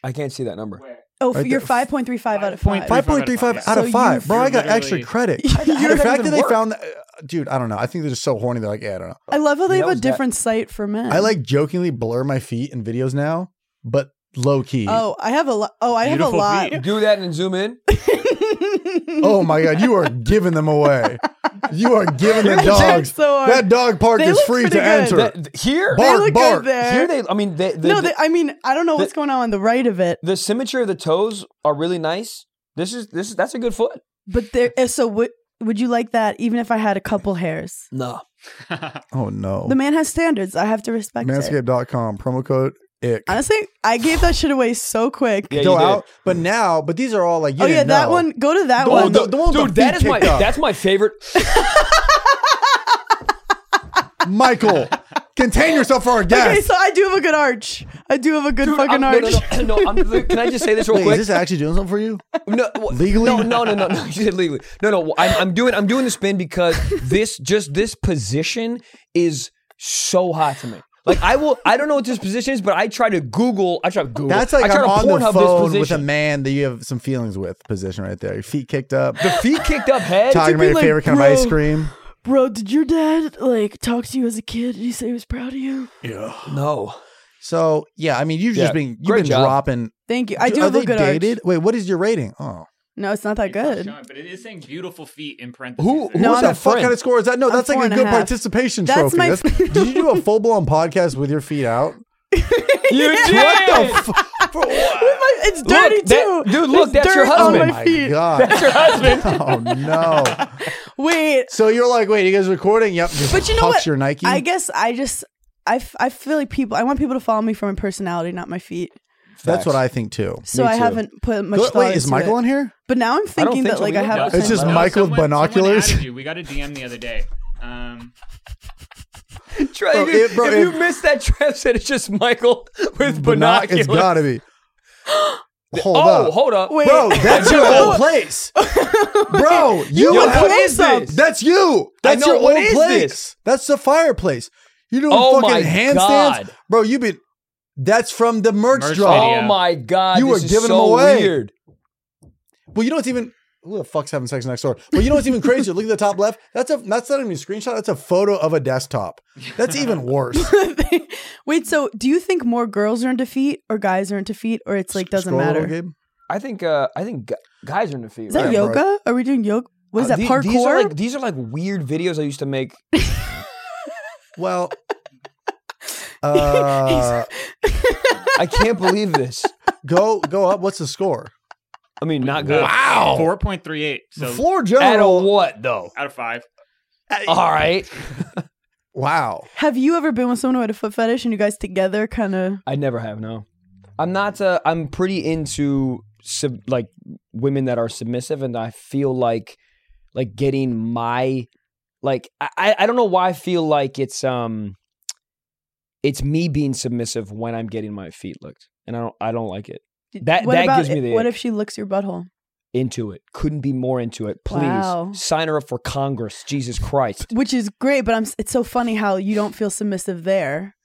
[SPEAKER 4] I can't see that number.
[SPEAKER 5] Where?
[SPEAKER 1] oh,
[SPEAKER 3] Right
[SPEAKER 1] you're
[SPEAKER 3] there.
[SPEAKER 1] five point three five out of five.
[SPEAKER 5] 5.3.
[SPEAKER 3] 5.35
[SPEAKER 5] So
[SPEAKER 3] out of
[SPEAKER 1] you-
[SPEAKER 3] 5. Bro, I got
[SPEAKER 5] Literally-
[SPEAKER 3] extra credit.
[SPEAKER 1] You're-
[SPEAKER 3] the fact that
[SPEAKER 4] even
[SPEAKER 3] they
[SPEAKER 4] work.
[SPEAKER 3] found that, uh, dude, I don't know. I think they're just so horny. They're like, yeah, I don't know.
[SPEAKER 1] I love how they
[SPEAKER 4] That
[SPEAKER 1] have
[SPEAKER 4] was
[SPEAKER 1] a
[SPEAKER 4] that-
[SPEAKER 1] different site for men.
[SPEAKER 3] I like jokingly blur my feet in videos now, but low key.
[SPEAKER 1] Oh, I have a lot. Oh, I have a
[SPEAKER 5] Beautiful
[SPEAKER 1] lot.
[SPEAKER 5] feet.
[SPEAKER 4] Do that and zoom in.
[SPEAKER 3] Oh my God, you are giving them away. You are giving the
[SPEAKER 1] They're
[SPEAKER 3] dogs.
[SPEAKER 1] so hard.
[SPEAKER 3] that dog park
[SPEAKER 1] They
[SPEAKER 3] is
[SPEAKER 1] look
[SPEAKER 3] free to
[SPEAKER 1] pretty good.
[SPEAKER 3] enter.
[SPEAKER 4] That- th- here,
[SPEAKER 1] They
[SPEAKER 3] Bark,
[SPEAKER 1] look
[SPEAKER 3] bark.
[SPEAKER 1] good there.
[SPEAKER 4] here they. I mean, they, they,
[SPEAKER 1] no,
[SPEAKER 4] the,
[SPEAKER 1] they, I mean, I don't know what's going on on the right of it,
[SPEAKER 4] the symmetry of the toes are really nice. This is this is that's a good foot.
[SPEAKER 1] but there. uh, So, would would you like that? Even if I had a couple hairs,
[SPEAKER 4] No,
[SPEAKER 3] oh no.
[SPEAKER 1] the man has standards. I have to respect it.
[SPEAKER 3] Manscaped.com, promo code ick.
[SPEAKER 1] Honestly, I gave that shit away so quick.
[SPEAKER 4] Yeah,
[SPEAKER 3] Go
[SPEAKER 4] you did.
[SPEAKER 3] out. But now, but these are all like, you
[SPEAKER 1] oh yeah,
[SPEAKER 3] didn't
[SPEAKER 1] that
[SPEAKER 3] know.
[SPEAKER 1] one. Go to that
[SPEAKER 3] The
[SPEAKER 1] one.
[SPEAKER 3] one- Oh, the one with
[SPEAKER 4] Oh, dude,
[SPEAKER 3] the
[SPEAKER 4] that
[SPEAKER 3] feet
[SPEAKER 4] is my
[SPEAKER 3] kicked up.
[SPEAKER 4] that's my favorite.
[SPEAKER 3] Michael, contain yourself for our
[SPEAKER 1] okay,
[SPEAKER 3] guest.
[SPEAKER 1] so I do have a good arch. I do have a good fucking
[SPEAKER 4] I'm-
[SPEAKER 1] arch.
[SPEAKER 4] no, no, no, no, I'm- can I just say this real
[SPEAKER 3] Wait,
[SPEAKER 4] quick?
[SPEAKER 3] is this actually doing something for you?
[SPEAKER 4] No, well,
[SPEAKER 3] Legally?
[SPEAKER 4] No, no, no, no, no. You said legally. No, no. I'm, I'm doing. I'm doing the spin because this just this position is so hot to me. Like I will. I don't know what this position is, but I try to Google. I try to Google.
[SPEAKER 3] That's like
[SPEAKER 4] I try
[SPEAKER 3] I'm
[SPEAKER 4] to
[SPEAKER 3] on the
[SPEAKER 4] Pornhub
[SPEAKER 3] phone
[SPEAKER 4] this
[SPEAKER 3] with a
[SPEAKER 4] position.
[SPEAKER 3] man that you have some feelings with. Position right there. Your feet kicked up.
[SPEAKER 4] the feet kicked up head.
[SPEAKER 3] talking about
[SPEAKER 1] be
[SPEAKER 3] your
[SPEAKER 1] like,
[SPEAKER 3] favorite kind
[SPEAKER 1] "Bro."
[SPEAKER 3] of ice cream.
[SPEAKER 1] Bro, did your dad like talk to you as a kid? Did he say he was proud of you?
[SPEAKER 4] No.
[SPEAKER 3] So yeah, I mean you've
[SPEAKER 4] Yeah,
[SPEAKER 3] just been you've
[SPEAKER 4] great
[SPEAKER 3] been
[SPEAKER 4] job.
[SPEAKER 3] dropping.
[SPEAKER 1] Thank you. I do
[SPEAKER 3] Are
[SPEAKER 1] have
[SPEAKER 3] they
[SPEAKER 1] a good
[SPEAKER 3] dated?
[SPEAKER 1] arch.
[SPEAKER 3] Wait, what is your rating? Oh,
[SPEAKER 1] No, it's not that
[SPEAKER 5] It's not
[SPEAKER 1] good.
[SPEAKER 5] showing, but it is saying beautiful feet in parentheses.
[SPEAKER 4] Who? Who
[SPEAKER 1] No,
[SPEAKER 4] was
[SPEAKER 1] I'm
[SPEAKER 3] what the
[SPEAKER 4] that
[SPEAKER 3] fuck
[SPEAKER 4] friend?
[SPEAKER 3] kind of score is that? No,
[SPEAKER 1] I'm
[SPEAKER 3] that's like
[SPEAKER 1] four
[SPEAKER 3] a
[SPEAKER 1] and a
[SPEAKER 3] good
[SPEAKER 1] half.
[SPEAKER 3] participation
[SPEAKER 1] That's
[SPEAKER 3] trophy.
[SPEAKER 1] my-
[SPEAKER 3] did you do a full blown podcast with your feet out?
[SPEAKER 4] you did.
[SPEAKER 3] What the? F-
[SPEAKER 1] My- it's dirty
[SPEAKER 4] Look, that-
[SPEAKER 1] too.
[SPEAKER 4] dude, look,
[SPEAKER 1] There's
[SPEAKER 4] that's your
[SPEAKER 1] dirt on
[SPEAKER 4] husband.
[SPEAKER 1] Oh, my
[SPEAKER 3] Oh my
[SPEAKER 1] feet.
[SPEAKER 3] god!
[SPEAKER 4] Your husband.
[SPEAKER 3] Oh no!
[SPEAKER 1] Wait,
[SPEAKER 3] So you're like, wait, you guys recording? Yep. Just
[SPEAKER 1] But you know
[SPEAKER 3] hucks
[SPEAKER 1] what?
[SPEAKER 3] Your Nike.
[SPEAKER 1] I guess I just I, f- I feel like people I want people to follow me for my personality, not my feet.
[SPEAKER 3] That's what I think too.
[SPEAKER 1] So
[SPEAKER 4] Me
[SPEAKER 1] I
[SPEAKER 4] too.
[SPEAKER 1] haven't put much
[SPEAKER 3] Wait,
[SPEAKER 1] thought
[SPEAKER 3] is
[SPEAKER 1] into
[SPEAKER 3] Michael
[SPEAKER 1] it.
[SPEAKER 3] on here?
[SPEAKER 1] But now I'm
[SPEAKER 4] don't
[SPEAKER 1] thinking
[SPEAKER 4] think
[SPEAKER 1] that
[SPEAKER 4] so.
[SPEAKER 1] like
[SPEAKER 4] We
[SPEAKER 1] I
[SPEAKER 4] don't
[SPEAKER 1] have
[SPEAKER 4] know.
[SPEAKER 1] the
[SPEAKER 3] It's
[SPEAKER 1] same
[SPEAKER 3] just
[SPEAKER 1] vibe.
[SPEAKER 3] Mike with
[SPEAKER 5] someone- someone
[SPEAKER 3] binoculars.
[SPEAKER 5] added you. We got a DM the other day. Um,
[SPEAKER 4] Trey,
[SPEAKER 3] Bro,
[SPEAKER 4] if,
[SPEAKER 3] it- bro,
[SPEAKER 4] if
[SPEAKER 3] it-
[SPEAKER 4] you missed that trip, said it's just Michael with
[SPEAKER 3] Binoc-
[SPEAKER 4] binoculars.
[SPEAKER 3] It's gotta be. Hold
[SPEAKER 4] oh,
[SPEAKER 3] up.
[SPEAKER 4] hold up.
[SPEAKER 1] Wait.
[SPEAKER 3] Bro, that's your whole place. Bro, you
[SPEAKER 4] Yo,
[SPEAKER 3] have-
[SPEAKER 4] what is
[SPEAKER 1] close-up.
[SPEAKER 4] this?
[SPEAKER 3] That's you. That's
[SPEAKER 4] know,
[SPEAKER 3] your
[SPEAKER 4] what
[SPEAKER 3] old
[SPEAKER 4] is
[SPEAKER 3] place.
[SPEAKER 4] this?
[SPEAKER 3] That's the fireplace. You're doing
[SPEAKER 4] Oh my
[SPEAKER 3] fucking handstands.
[SPEAKER 4] God.
[SPEAKER 3] Bro, you've been that's from the merch,
[SPEAKER 5] Merch
[SPEAKER 3] drop.
[SPEAKER 4] Oh
[SPEAKER 5] video.
[SPEAKER 4] my god,
[SPEAKER 3] You
[SPEAKER 4] this
[SPEAKER 3] were
[SPEAKER 4] is
[SPEAKER 3] giving
[SPEAKER 4] so
[SPEAKER 3] them away.
[SPEAKER 4] weird.
[SPEAKER 3] Well, you know what's even who the fuck's having sex next door? But you know what's even crazier? Look at the top left. That's a that's not even a screenshot. That's a photo of a desktop. That's even worse.
[SPEAKER 1] Wait, so do you think more girls are into feet or guys are into feet or it's like doesn't
[SPEAKER 3] Scroll a little,
[SPEAKER 1] matter?
[SPEAKER 3] Gabe.
[SPEAKER 4] I think uh, I think gu- guys are into feet.
[SPEAKER 1] Is that
[SPEAKER 4] right?
[SPEAKER 3] yo-
[SPEAKER 1] yoga? Are we doing yoga? What is
[SPEAKER 4] Uh,
[SPEAKER 1] that
[SPEAKER 4] the-
[SPEAKER 1] parkour?
[SPEAKER 4] These are like these are like weird videos I used to make.
[SPEAKER 3] Well, uh,
[SPEAKER 4] I can't believe this.
[SPEAKER 3] go go up. What's the score?
[SPEAKER 4] I mean, not good.
[SPEAKER 3] Oh.
[SPEAKER 5] Four point three eight. So
[SPEAKER 3] Floor
[SPEAKER 4] At a
[SPEAKER 3] general.
[SPEAKER 4] what though? Uh,
[SPEAKER 5] out of five.
[SPEAKER 4] All right,
[SPEAKER 3] wow.
[SPEAKER 1] have you ever been with someone who had a foot fetish and you guys together kind of
[SPEAKER 4] I never have. No, I'm not. Uh, I'm pretty into sub, like women that are submissive, and I feel like like getting my like I- I I don't know why I feel like it's um it's me being submissive when I'm getting my feet licked, and I don't I don't like it.
[SPEAKER 1] Did-
[SPEAKER 4] That-
[SPEAKER 1] what
[SPEAKER 4] that
[SPEAKER 1] about
[SPEAKER 4] gives me
[SPEAKER 1] i-
[SPEAKER 4] the
[SPEAKER 1] What
[SPEAKER 4] ick.
[SPEAKER 1] if she licks your butthole?
[SPEAKER 4] into it. Couldn't be more into it. Please
[SPEAKER 1] Wow.
[SPEAKER 4] sign her up for Congress. Jesus Christ.
[SPEAKER 1] Which is great, but I'm. s- It's so funny how you don't feel submissive there.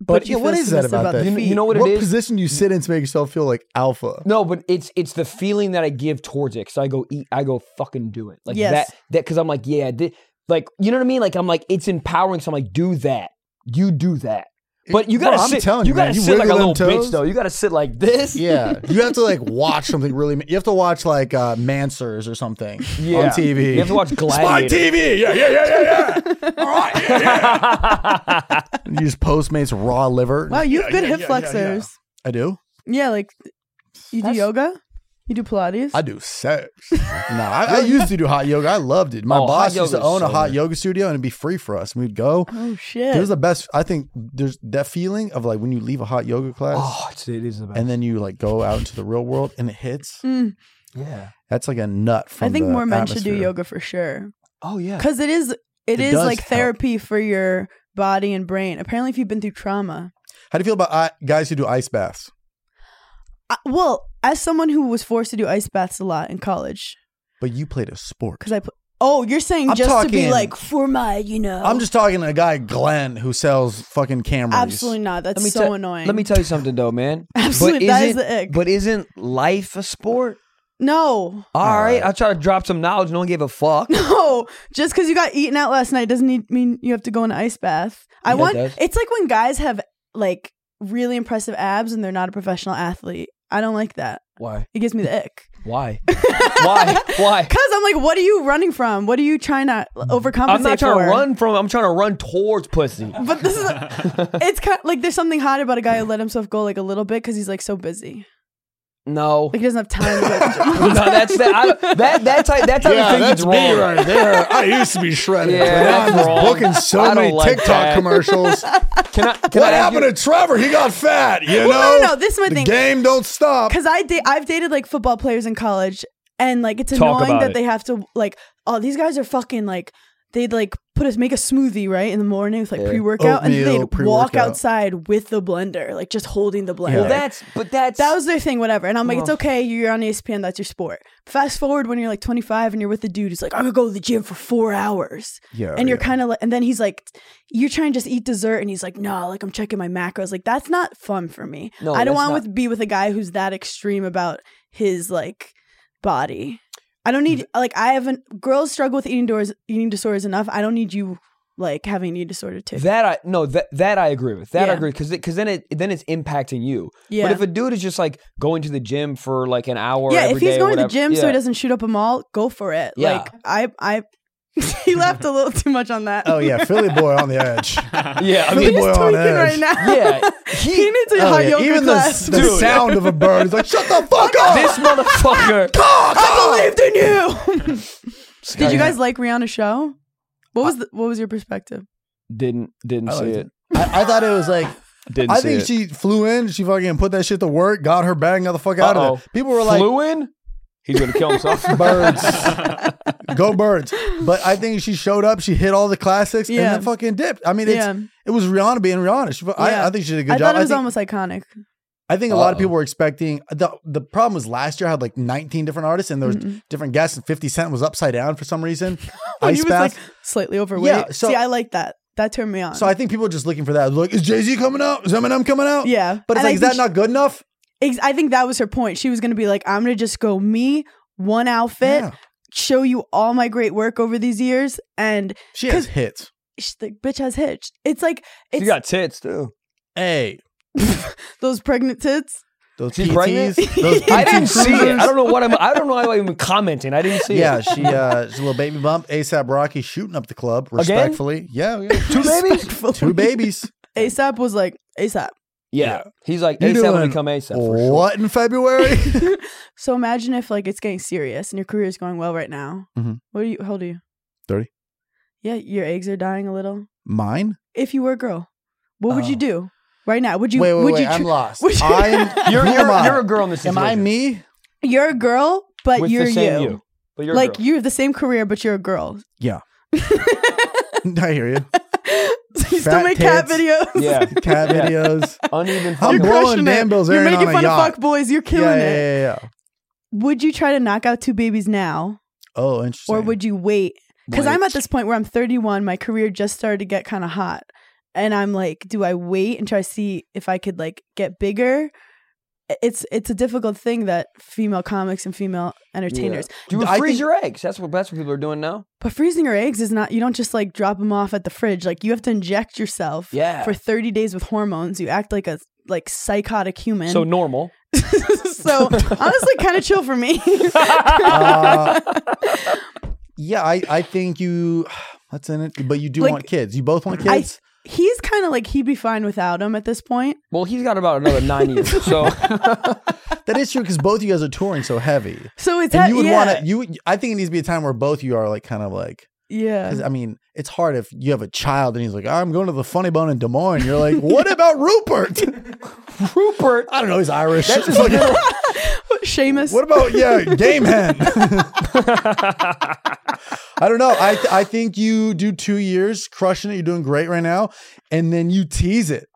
[SPEAKER 4] But
[SPEAKER 1] you
[SPEAKER 3] yeah, what
[SPEAKER 1] feel
[SPEAKER 3] is that
[SPEAKER 1] submissive
[SPEAKER 3] about that?
[SPEAKER 1] the
[SPEAKER 4] You kn- you
[SPEAKER 1] feet.
[SPEAKER 4] know what it
[SPEAKER 3] what
[SPEAKER 4] is?
[SPEAKER 3] position do you sit in to make yourself feel like alpha?
[SPEAKER 4] No, but it's it's the feeling that I give towards it. Cause I go eat, I go fucking do it. Like
[SPEAKER 1] Yes.
[SPEAKER 4] that that because I'm like, yeah, I did like you know what I mean? Like I'm like, it's empowering. So I'm like, do that. You do that. But you
[SPEAKER 3] Bro,
[SPEAKER 4] gotta
[SPEAKER 3] I'm
[SPEAKER 4] sit.
[SPEAKER 3] telling
[SPEAKER 4] you,
[SPEAKER 3] you, man,
[SPEAKER 4] gotta
[SPEAKER 3] you
[SPEAKER 4] sit like a
[SPEAKER 3] wiggle them
[SPEAKER 4] little bitch
[SPEAKER 3] toes.
[SPEAKER 4] though. You gotta sit like this.
[SPEAKER 3] Yeah, you have to like watch something really. You have to watch like uh Mansers or something on TV.
[SPEAKER 4] You have to watch
[SPEAKER 3] Spy
[SPEAKER 4] Gladiator.
[SPEAKER 3] TV. Yeah, yeah, yeah, yeah, yeah. All right. Yeah, yeah. And you just Postmates raw liver.
[SPEAKER 1] Wow, you have good hip
[SPEAKER 3] yeah, yeah, yeah.
[SPEAKER 1] flexors.
[SPEAKER 3] I do.
[SPEAKER 1] Yeah, like you do yoga, you do Pilates.
[SPEAKER 3] I do sex. no, I, I used to do hot yoga. I loved it. My
[SPEAKER 4] Oh, hot
[SPEAKER 3] boss used to
[SPEAKER 4] yoga's
[SPEAKER 3] own a
[SPEAKER 4] so
[SPEAKER 3] hot
[SPEAKER 4] good.
[SPEAKER 3] yoga studio, and it'd be free for us. And we'd go.
[SPEAKER 1] oh
[SPEAKER 3] It was
[SPEAKER 1] shit!
[SPEAKER 3] the best. I think there's that feeling of like when you leave a hot yoga class.
[SPEAKER 4] oh, it's, it is the best.
[SPEAKER 3] and then you like go out into the real world and it hits.
[SPEAKER 1] Mm,
[SPEAKER 4] yeah.
[SPEAKER 3] That's like a nut from
[SPEAKER 1] I think
[SPEAKER 3] the
[SPEAKER 1] more men should do
[SPEAKER 3] atmosphere.
[SPEAKER 1] yoga for sure,
[SPEAKER 4] Oh yeah.
[SPEAKER 1] because it is
[SPEAKER 3] It
[SPEAKER 1] it is
[SPEAKER 3] does
[SPEAKER 1] like
[SPEAKER 3] help.
[SPEAKER 1] therapy for your body and brain. Apparently, if you've been through trauma,
[SPEAKER 3] How do you feel about I- guys who do ice baths?
[SPEAKER 1] I, well, as someone who was forced to do ice baths a lot in college,
[SPEAKER 3] But you played a sport.
[SPEAKER 1] because I put. Oh, you're saying
[SPEAKER 3] I'm
[SPEAKER 1] just to be
[SPEAKER 3] talking-
[SPEAKER 1] like for my, you know?
[SPEAKER 3] I'm just talking to a guy, Glenn, who sells fucking cameras.
[SPEAKER 1] Absolutely not. That's so
[SPEAKER 4] te-
[SPEAKER 1] annoying.
[SPEAKER 4] Let me tell you something though, man. But
[SPEAKER 1] Absolutely, that is
[SPEAKER 4] isn't-
[SPEAKER 1] the ick.
[SPEAKER 4] But isn't life a sport?
[SPEAKER 1] No,
[SPEAKER 4] All right, I'll try to drop some knowledge. No one gave a fuck.
[SPEAKER 1] no. Just because you got eaten out last night doesn't need, mean you have to go in an ice bath. I
[SPEAKER 4] Yeah, it
[SPEAKER 1] want.
[SPEAKER 4] does.
[SPEAKER 1] It's like when guys have like really impressive abs and they're not a professional athlete. I don't like that.
[SPEAKER 4] Why?
[SPEAKER 1] It gives me the ick.
[SPEAKER 4] Why? Why? Why?
[SPEAKER 1] Cause I'm like, what are you running from? What are you trying to overcompensate
[SPEAKER 4] I'm not trying
[SPEAKER 1] for?
[SPEAKER 4] to run from. I'm trying to run towards pussy.
[SPEAKER 1] But this is, it's kind like there's something hot about a guy who let himself go like a little bit because he's like so busy,
[SPEAKER 4] No.
[SPEAKER 1] like he doesn't have time. To go to the
[SPEAKER 4] no, that's that. I, that that type. That type of thing is wrong.
[SPEAKER 3] there. I used to be shredded.
[SPEAKER 4] Yeah,
[SPEAKER 3] but now
[SPEAKER 4] that's
[SPEAKER 3] I'm just
[SPEAKER 4] wrong.
[SPEAKER 3] booking so
[SPEAKER 4] I don't
[SPEAKER 3] many
[SPEAKER 4] like
[SPEAKER 3] TikTok
[SPEAKER 4] that.
[SPEAKER 3] commercials.
[SPEAKER 4] Can I? Can
[SPEAKER 3] what
[SPEAKER 4] I ask
[SPEAKER 3] happened to Trevor? He got fat. You
[SPEAKER 1] no,
[SPEAKER 3] know,
[SPEAKER 1] no, no, this is my
[SPEAKER 3] the
[SPEAKER 1] thing.
[SPEAKER 3] game don't stop.
[SPEAKER 1] because I da- I've dated like football players in college, and like it's
[SPEAKER 4] Talk
[SPEAKER 1] annoying
[SPEAKER 4] about
[SPEAKER 1] that
[SPEAKER 4] it.
[SPEAKER 1] they have to like, oh, these guys are fucking like they'd like put us make a smoothie right in the morning with like pre workout, and
[SPEAKER 3] Oatmeal,
[SPEAKER 1] they'd walk
[SPEAKER 3] pre-workout.
[SPEAKER 1] outside with the blender, like just holding the blender.
[SPEAKER 4] Well, that's but that's
[SPEAKER 1] that was their thing, whatever. And I'm like, it's
[SPEAKER 4] Well.
[SPEAKER 1] okay. You're on E ESPN. That's your sport. Fast forward when you're like 25 and you're with the dude. He's like, I could go to the gym for four hours.
[SPEAKER 4] Oh,
[SPEAKER 3] Yeah, oh,
[SPEAKER 1] And you're
[SPEAKER 3] yeah.
[SPEAKER 1] kind of like, and then he's like, you're trying to just eat dessert. And he's like, no, like I'm checking my macros. Like that's not fun for me.
[SPEAKER 4] No,
[SPEAKER 1] I don't
[SPEAKER 4] that's
[SPEAKER 1] want
[SPEAKER 4] not-
[SPEAKER 1] to be with a guy who's that extreme about his like body. I don't need like I haven't. Girls struggle with eating doors eating disorders enough. I don't need you like having an eating disorder too.
[SPEAKER 4] That I no that that I agree with. That I
[SPEAKER 1] Yeah.
[SPEAKER 4] agree because because then it then it's impacting you.
[SPEAKER 1] Yeah.
[SPEAKER 4] But if a dude is just like going to the gym for like an hour,
[SPEAKER 1] yeah,
[SPEAKER 4] every
[SPEAKER 1] if he's going
[SPEAKER 4] day,
[SPEAKER 1] to
[SPEAKER 4] whatever-
[SPEAKER 1] the gym so
[SPEAKER 4] yeah.
[SPEAKER 1] he doesn't shoot up a mall, go for it.
[SPEAKER 4] Yeah.
[SPEAKER 1] Like I, I, he laughed a little too much on that.
[SPEAKER 3] Oh yeah, Philly boy on the edge.
[SPEAKER 4] Yeah, I
[SPEAKER 3] Philly
[SPEAKER 4] mean,
[SPEAKER 1] he's
[SPEAKER 3] boy on
[SPEAKER 1] tweaking right
[SPEAKER 3] edge.
[SPEAKER 1] now.
[SPEAKER 4] yeah,
[SPEAKER 1] he,
[SPEAKER 4] he,
[SPEAKER 1] needs a
[SPEAKER 3] Oh,
[SPEAKER 1] hot
[SPEAKER 3] yeah.
[SPEAKER 1] yoga
[SPEAKER 3] Even the,
[SPEAKER 1] class.
[SPEAKER 3] s- the sound of a bird. He's like, shut the fuck up.
[SPEAKER 4] this motherfucker.
[SPEAKER 1] I believed in you. Did you guys like Rihanna's show? What was the, what was your perspective?
[SPEAKER 4] didn't didn't
[SPEAKER 3] I
[SPEAKER 4] see
[SPEAKER 3] liked
[SPEAKER 4] it?
[SPEAKER 3] I, I thought it was like.
[SPEAKER 4] Didn't
[SPEAKER 3] I
[SPEAKER 4] see
[SPEAKER 3] think
[SPEAKER 4] it.
[SPEAKER 3] she flew in. She fucking put that shit to work. Got her bag. Got the fuck out
[SPEAKER 4] Uh-oh.
[SPEAKER 3] of it. People were like,
[SPEAKER 4] flew in. He's gonna kill himself.
[SPEAKER 3] birds. Go birds. But I think she showed up, she hit all the classics,
[SPEAKER 1] Yeah.
[SPEAKER 3] and then fucking dipped. I mean, it's,
[SPEAKER 1] Yeah.
[SPEAKER 3] it was Rihanna being Rihanna. She, I,
[SPEAKER 1] Yeah.
[SPEAKER 3] I think she did a good
[SPEAKER 1] I
[SPEAKER 3] job.
[SPEAKER 1] thought it was
[SPEAKER 3] I think,
[SPEAKER 1] almost iconic.
[SPEAKER 3] I think a lot of
[SPEAKER 4] Uh-oh.
[SPEAKER 3] people were expecting. The, the problem was last year I had like 19 different artists, and there was
[SPEAKER 1] Mm-hmm.
[SPEAKER 3] different guests, and 50 Cent was upside down for some reason.
[SPEAKER 1] When he
[SPEAKER 3] Ice
[SPEAKER 1] was
[SPEAKER 3] Bath.
[SPEAKER 1] like slightly overweight.
[SPEAKER 3] Yeah, so-
[SPEAKER 1] See, I like that. That turned me on.
[SPEAKER 3] so I think people are just looking for that. Like, is Jay Z coming out? Is Eminem coming out?
[SPEAKER 1] yeah,
[SPEAKER 3] But
[SPEAKER 1] And
[SPEAKER 3] it's
[SPEAKER 1] I
[SPEAKER 3] like, is
[SPEAKER 1] think
[SPEAKER 3] that not good enough?
[SPEAKER 1] Ex- I think that was her point. She was going to be like, I'm going to just go me, one outfit,
[SPEAKER 3] Yeah.
[SPEAKER 1] show you all my great work over these years. And
[SPEAKER 3] She has
[SPEAKER 1] 'Cause-
[SPEAKER 3] hits.
[SPEAKER 1] sh- the bitch has hitched. It's like, it's
[SPEAKER 4] She got tits too.
[SPEAKER 3] Hey.
[SPEAKER 1] those pregnant tits.
[SPEAKER 3] Those
[SPEAKER 4] She's
[SPEAKER 3] PTs,
[SPEAKER 4] pregnant?
[SPEAKER 3] those
[SPEAKER 4] I didn't
[SPEAKER 3] PT
[SPEAKER 4] see it. I
[SPEAKER 3] cruisers.
[SPEAKER 4] don't know what I'm. I don't know why I'm even commenting. I didn't see
[SPEAKER 3] yeah,
[SPEAKER 4] it.
[SPEAKER 3] she uh she's a little baby bump. ASAP Rocky shooting up the club respectfully. Yeah, yeah.
[SPEAKER 4] Two babies.
[SPEAKER 3] Two babies.
[SPEAKER 1] ASAP was like, ASAP.
[SPEAKER 4] Yeah.
[SPEAKER 3] Yeah.
[SPEAKER 4] He's like
[SPEAKER 3] You
[SPEAKER 4] ASAP will
[SPEAKER 3] doing
[SPEAKER 4] become ASAP for sure.
[SPEAKER 3] What in February?
[SPEAKER 1] So imagine if like it's getting serious and your career is going well right now.
[SPEAKER 3] Mhm.
[SPEAKER 1] What are you, how old are you?
[SPEAKER 3] 30.
[SPEAKER 1] Yeah, your eggs are dying a little.
[SPEAKER 3] Mine?
[SPEAKER 1] If you were a girl, what would you
[SPEAKER 3] Oh.
[SPEAKER 1] do right now? Would you,
[SPEAKER 3] wait, wait,
[SPEAKER 1] would
[SPEAKER 3] wait.
[SPEAKER 1] you, tr-
[SPEAKER 3] I'm lost.
[SPEAKER 1] would you-
[SPEAKER 3] I'm,
[SPEAKER 4] You're
[SPEAKER 3] who am
[SPEAKER 4] you're,
[SPEAKER 3] I?
[SPEAKER 4] you're a girl in this
[SPEAKER 3] Am I
[SPEAKER 4] situation.
[SPEAKER 3] me?
[SPEAKER 1] you're a girl, but
[SPEAKER 4] With
[SPEAKER 1] you're
[SPEAKER 4] the same you.
[SPEAKER 1] you.
[SPEAKER 4] But you're a
[SPEAKER 1] Like
[SPEAKER 4] girl.
[SPEAKER 1] you have the same career, but you're a girl.
[SPEAKER 3] Yeah. I hear you.
[SPEAKER 1] So you
[SPEAKER 3] Fat
[SPEAKER 1] still make cat
[SPEAKER 3] tits.
[SPEAKER 1] videos.
[SPEAKER 4] Yeah.
[SPEAKER 3] Cat
[SPEAKER 4] Yeah.
[SPEAKER 3] videos.
[SPEAKER 4] Uneven.
[SPEAKER 3] I'm
[SPEAKER 1] You're
[SPEAKER 4] fucking-
[SPEAKER 3] blowing
[SPEAKER 1] crushing
[SPEAKER 3] Dan
[SPEAKER 1] it.
[SPEAKER 3] Bilzerian
[SPEAKER 1] You're
[SPEAKER 3] on
[SPEAKER 1] making
[SPEAKER 3] a
[SPEAKER 1] fun
[SPEAKER 3] yacht.
[SPEAKER 1] of fuck boys. You're
[SPEAKER 3] Yeah,
[SPEAKER 1] killing
[SPEAKER 3] yeah,
[SPEAKER 1] it.
[SPEAKER 3] yeah, yeah.
[SPEAKER 1] Would you try to knock out two babies now,
[SPEAKER 3] Oh, interesting.
[SPEAKER 1] or would you wait? Because I'm
[SPEAKER 4] Wait.
[SPEAKER 1] at this point where I'm 31. My career just started to get kind of hot, and I'm like, do I wait and try to see if I could like get bigger? It's it's a difficult thing that female comics and female entertainers.
[SPEAKER 4] Do you
[SPEAKER 3] I
[SPEAKER 4] freeze
[SPEAKER 3] think-
[SPEAKER 4] your eggs? That's what that's what people are doing now.
[SPEAKER 1] But freezing your eggs is not. You don't just like drop them off at the fridge. Like you have to inject yourself.
[SPEAKER 4] Yeah.
[SPEAKER 1] For 30 days with hormones, you act like a like psychotic human.
[SPEAKER 4] So normal.
[SPEAKER 1] so honestly, kind of chill for me.
[SPEAKER 3] Uh, yeah, I, I think you. That's in it. But you do
[SPEAKER 1] Like,
[SPEAKER 3] want kids. You both want
[SPEAKER 1] I-
[SPEAKER 3] kids.
[SPEAKER 1] He's kind of like he'd be fine without him at this point.
[SPEAKER 4] Well, he's got about another nine years. So
[SPEAKER 3] that is true because both of you guys are touring so heavy.
[SPEAKER 1] So it's
[SPEAKER 3] And
[SPEAKER 1] that
[SPEAKER 3] you would
[SPEAKER 1] yeah,
[SPEAKER 3] want to. You, I think it needs to be a time where both you are like kind of like Because
[SPEAKER 1] yeah.
[SPEAKER 3] I mean, it's hard if you have a child and he's like, "I'm going to the Funny Bone in Des Moines." You're like, "What about Rupert?"
[SPEAKER 4] Rupert.
[SPEAKER 3] I don't know. He's Irish.
[SPEAKER 4] That's
[SPEAKER 3] It's
[SPEAKER 4] his
[SPEAKER 3] like,
[SPEAKER 4] middle-
[SPEAKER 1] Seamus.
[SPEAKER 3] what about yeah, Game Hen? I don't know. I I think you do two years crushing it. You're doing great right now, and then you tease it.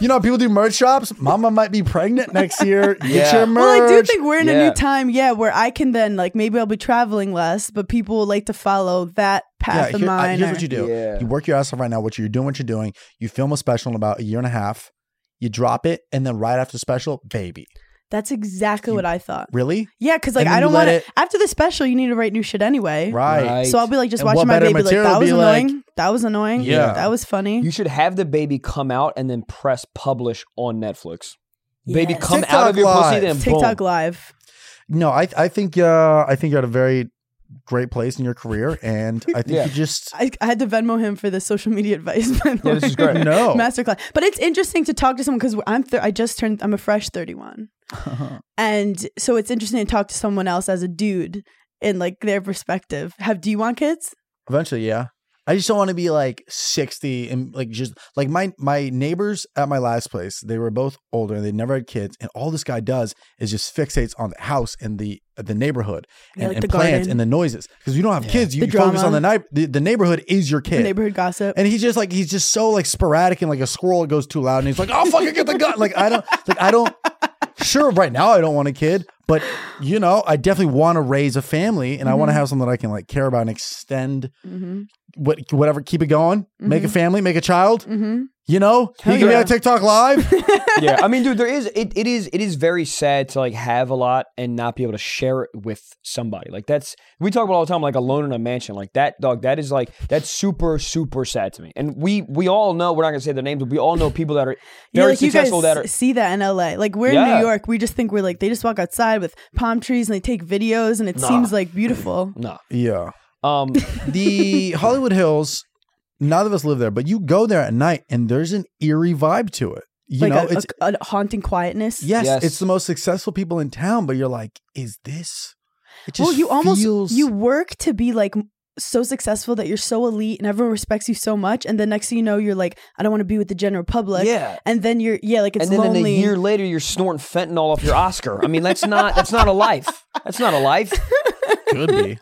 [SPEAKER 3] You know, how people do merch shops. Mama might be pregnant next year. Get
[SPEAKER 4] Yeah.
[SPEAKER 3] your merch.
[SPEAKER 1] well, I do think we're in a
[SPEAKER 4] Yeah.
[SPEAKER 1] new time, yeah, where I can then like maybe I'll be traveling less, but people will like to follow that
[SPEAKER 3] yeah,
[SPEAKER 1] path of
[SPEAKER 3] here- I-
[SPEAKER 1] mine.
[SPEAKER 3] here's
[SPEAKER 1] or-
[SPEAKER 3] what you do.
[SPEAKER 4] Yeah.
[SPEAKER 3] You work your ass off right now. What you're doing, what you're doing. You film a special in about a year and a half. You drop it, and then right after the special, baby.
[SPEAKER 1] That's exactly what I thought.
[SPEAKER 3] Really?
[SPEAKER 1] Yeah, because
[SPEAKER 3] And
[SPEAKER 1] like
[SPEAKER 3] then
[SPEAKER 1] I
[SPEAKER 3] you
[SPEAKER 1] don't
[SPEAKER 3] let
[SPEAKER 1] want
[SPEAKER 3] it-
[SPEAKER 1] to. After the special, you need to write new shit anyway.
[SPEAKER 3] Right.
[SPEAKER 4] Right.
[SPEAKER 1] So I'll be like just
[SPEAKER 3] And what
[SPEAKER 1] watching my
[SPEAKER 3] better
[SPEAKER 1] baby, like
[SPEAKER 3] material
[SPEAKER 1] that was
[SPEAKER 3] be like-
[SPEAKER 1] annoying. that was annoying.
[SPEAKER 3] Yeah.
[SPEAKER 1] that was funny.
[SPEAKER 4] You should have the baby come out and then press publish on Netflix. Baby
[SPEAKER 1] Yes.
[SPEAKER 4] come out
[SPEAKER 3] TikTok
[SPEAKER 4] of your
[SPEAKER 3] Live.
[SPEAKER 4] pussy then
[SPEAKER 1] TikTok
[SPEAKER 4] boom.
[SPEAKER 1] live.
[SPEAKER 3] No, I I think uh, I think you're at a very great place in your career, and I think
[SPEAKER 4] Yeah.
[SPEAKER 3] you just
[SPEAKER 1] I, I had to Venmo him for the social media advice. by the
[SPEAKER 4] Yeah, this
[SPEAKER 1] way.
[SPEAKER 4] is great.
[SPEAKER 3] no.
[SPEAKER 1] masterclass. But it's interesting to talk to someone because I'm th- I just turned I'm a fresh 31, and so it's interesting to talk to someone else as a dude and like their perspective. Have do you want kids?
[SPEAKER 3] Eventually, yeah. I just don't want to be like 60 and like just like my my neighbors at my last place, they were both older and they never had kids. And all this guy does is just fixates on the house and the the neighborhood
[SPEAKER 1] Yeah,
[SPEAKER 3] and,
[SPEAKER 1] like
[SPEAKER 3] and
[SPEAKER 1] the
[SPEAKER 3] plants
[SPEAKER 1] garden.
[SPEAKER 3] and the noises. Because you don't have kids, you,
[SPEAKER 1] The
[SPEAKER 3] you focus
[SPEAKER 1] drama.
[SPEAKER 3] on the night the, the neighborhood is your kid.
[SPEAKER 1] Neighborhood gossip.
[SPEAKER 3] and he's just like he's just so like sporadic and like a squirrel goes too loud and he's like, I'll fucking get the gun. Like I don't like I don't sure right now I don't want a kid, but you know, I definitely want to raise a family and I want to
[SPEAKER 1] Mhm.
[SPEAKER 3] have something that I can like care about and extend
[SPEAKER 1] hmm
[SPEAKER 3] what whatever, keep it going, make a
[SPEAKER 1] Mhm.
[SPEAKER 3] family, make a child.
[SPEAKER 1] hmm
[SPEAKER 3] You know,
[SPEAKER 1] Hell
[SPEAKER 3] he can be
[SPEAKER 1] yeah.
[SPEAKER 3] on TikTok live.
[SPEAKER 4] yeah, I mean, dude, there is it, it is it is very sad to like have a lot and not be able to share it with somebody. Like that's we talk about all the time, like alone in a mansion. Like that dog, that is like that's super super sad to me. And we we all know we're not gonna say their names, but we all know people that are
[SPEAKER 1] Yeah,
[SPEAKER 4] very
[SPEAKER 1] like you guys
[SPEAKER 4] successful that are
[SPEAKER 1] see that in LA. Like we're in
[SPEAKER 4] Yeah.
[SPEAKER 1] New York, we just think we're like they just walk outside with palm trees and they take videos and it
[SPEAKER 4] Nah.
[SPEAKER 1] seems like beautiful.
[SPEAKER 4] no.
[SPEAKER 3] yeah,
[SPEAKER 4] Um,
[SPEAKER 3] the Hollywood Hills. None of us live there, but you go there at night, and there's an eerie vibe to it. You
[SPEAKER 1] like
[SPEAKER 3] know,
[SPEAKER 1] a,
[SPEAKER 3] it's
[SPEAKER 1] a- a haunting quietness.
[SPEAKER 3] yes,
[SPEAKER 4] Yes.
[SPEAKER 3] it's the most successful people in town, but you're like, is this? It just
[SPEAKER 1] Well, you almost
[SPEAKER 3] feels-
[SPEAKER 1] you work to be like m- so successful that you're so elite and everyone respects you so much, and then next thing you know, you're like, I don't want to be with the general public.
[SPEAKER 4] yeah.
[SPEAKER 1] And then you're yeah, like it's
[SPEAKER 4] and then in
[SPEAKER 1] lonely.
[SPEAKER 4] a year later, you're snorting fentanyl off your Oscar. I mean, that's not that's not a life. That's not a life.
[SPEAKER 3] could be,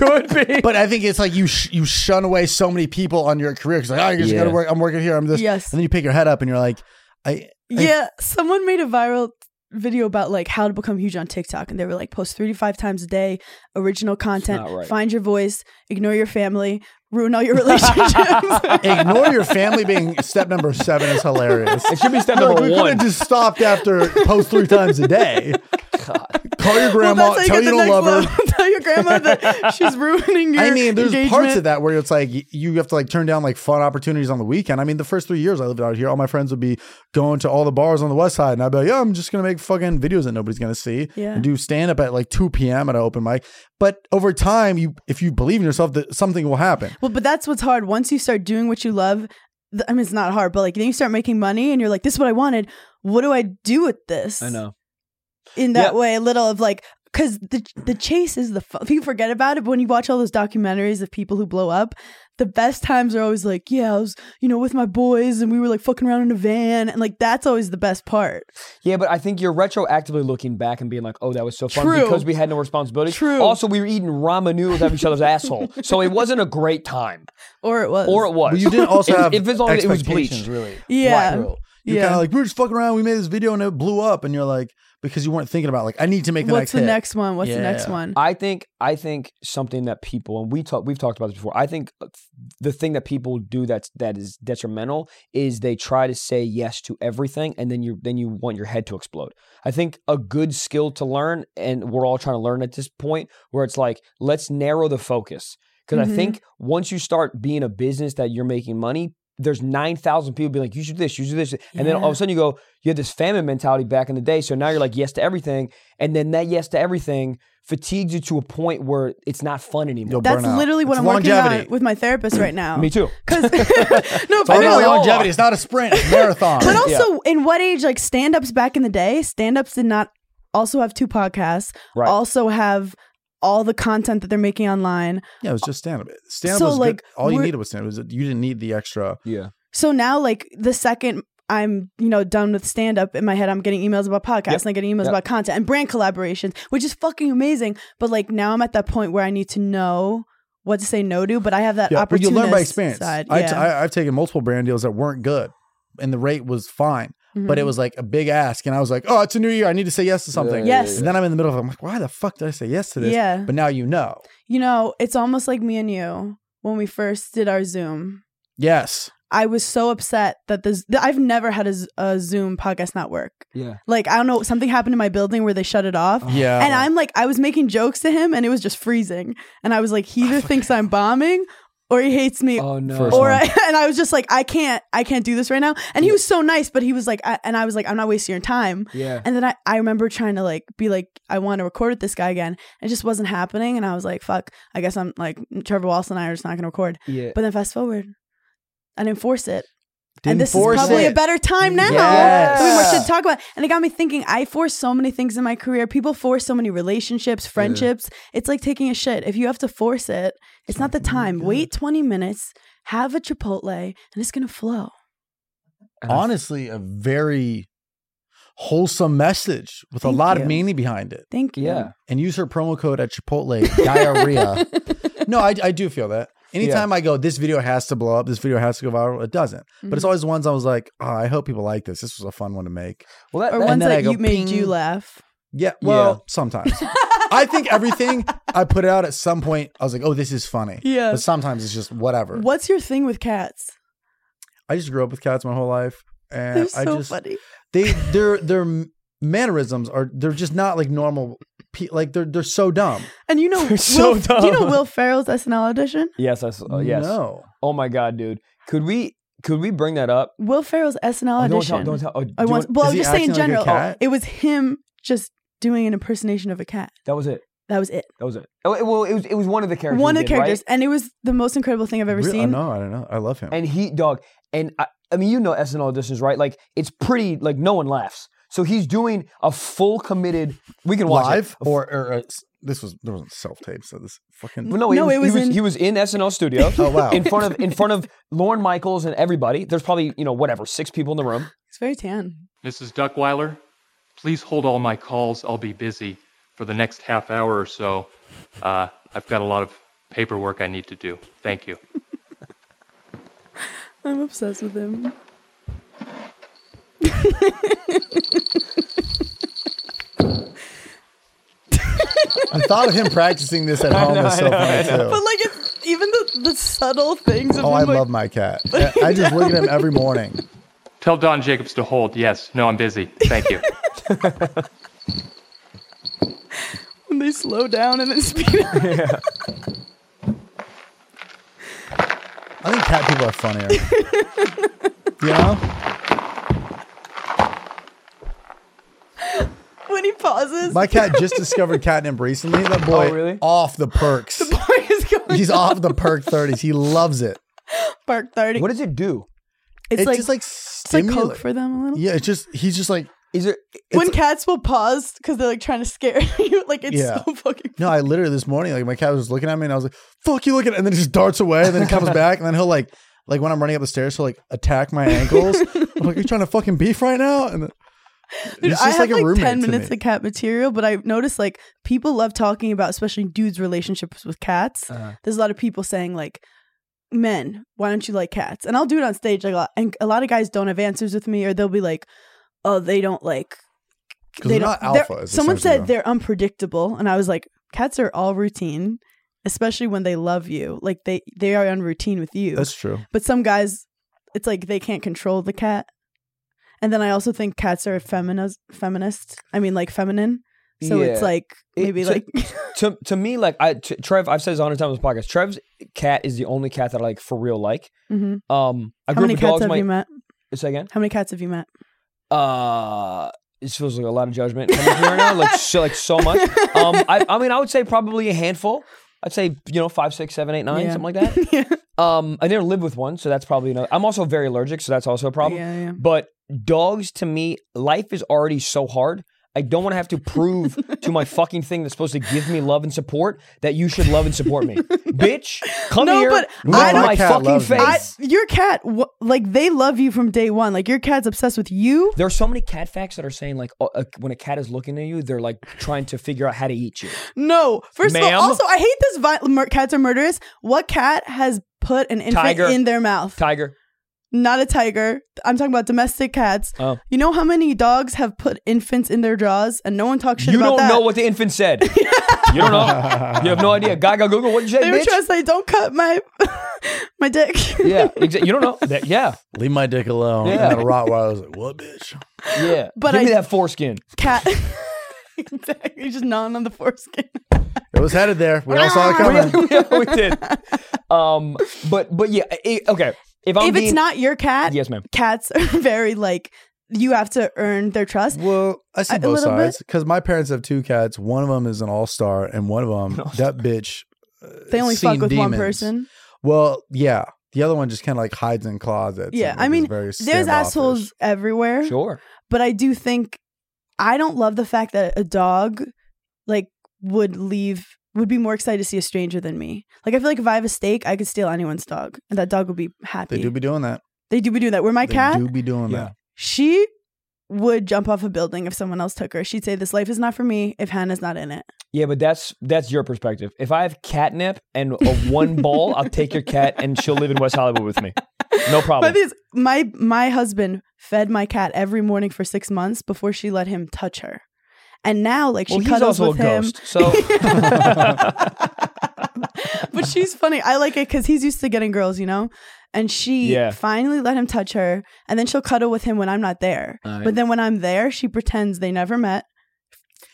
[SPEAKER 4] Could be.
[SPEAKER 3] but I think it's like you sh- you shun away so many people on your career because like, oh, you just
[SPEAKER 4] Yeah.
[SPEAKER 3] got to work. I'm working here. I'm this.
[SPEAKER 1] Yes.
[SPEAKER 3] and then you pick your head up and you're like, I
[SPEAKER 1] yeah, someone made a viral video about like how to become huge on TikTok, and they were like, post three to five times a day, original content,
[SPEAKER 4] not right.
[SPEAKER 1] find your voice, ignore your family, ruin all your relationships.
[SPEAKER 3] ignore your family. Being step number seven is hilarious.
[SPEAKER 4] It should be step
[SPEAKER 3] Like,
[SPEAKER 4] number
[SPEAKER 3] we could
[SPEAKER 4] one.
[SPEAKER 3] have just stopped after post three times a day. Call your grandma,
[SPEAKER 1] that's how
[SPEAKER 3] tell
[SPEAKER 1] get
[SPEAKER 3] you don't
[SPEAKER 1] the
[SPEAKER 3] love
[SPEAKER 1] next
[SPEAKER 3] her.
[SPEAKER 1] level. tell your grandma that she's ruining your.
[SPEAKER 3] I mean, there's
[SPEAKER 1] engagement.
[SPEAKER 3] parts of that where it's like y- you have to like turn down like fun opportunities on the weekend. I mean, the first three years I lived out here, all my friends would be going to all the bars on the west side, and I'd be like, "Yeah, I'm just gonna make fucking videos that nobody's gonna see,
[SPEAKER 1] Yeah.
[SPEAKER 3] and do stand up at like 2 p.m. at an open mic." But over time, you if you believe in yourself, that something will happen.
[SPEAKER 1] Well, but that's what's hard. Once you start doing what you love, th- I mean, it's not hard, but like then you start making money, and you're like, this is what I wanted. What do I do with this?
[SPEAKER 4] I know.
[SPEAKER 1] in that
[SPEAKER 4] Yeah.
[SPEAKER 1] way a little of like because the the chase is the fun. people forget about it but when you watch all those documentaries of people who blow up the best times are always like yeah i was you know with my boys and we were like fucking around in a van and like that's always the best part
[SPEAKER 4] Yeah, but I think you're retroactively looking back and being like, "Oh, that was so fun
[SPEAKER 1] True.
[SPEAKER 4] because we had no responsibility."
[SPEAKER 1] True.
[SPEAKER 4] Also, we were eating ramen noodles out of each other's asshole, so it wasn't a great time,
[SPEAKER 1] or it was
[SPEAKER 4] or it was.
[SPEAKER 3] But you did also
[SPEAKER 4] If-
[SPEAKER 3] have
[SPEAKER 4] if as long as it was
[SPEAKER 3] expectations,
[SPEAKER 4] bleached.
[SPEAKER 3] really.
[SPEAKER 1] yeah
[SPEAKER 3] Right. You're
[SPEAKER 1] Yeah.
[SPEAKER 3] kind of like, we were just fucking around. We made this video and it blew up. And you're like, because you weren't thinking about, like, I need to make the
[SPEAKER 1] what's
[SPEAKER 3] next
[SPEAKER 1] the
[SPEAKER 3] hit.
[SPEAKER 1] next one what's
[SPEAKER 3] Yeah.
[SPEAKER 1] the next one
[SPEAKER 4] I think I think something that people and we talk we've talked about this before. I think uh, the thing that people do that's that is detrimental is they try to say yes to everything and then you then you want your head to explode. I think a good skill to learn and we're all trying to learn at this point where it's like let's narrow the focus because I
[SPEAKER 1] Mhm.
[SPEAKER 4] think once you start being a business that you're making money there's 9,000 people being like, you should do this, you should do this. And then all of
[SPEAKER 1] Yeah.
[SPEAKER 4] a sudden you go, you had this famine mentality back in the day. So now you're like, yes to everything. And then that yes to everything fatigues you to a point where it's not fun anymore.
[SPEAKER 3] You'll
[SPEAKER 1] that's
[SPEAKER 3] burn out.
[SPEAKER 1] literally what
[SPEAKER 3] It's
[SPEAKER 1] i'm working
[SPEAKER 3] longevity.
[SPEAKER 1] on with my therapist right now
[SPEAKER 4] Me too.
[SPEAKER 1] because no
[SPEAKER 3] It's
[SPEAKER 1] but
[SPEAKER 3] all about
[SPEAKER 1] really,
[SPEAKER 3] longevity. It's not a sprint, it's a marathon.
[SPEAKER 1] But also, in what age? Like stand ups back in the day, stand ups did not also have two podcasts,
[SPEAKER 4] Right.
[SPEAKER 1] also have all the content that they're making online.
[SPEAKER 3] yeah, it was just stand up. Stand up
[SPEAKER 1] So,
[SPEAKER 3] was
[SPEAKER 1] like,
[SPEAKER 3] good. All you
[SPEAKER 1] we're-
[SPEAKER 3] needed was stand up. Was that You didn't need the extra.
[SPEAKER 4] Yeah.
[SPEAKER 1] So now, like, the second I'm, you know, done with stand up in my head, I'm getting emails about podcasts
[SPEAKER 4] Yep.
[SPEAKER 1] and I'm getting emails
[SPEAKER 4] Yep.
[SPEAKER 1] about content and brand collaborations, which is fucking amazing. But like, now I'm at that point where I need to know what to say no to, but I have that
[SPEAKER 3] Yeah, but you
[SPEAKER 1] opportunity.
[SPEAKER 3] learn by experience.
[SPEAKER 1] Side.
[SPEAKER 3] I t-
[SPEAKER 1] yeah.
[SPEAKER 3] I, I've taken multiple brand deals that weren't good and the rate was fine,
[SPEAKER 1] Mm-hmm.
[SPEAKER 3] but it was like a big ask. And I was like, oh, it's a new year. I need to say yes to something.
[SPEAKER 1] yeah, Yes. yeah.
[SPEAKER 3] And then I'm in the middle of it. I'm like, why the fuck did I say yes to this?
[SPEAKER 1] Yeah.
[SPEAKER 3] But now you know.
[SPEAKER 1] you know, it's almost like me and you when we first did our Zoom.
[SPEAKER 3] Yes.
[SPEAKER 1] I was so upset that this. That I've never had a, Z- a Zoom podcast not work.
[SPEAKER 4] Yeah.
[SPEAKER 1] Like I don't know, something happened in my building where they shut it off.
[SPEAKER 3] Yeah.
[SPEAKER 1] And I'm like, I was making jokes to him, and it was just freezing. And I was like, he either thinks I'm bombing, or he hates me,
[SPEAKER 4] Oh, no.
[SPEAKER 3] First
[SPEAKER 1] or
[SPEAKER 3] one.
[SPEAKER 1] I, and I was just like, I can't, I can't do this right now. And he was so nice, but he was like, I, and I was like, I'm not wasting your time.
[SPEAKER 4] yeah.
[SPEAKER 1] And then I, I remember trying to like be like, I want to record with this guy again. It just wasn't happening. And I was like, fuck, I guess I'm like, Trevor Wallace and I are just not going to record.
[SPEAKER 4] Yeah.
[SPEAKER 1] But then fast forward, I didn't force it. and this is
[SPEAKER 3] force
[SPEAKER 1] probably
[SPEAKER 3] it.
[SPEAKER 1] a better time now
[SPEAKER 4] Yes.
[SPEAKER 1] that we more should talk about. And it got me thinking. I force so many things in my career. People force so many relationships, friendships. It's like taking a shit. If you have to force it, it's not the time. Wait twenty minutes, have a Chipotle, and it's gonna flow.
[SPEAKER 3] Honestly, a very wholesome message with
[SPEAKER 1] Thank
[SPEAKER 3] a lot
[SPEAKER 1] you.
[SPEAKER 3] of meaning behind it.
[SPEAKER 1] Thank you.
[SPEAKER 4] Yeah.
[SPEAKER 3] And use her promo code at Chipotle diarrhea. no, I, I do feel that. Anytime I go, this video has to blow up. This video has to go viral. It doesn't, but
[SPEAKER 1] Mm-hmm.
[SPEAKER 3] it's always the ones I was like, oh, I hope people like this. This was a fun one to make.
[SPEAKER 4] Well, that,
[SPEAKER 1] Or
[SPEAKER 4] that-
[SPEAKER 1] ones
[SPEAKER 3] then I
[SPEAKER 1] that
[SPEAKER 3] go
[SPEAKER 1] you made you
[SPEAKER 3] ping.
[SPEAKER 1] laugh.
[SPEAKER 3] Yeah, well, sometimes. I think everything I put out at some point, I was like, oh, this is funny.
[SPEAKER 1] Yeah.
[SPEAKER 3] But sometimes it's just whatever.
[SPEAKER 1] What's your thing with cats?
[SPEAKER 3] I just grew up with cats my whole life, and
[SPEAKER 1] They're
[SPEAKER 3] I
[SPEAKER 1] so
[SPEAKER 3] just
[SPEAKER 1] funny.
[SPEAKER 3] they their their mannerisms are they're just not like normal. Pe- like they're they're so dumb.
[SPEAKER 1] And you know,
[SPEAKER 4] They're so
[SPEAKER 1] Will, do you know
[SPEAKER 4] dumb.
[SPEAKER 1] Will Ferrell's SNL audition?
[SPEAKER 4] yes, I s- uh, yes.
[SPEAKER 3] No.
[SPEAKER 4] Oh my god, dude. Could we could we bring that up?
[SPEAKER 1] Will Ferrell's SNL
[SPEAKER 4] Oh, don't
[SPEAKER 1] audition.
[SPEAKER 4] tell. Don't tell. Oh, do
[SPEAKER 1] I
[SPEAKER 4] you
[SPEAKER 1] want.
[SPEAKER 4] want-
[SPEAKER 1] well,
[SPEAKER 3] is
[SPEAKER 1] I'm
[SPEAKER 3] he
[SPEAKER 1] just saying in
[SPEAKER 3] acting like
[SPEAKER 1] general.
[SPEAKER 3] a cat?
[SPEAKER 1] it was him just doing an impersonation of a cat.
[SPEAKER 4] that was it.
[SPEAKER 1] That was it.
[SPEAKER 4] That was it. Oh, it- well, it was it was one of the characters.
[SPEAKER 1] One of
[SPEAKER 4] he
[SPEAKER 1] the
[SPEAKER 4] did, right?
[SPEAKER 1] characters, and it was the most incredible thing I've ever
[SPEAKER 3] Re-
[SPEAKER 1] seen.
[SPEAKER 3] Oh, no, I don't know. I love him.
[SPEAKER 4] And he, dog, and I, I mean, you know SNL auditions, right? Like, it's pretty, like, no one laughs. So he's doing a full committed, we can watch
[SPEAKER 3] Live
[SPEAKER 4] it.
[SPEAKER 3] or, or uh, s- this was there wasn't self tape, so this fucking.
[SPEAKER 4] Well, no,
[SPEAKER 1] No,
[SPEAKER 4] he,
[SPEAKER 1] it
[SPEAKER 4] was,
[SPEAKER 1] was
[SPEAKER 4] he, was,
[SPEAKER 1] in-
[SPEAKER 4] he was in SNL studio.
[SPEAKER 3] Oh, wow.
[SPEAKER 4] In front of in front of Lauren Michaels and everybody. There's probably, you know, whatever, six people in the room.
[SPEAKER 1] It's very tan.
[SPEAKER 2] Mrs. Duckweiler, please hold all my calls. I'll be busy for the next half hour or so. Uh, I've got a lot of paperwork I need to do. Thank you.
[SPEAKER 1] I'm obsessed with him.
[SPEAKER 3] I thought of him practicing this at home is so funny
[SPEAKER 1] But
[SPEAKER 3] too.
[SPEAKER 1] like, it's even the, the subtle things of
[SPEAKER 3] Oh,
[SPEAKER 1] him.
[SPEAKER 3] I
[SPEAKER 1] like,
[SPEAKER 3] love my cat. I, I just look at him every morning.
[SPEAKER 2] Tell Don Jacobs to hold. Yes. No, I'm busy. Thank you.
[SPEAKER 1] when they slow down and then speed up.
[SPEAKER 3] I think cat people are funnier. you know?
[SPEAKER 1] when he pauses,
[SPEAKER 3] My cat just discovered catnip recently. That boy
[SPEAKER 4] Oh, really?
[SPEAKER 3] off the perks.
[SPEAKER 1] boy is going
[SPEAKER 3] He's off the perk 30s. He loves it.
[SPEAKER 1] bark thirty.
[SPEAKER 4] What does it do?
[SPEAKER 1] it's,
[SPEAKER 3] It's,
[SPEAKER 1] like
[SPEAKER 3] just like
[SPEAKER 1] it's like coke
[SPEAKER 3] stimulate-
[SPEAKER 1] for them a little.
[SPEAKER 3] Yeah, it's just he's just like
[SPEAKER 4] Is it,
[SPEAKER 1] when cats will pause because they're like trying to scare you, like it's
[SPEAKER 3] Yeah.
[SPEAKER 1] so fucking.
[SPEAKER 3] no, I literally this morning like my cat was looking at me and I was like, "Fuck you, looking," and then it just darts away and then it comes back and then he'll like like when I'm running up the stairs he'll like attack my ankles. I'm like, "Are you trying to fucking beef right now?" And then,
[SPEAKER 1] Dude,
[SPEAKER 3] he's
[SPEAKER 1] I have like, ten
[SPEAKER 3] to
[SPEAKER 1] minutes
[SPEAKER 3] me.
[SPEAKER 1] of cat material, but I noticed like people love talking about, especially dudes' relationships with cats.
[SPEAKER 3] Uh-huh.
[SPEAKER 1] There's a lot of people saying like, "Men, why don't you like cats?" And I'll do it on stage like, a lot, and a lot of guys don't have answers with me, or they'll be like, "Oh, they don't like."
[SPEAKER 3] 'Cause they're not alphas,
[SPEAKER 1] someone
[SPEAKER 3] essentially,
[SPEAKER 1] said
[SPEAKER 3] though.
[SPEAKER 1] they're unpredictable, and I was like, "Cats are all routine, especially when they love you. Like they they are on routine with you."
[SPEAKER 3] That's true.
[SPEAKER 1] but some guys it's like they can't control the cat and then i also think cats are feminist feminist i mean like feminine so it's
[SPEAKER 4] Yeah.
[SPEAKER 1] like
[SPEAKER 4] It-
[SPEAKER 1] maybe
[SPEAKER 4] so-
[SPEAKER 1] like
[SPEAKER 4] to to me, like I t- Trev, I've said this a hundred times on this podcast. Trev's cat is the only cat that I like for real like.
[SPEAKER 1] Mhm.
[SPEAKER 4] Um, I
[SPEAKER 1] how
[SPEAKER 4] grew up
[SPEAKER 1] many
[SPEAKER 4] with
[SPEAKER 1] cats
[SPEAKER 4] dogs.
[SPEAKER 1] have
[SPEAKER 4] My
[SPEAKER 1] you met
[SPEAKER 4] say again.
[SPEAKER 1] how many cats have you met
[SPEAKER 4] Uh, this feels like a lot of judgment coming from here right now, like so, like so much. Um, I, I mean, I would say probably a handful. I'd say you know five, six, seven, eight, nine,
[SPEAKER 1] Yeah.
[SPEAKER 4] something like that.
[SPEAKER 1] yeah.
[SPEAKER 4] Um, I never lived with one, so that's probably another. I'm also very allergic, so that's also a problem.
[SPEAKER 1] yeah yeah
[SPEAKER 4] But dogs, to me, life is already so hard. I don't want to have to prove to my fucking thing that's supposed to give me love and support that you should love and support me, bitch. Come
[SPEAKER 1] No,
[SPEAKER 4] here,
[SPEAKER 1] but
[SPEAKER 4] look
[SPEAKER 1] I
[SPEAKER 4] at
[SPEAKER 1] don't-
[SPEAKER 4] my
[SPEAKER 3] My cat
[SPEAKER 4] fucking
[SPEAKER 3] loves me.
[SPEAKER 1] I,
[SPEAKER 4] face.
[SPEAKER 1] your cat wh- like they love you from day one like your cat's obsessed with you
[SPEAKER 4] There are so many cat facts that are saying like uh, uh, when a cat is looking at you, they're like trying to figure out how to eat you.
[SPEAKER 1] no first of
[SPEAKER 4] Ma'am?
[SPEAKER 1] all also i hate this vi- mur- cats are murderous what cat has put an infant
[SPEAKER 4] Tiger.
[SPEAKER 1] in their mouth
[SPEAKER 4] Tiger.
[SPEAKER 1] not a tiger. I'm talking about domestic cats.
[SPEAKER 4] Oh.
[SPEAKER 1] You know how many dogs have put infants in their jaws and no one talks shit
[SPEAKER 4] you
[SPEAKER 1] about
[SPEAKER 4] don't
[SPEAKER 1] that?
[SPEAKER 4] know what the infant said. you don't know. You have no idea. Gaga Google, what'd you say,
[SPEAKER 1] they were
[SPEAKER 4] bitch?
[SPEAKER 1] trying to say, don't cut my my dick.
[SPEAKER 4] yeah, exa- you don't know. That, yeah,
[SPEAKER 3] Leave my dick alone.
[SPEAKER 4] Yeah.
[SPEAKER 3] And a Rottweiler was like, "What, bitch?"
[SPEAKER 4] yeah.
[SPEAKER 1] But
[SPEAKER 4] Give me
[SPEAKER 1] I-
[SPEAKER 4] that foreskin.
[SPEAKER 1] Cat. exactly. Just gnawing on the foreskin.
[SPEAKER 3] It was headed there. We all saw it coming.
[SPEAKER 4] yeah, we did. Um, but but yeah, it- okay. If I'm
[SPEAKER 1] if
[SPEAKER 4] being,
[SPEAKER 1] it's not your cat,
[SPEAKER 4] yes, ma'am.
[SPEAKER 1] cats are very like, you have to earn their trust.
[SPEAKER 3] Well, I see
[SPEAKER 1] A- a
[SPEAKER 3] both
[SPEAKER 1] little bit.
[SPEAKER 3] sides because my parents have two cats. One of them is an all star, and one of them that bitch. uh,
[SPEAKER 1] They only
[SPEAKER 3] seen
[SPEAKER 1] fuck with one
[SPEAKER 3] demons.
[SPEAKER 1] person.
[SPEAKER 3] Well, yeah, The other one just kind of like hides in closets. and
[SPEAKER 1] Yeah, I
[SPEAKER 3] is
[SPEAKER 1] mean,
[SPEAKER 3] very
[SPEAKER 1] There's
[SPEAKER 3] standoffish.
[SPEAKER 1] assholes everywhere.
[SPEAKER 4] Sure.
[SPEAKER 1] but I do think I don't love the fact that a dog like would leave would be more excited to see a stranger than me. Like I feel like if I have a steak, I could steal anyone's dog, and that dog would be happy.
[SPEAKER 3] They do be doing that.
[SPEAKER 1] They do be doing that. Where my
[SPEAKER 3] they
[SPEAKER 1] cat,
[SPEAKER 3] do be doing
[SPEAKER 4] Yeah.
[SPEAKER 1] she would jump off a building if someone else took her. She'd say, "This life is not for me if Hannah's not in it."
[SPEAKER 4] Yeah, but that's that's your perspective. If I have catnip and a one ball, I'll take your cat and she'll live in West Hollywood with me. No problem.
[SPEAKER 1] But these, my my husband fed my cat every morning for six months before she let him touch her, and now like she
[SPEAKER 4] well, he's
[SPEAKER 1] cuddles
[SPEAKER 4] also a
[SPEAKER 1] with him.
[SPEAKER 4] ghost. So
[SPEAKER 1] but she's funny. I like it because he's used to getting girls, you know? And she
[SPEAKER 4] Yeah.
[SPEAKER 1] finally let him touch her, and then she'll cuddle with him when I'm not there.
[SPEAKER 4] Alright.
[SPEAKER 1] But then when I'm there, she pretends they never met.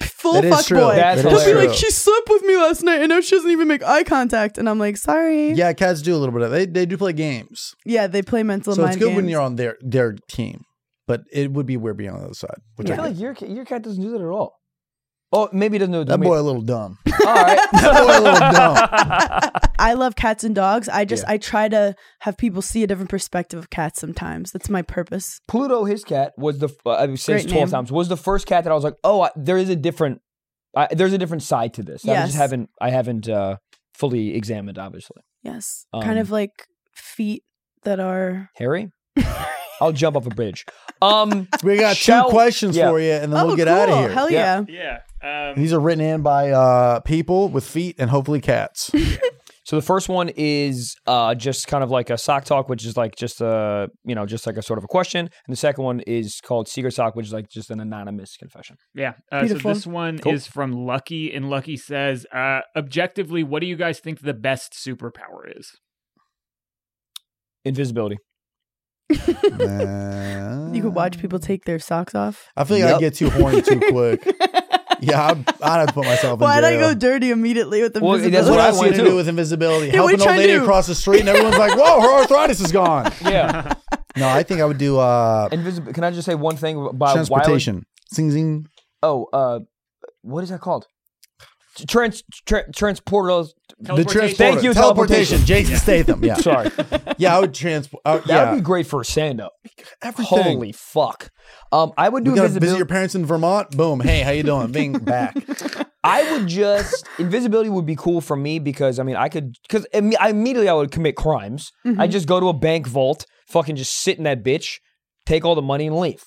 [SPEAKER 1] F- Full
[SPEAKER 3] That is
[SPEAKER 1] fuck
[SPEAKER 3] true.
[SPEAKER 1] boy.
[SPEAKER 4] That's
[SPEAKER 1] He'll be like,
[SPEAKER 4] hilarious.
[SPEAKER 1] she slept with me last night, and now she doesn't even make eye contact. And I'm like, sorry.
[SPEAKER 3] that. Yeah, cats do a little bit of they they do play games.
[SPEAKER 1] Yeah, they play mental
[SPEAKER 3] so
[SPEAKER 1] mind
[SPEAKER 3] it's good when
[SPEAKER 1] games.
[SPEAKER 3] you're on their their team. But it would be weird being on the other side. Which
[SPEAKER 4] I
[SPEAKER 3] I
[SPEAKER 4] feel
[SPEAKER 3] get.
[SPEAKER 4] like your ca- your cat doesn't do that at all. Oh, maybe he doesn't do it. to
[SPEAKER 3] that
[SPEAKER 4] me.
[SPEAKER 3] boy a little dumb.
[SPEAKER 4] All right.
[SPEAKER 3] that boy a little dumb.
[SPEAKER 1] I love cats and dogs. I just, I try to have people see a different perspective of cats sometimes. That's my purpose.
[SPEAKER 4] Pluto, his cat, was the uh, I've said this
[SPEAKER 1] Great
[SPEAKER 4] twelve
[SPEAKER 1] name.
[SPEAKER 4] times. Was the first cat that I was like, oh, I, there is a different, I, there's a different side to this. I
[SPEAKER 1] Yes.
[SPEAKER 4] just haven't, I haven't uh, fully examined. Obviously,
[SPEAKER 1] Yes.
[SPEAKER 4] Um,
[SPEAKER 1] kind of like feet that are.
[SPEAKER 4] Harry, I'll jump off a bridge. Um,
[SPEAKER 3] We got two
[SPEAKER 4] Shall-
[SPEAKER 3] questions
[SPEAKER 4] yeah.
[SPEAKER 3] for you, and then
[SPEAKER 1] oh,
[SPEAKER 3] we'll get
[SPEAKER 1] cool.
[SPEAKER 3] out of here.
[SPEAKER 1] Hell
[SPEAKER 4] Yeah.
[SPEAKER 1] yeah.
[SPEAKER 5] Yeah. Um,
[SPEAKER 3] These are written in by uh, people with feet and hopefully cats.
[SPEAKER 4] so the first one is uh, just kind of like a sock talk, which is like just a, you know, just like a sort of a question, and the second one is called secret sock, which is like just an anonymous confession.
[SPEAKER 5] Yeah. Uh, so
[SPEAKER 1] Beautiful.
[SPEAKER 5] this one
[SPEAKER 4] Cool.
[SPEAKER 5] is from Lucky, and Lucky says, uh, objectively, what do you guys think the best superpower is?
[SPEAKER 4] Invisibility.
[SPEAKER 1] You could watch people take their socks off.
[SPEAKER 3] I feel like
[SPEAKER 4] Yep.
[SPEAKER 3] I get too horny too quick. yeah, I'd, I'd have to put myself in
[SPEAKER 1] Why'd I
[SPEAKER 3] jail.
[SPEAKER 1] go dirty immediately with the
[SPEAKER 4] Well,
[SPEAKER 1] visibility?
[SPEAKER 4] that's
[SPEAKER 3] That's what I
[SPEAKER 4] I wanna
[SPEAKER 3] wanted to
[SPEAKER 4] do.
[SPEAKER 3] do with invisibility.
[SPEAKER 1] Yeah, what
[SPEAKER 3] Help
[SPEAKER 1] you
[SPEAKER 3] an old
[SPEAKER 1] trying to
[SPEAKER 3] lady
[SPEAKER 1] do?
[SPEAKER 3] across the street, and everyone's like, "Whoa, her arthritis is gone."
[SPEAKER 4] Yeah.
[SPEAKER 3] No, I think I would do uh,
[SPEAKER 4] Invisible. Can I just say one thing by
[SPEAKER 3] transportation. Sing sing.
[SPEAKER 4] Oh, uh, what is that called? Trans tra- transportals.
[SPEAKER 3] The
[SPEAKER 5] Teleportation.
[SPEAKER 3] transporter.
[SPEAKER 4] Thank you,
[SPEAKER 3] teleportation. Jason Statham. Yeah,
[SPEAKER 4] Sorry,
[SPEAKER 3] yeah, I would transport. Uh,
[SPEAKER 4] that would
[SPEAKER 3] yeah,
[SPEAKER 4] be great for stand up.
[SPEAKER 3] everything.
[SPEAKER 4] Holy fuck! Um, I would do
[SPEAKER 3] you gotta visit
[SPEAKER 4] invisibility.
[SPEAKER 3] your parents in Vermont. Boom. Hey, how you doing? Bing. Back.
[SPEAKER 4] I would just invisibility would be cool for me because I mean I could because imme- I immediately I would commit crimes. I
[SPEAKER 3] Mm-hmm.
[SPEAKER 4] just go to a bank vault, fucking just sit in that bitch, take all the money and leave.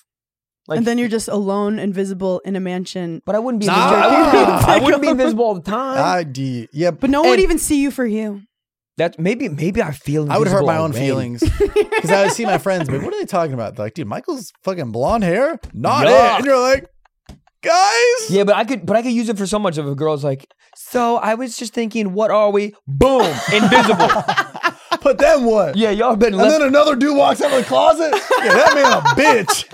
[SPEAKER 4] Like,
[SPEAKER 1] and then you're just alone, invisible in a mansion.
[SPEAKER 4] but I wouldn't be.
[SPEAKER 3] Nah.
[SPEAKER 4] Invisible. I, wouldn't be I
[SPEAKER 1] Take
[SPEAKER 4] wouldn't be
[SPEAKER 1] over.
[SPEAKER 4] invisible all the time.
[SPEAKER 3] I d. Yeah,
[SPEAKER 1] But no one would
[SPEAKER 4] And-
[SPEAKER 1] even see you for you.
[SPEAKER 4] that maybe maybe I feel.
[SPEAKER 3] I would hurt
[SPEAKER 4] invisible
[SPEAKER 3] my own
[SPEAKER 4] already.
[SPEAKER 3] feelings because I would see my friends. But what are they talking about? They're like, dude, Michael's fucking blonde hair, not
[SPEAKER 4] Yuck.
[SPEAKER 3] it. And you're like, guys,
[SPEAKER 4] Yeah, but I could, but I could use it for so much. If a girl's like, so I was just thinking, what are we? Boom, invisible.
[SPEAKER 3] but then what?
[SPEAKER 4] yeah, y'all been
[SPEAKER 3] And
[SPEAKER 4] left.
[SPEAKER 3] then another dude walks out of the closet. Yeah, that man a bitch.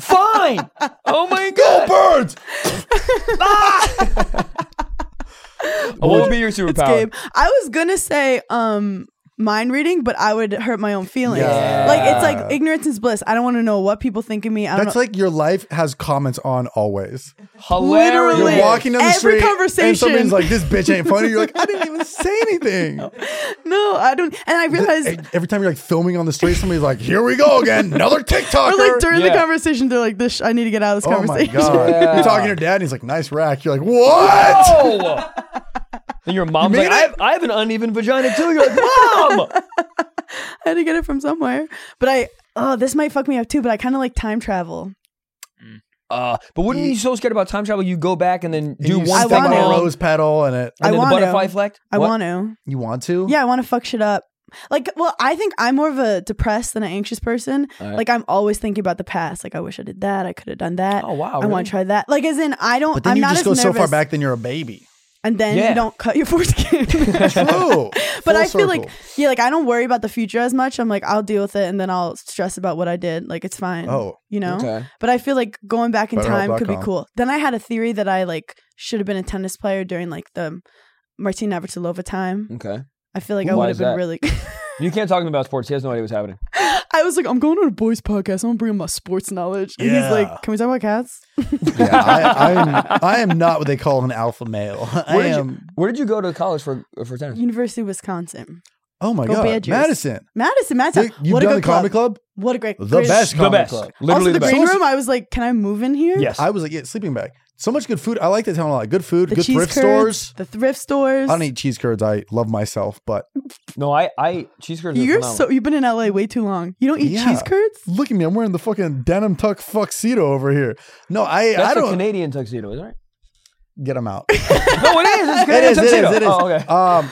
[SPEAKER 4] Fine. Oh my
[SPEAKER 3] Go
[SPEAKER 4] god.
[SPEAKER 3] birds.
[SPEAKER 4] What would be your
[SPEAKER 1] Gabe,
[SPEAKER 4] superpower?
[SPEAKER 1] I was gonna say um mind reading, but I would hurt my own feelings.
[SPEAKER 3] Yeah.
[SPEAKER 1] Like it's like ignorance is bliss. I don't want to know what people think of me. I don't
[SPEAKER 3] That's
[SPEAKER 1] know.
[SPEAKER 3] like your life has comments on always.
[SPEAKER 4] Hilarious.
[SPEAKER 1] Literally.
[SPEAKER 3] You're walking down the
[SPEAKER 1] Every
[SPEAKER 3] street
[SPEAKER 1] conversation.
[SPEAKER 3] and somebody's like, "This bitch ain't funny." You're like, "I didn't even say anything."
[SPEAKER 1] no, I don't. And I realized,
[SPEAKER 3] E- Every time you're like filming on the street, somebody's like, "Here we go again, another TikToker."
[SPEAKER 1] or like during
[SPEAKER 4] Yeah.
[SPEAKER 1] the conversation, they're like, "This, I need to get out of this
[SPEAKER 3] oh my
[SPEAKER 1] conversation."
[SPEAKER 3] god!
[SPEAKER 4] Yeah.
[SPEAKER 3] You're talking to your dad, and he's like, "Nice rack." You're like, "What?"
[SPEAKER 4] Oh. And your mom's
[SPEAKER 3] You
[SPEAKER 4] like,
[SPEAKER 3] made
[SPEAKER 4] I
[SPEAKER 3] it?
[SPEAKER 4] have, I have an uneven vagina too. You're like, mom.
[SPEAKER 1] I had to get it from somewhere. But I, oh, this might fuck me up too. But I kind of like time travel.
[SPEAKER 4] Uh, but wouldn't you be so scared about time travel? You go back and then do
[SPEAKER 3] you
[SPEAKER 4] one
[SPEAKER 3] step
[SPEAKER 4] thing
[SPEAKER 1] I
[SPEAKER 3] on
[SPEAKER 1] wanna-
[SPEAKER 3] a
[SPEAKER 4] wrong,
[SPEAKER 3] rose petal and it.
[SPEAKER 4] and
[SPEAKER 1] I
[SPEAKER 4] then the
[SPEAKER 1] wanna.
[SPEAKER 4] butterfly effect.
[SPEAKER 1] I
[SPEAKER 4] What?
[SPEAKER 1] want to.
[SPEAKER 3] You want to?
[SPEAKER 1] Yeah, I want to fuck shit up. Like, well, I think I'm more of a depressed than an anxious person.
[SPEAKER 4] Alright.
[SPEAKER 1] Like, I'm always thinking about the past. Like, I wish I did that. I could have done that.
[SPEAKER 4] Oh, wow,
[SPEAKER 1] I want
[SPEAKER 4] really?
[SPEAKER 1] to try that. Like, as in, I don't.
[SPEAKER 3] But then
[SPEAKER 1] I'm
[SPEAKER 3] you
[SPEAKER 1] not
[SPEAKER 3] just
[SPEAKER 1] as
[SPEAKER 3] go so far
[SPEAKER 1] nervous,
[SPEAKER 3] back, then you're a baby.
[SPEAKER 1] and then
[SPEAKER 4] Yeah.
[SPEAKER 1] you don't cut your foreskin. but
[SPEAKER 3] True. Full
[SPEAKER 1] I feel like,
[SPEAKER 3] circle.
[SPEAKER 1] yeah, like I don't worry about the future as much. I'm like, I'll deal with it, and then I'll stress about what I did. Like, it's fine.
[SPEAKER 3] Oh,
[SPEAKER 1] you know.
[SPEAKER 4] Okay.
[SPEAKER 1] But I feel like going back in time could be
[SPEAKER 3] BetterHelp.com.
[SPEAKER 1] cool. Then I had a theory that I like should have been a tennis player during like the Martin Navratilova
[SPEAKER 3] Mm.
[SPEAKER 1] time.
[SPEAKER 4] Okay.
[SPEAKER 1] I feel like
[SPEAKER 4] Ooh,
[SPEAKER 1] I
[SPEAKER 4] why
[SPEAKER 1] would
[SPEAKER 4] is
[SPEAKER 1] have been
[SPEAKER 4] that?
[SPEAKER 1] really.
[SPEAKER 4] You can't talk to him about sports. He has no idea what's happening.
[SPEAKER 1] I was like, I'm going on a boys podcast. I'm gonna bring up my sports knowledge. And
[SPEAKER 3] Yeah.
[SPEAKER 1] he's like, Can we talk about cats?
[SPEAKER 3] yeah, I, I'm, I am not what they call an alpha male. I
[SPEAKER 4] Where did you-
[SPEAKER 3] am.
[SPEAKER 4] Where did you go to college for for tennis?
[SPEAKER 1] University of Wisconsin.
[SPEAKER 3] Oh my
[SPEAKER 1] Go
[SPEAKER 3] god,
[SPEAKER 1] Badgers.
[SPEAKER 3] Madison!
[SPEAKER 1] Madison, Madison.
[SPEAKER 3] Dude, You've
[SPEAKER 1] what a
[SPEAKER 3] done
[SPEAKER 1] good
[SPEAKER 3] the comedy
[SPEAKER 1] club.
[SPEAKER 3] club?
[SPEAKER 1] What a great,
[SPEAKER 3] The
[SPEAKER 1] great-
[SPEAKER 3] best
[SPEAKER 4] the
[SPEAKER 3] comedy
[SPEAKER 4] best.
[SPEAKER 3] club.
[SPEAKER 4] Literally
[SPEAKER 1] also, the,
[SPEAKER 4] the best.
[SPEAKER 1] green room. I was like, can I move in here?
[SPEAKER 4] Yes.
[SPEAKER 3] I was like, yeah, sleeping bag. So much good food. I like the town a lot. Good food,
[SPEAKER 1] The
[SPEAKER 3] good
[SPEAKER 1] cheese
[SPEAKER 3] thrift
[SPEAKER 1] curds,
[SPEAKER 3] stores.
[SPEAKER 1] The thrift stores.
[SPEAKER 3] I don't eat cheese curds. I love myself, but
[SPEAKER 4] No, I, I cheese curds. are
[SPEAKER 1] You're
[SPEAKER 4] phenomenal.
[SPEAKER 1] so you've been in LA way too long. You don't eat
[SPEAKER 3] Yeah.
[SPEAKER 1] cheese curds?
[SPEAKER 3] look at me. I'm wearing the fucking denim tuck tuxedo over here. No, I
[SPEAKER 4] That's
[SPEAKER 3] I
[SPEAKER 4] a
[SPEAKER 3] don't
[SPEAKER 4] Canadian tuxedo, isn't it?
[SPEAKER 3] get them out.
[SPEAKER 4] No, it is. It's a
[SPEAKER 3] it
[SPEAKER 4] Canadian
[SPEAKER 3] is. It
[SPEAKER 4] tuxedo.
[SPEAKER 3] is. It is.
[SPEAKER 4] Oh, okay.
[SPEAKER 3] Um,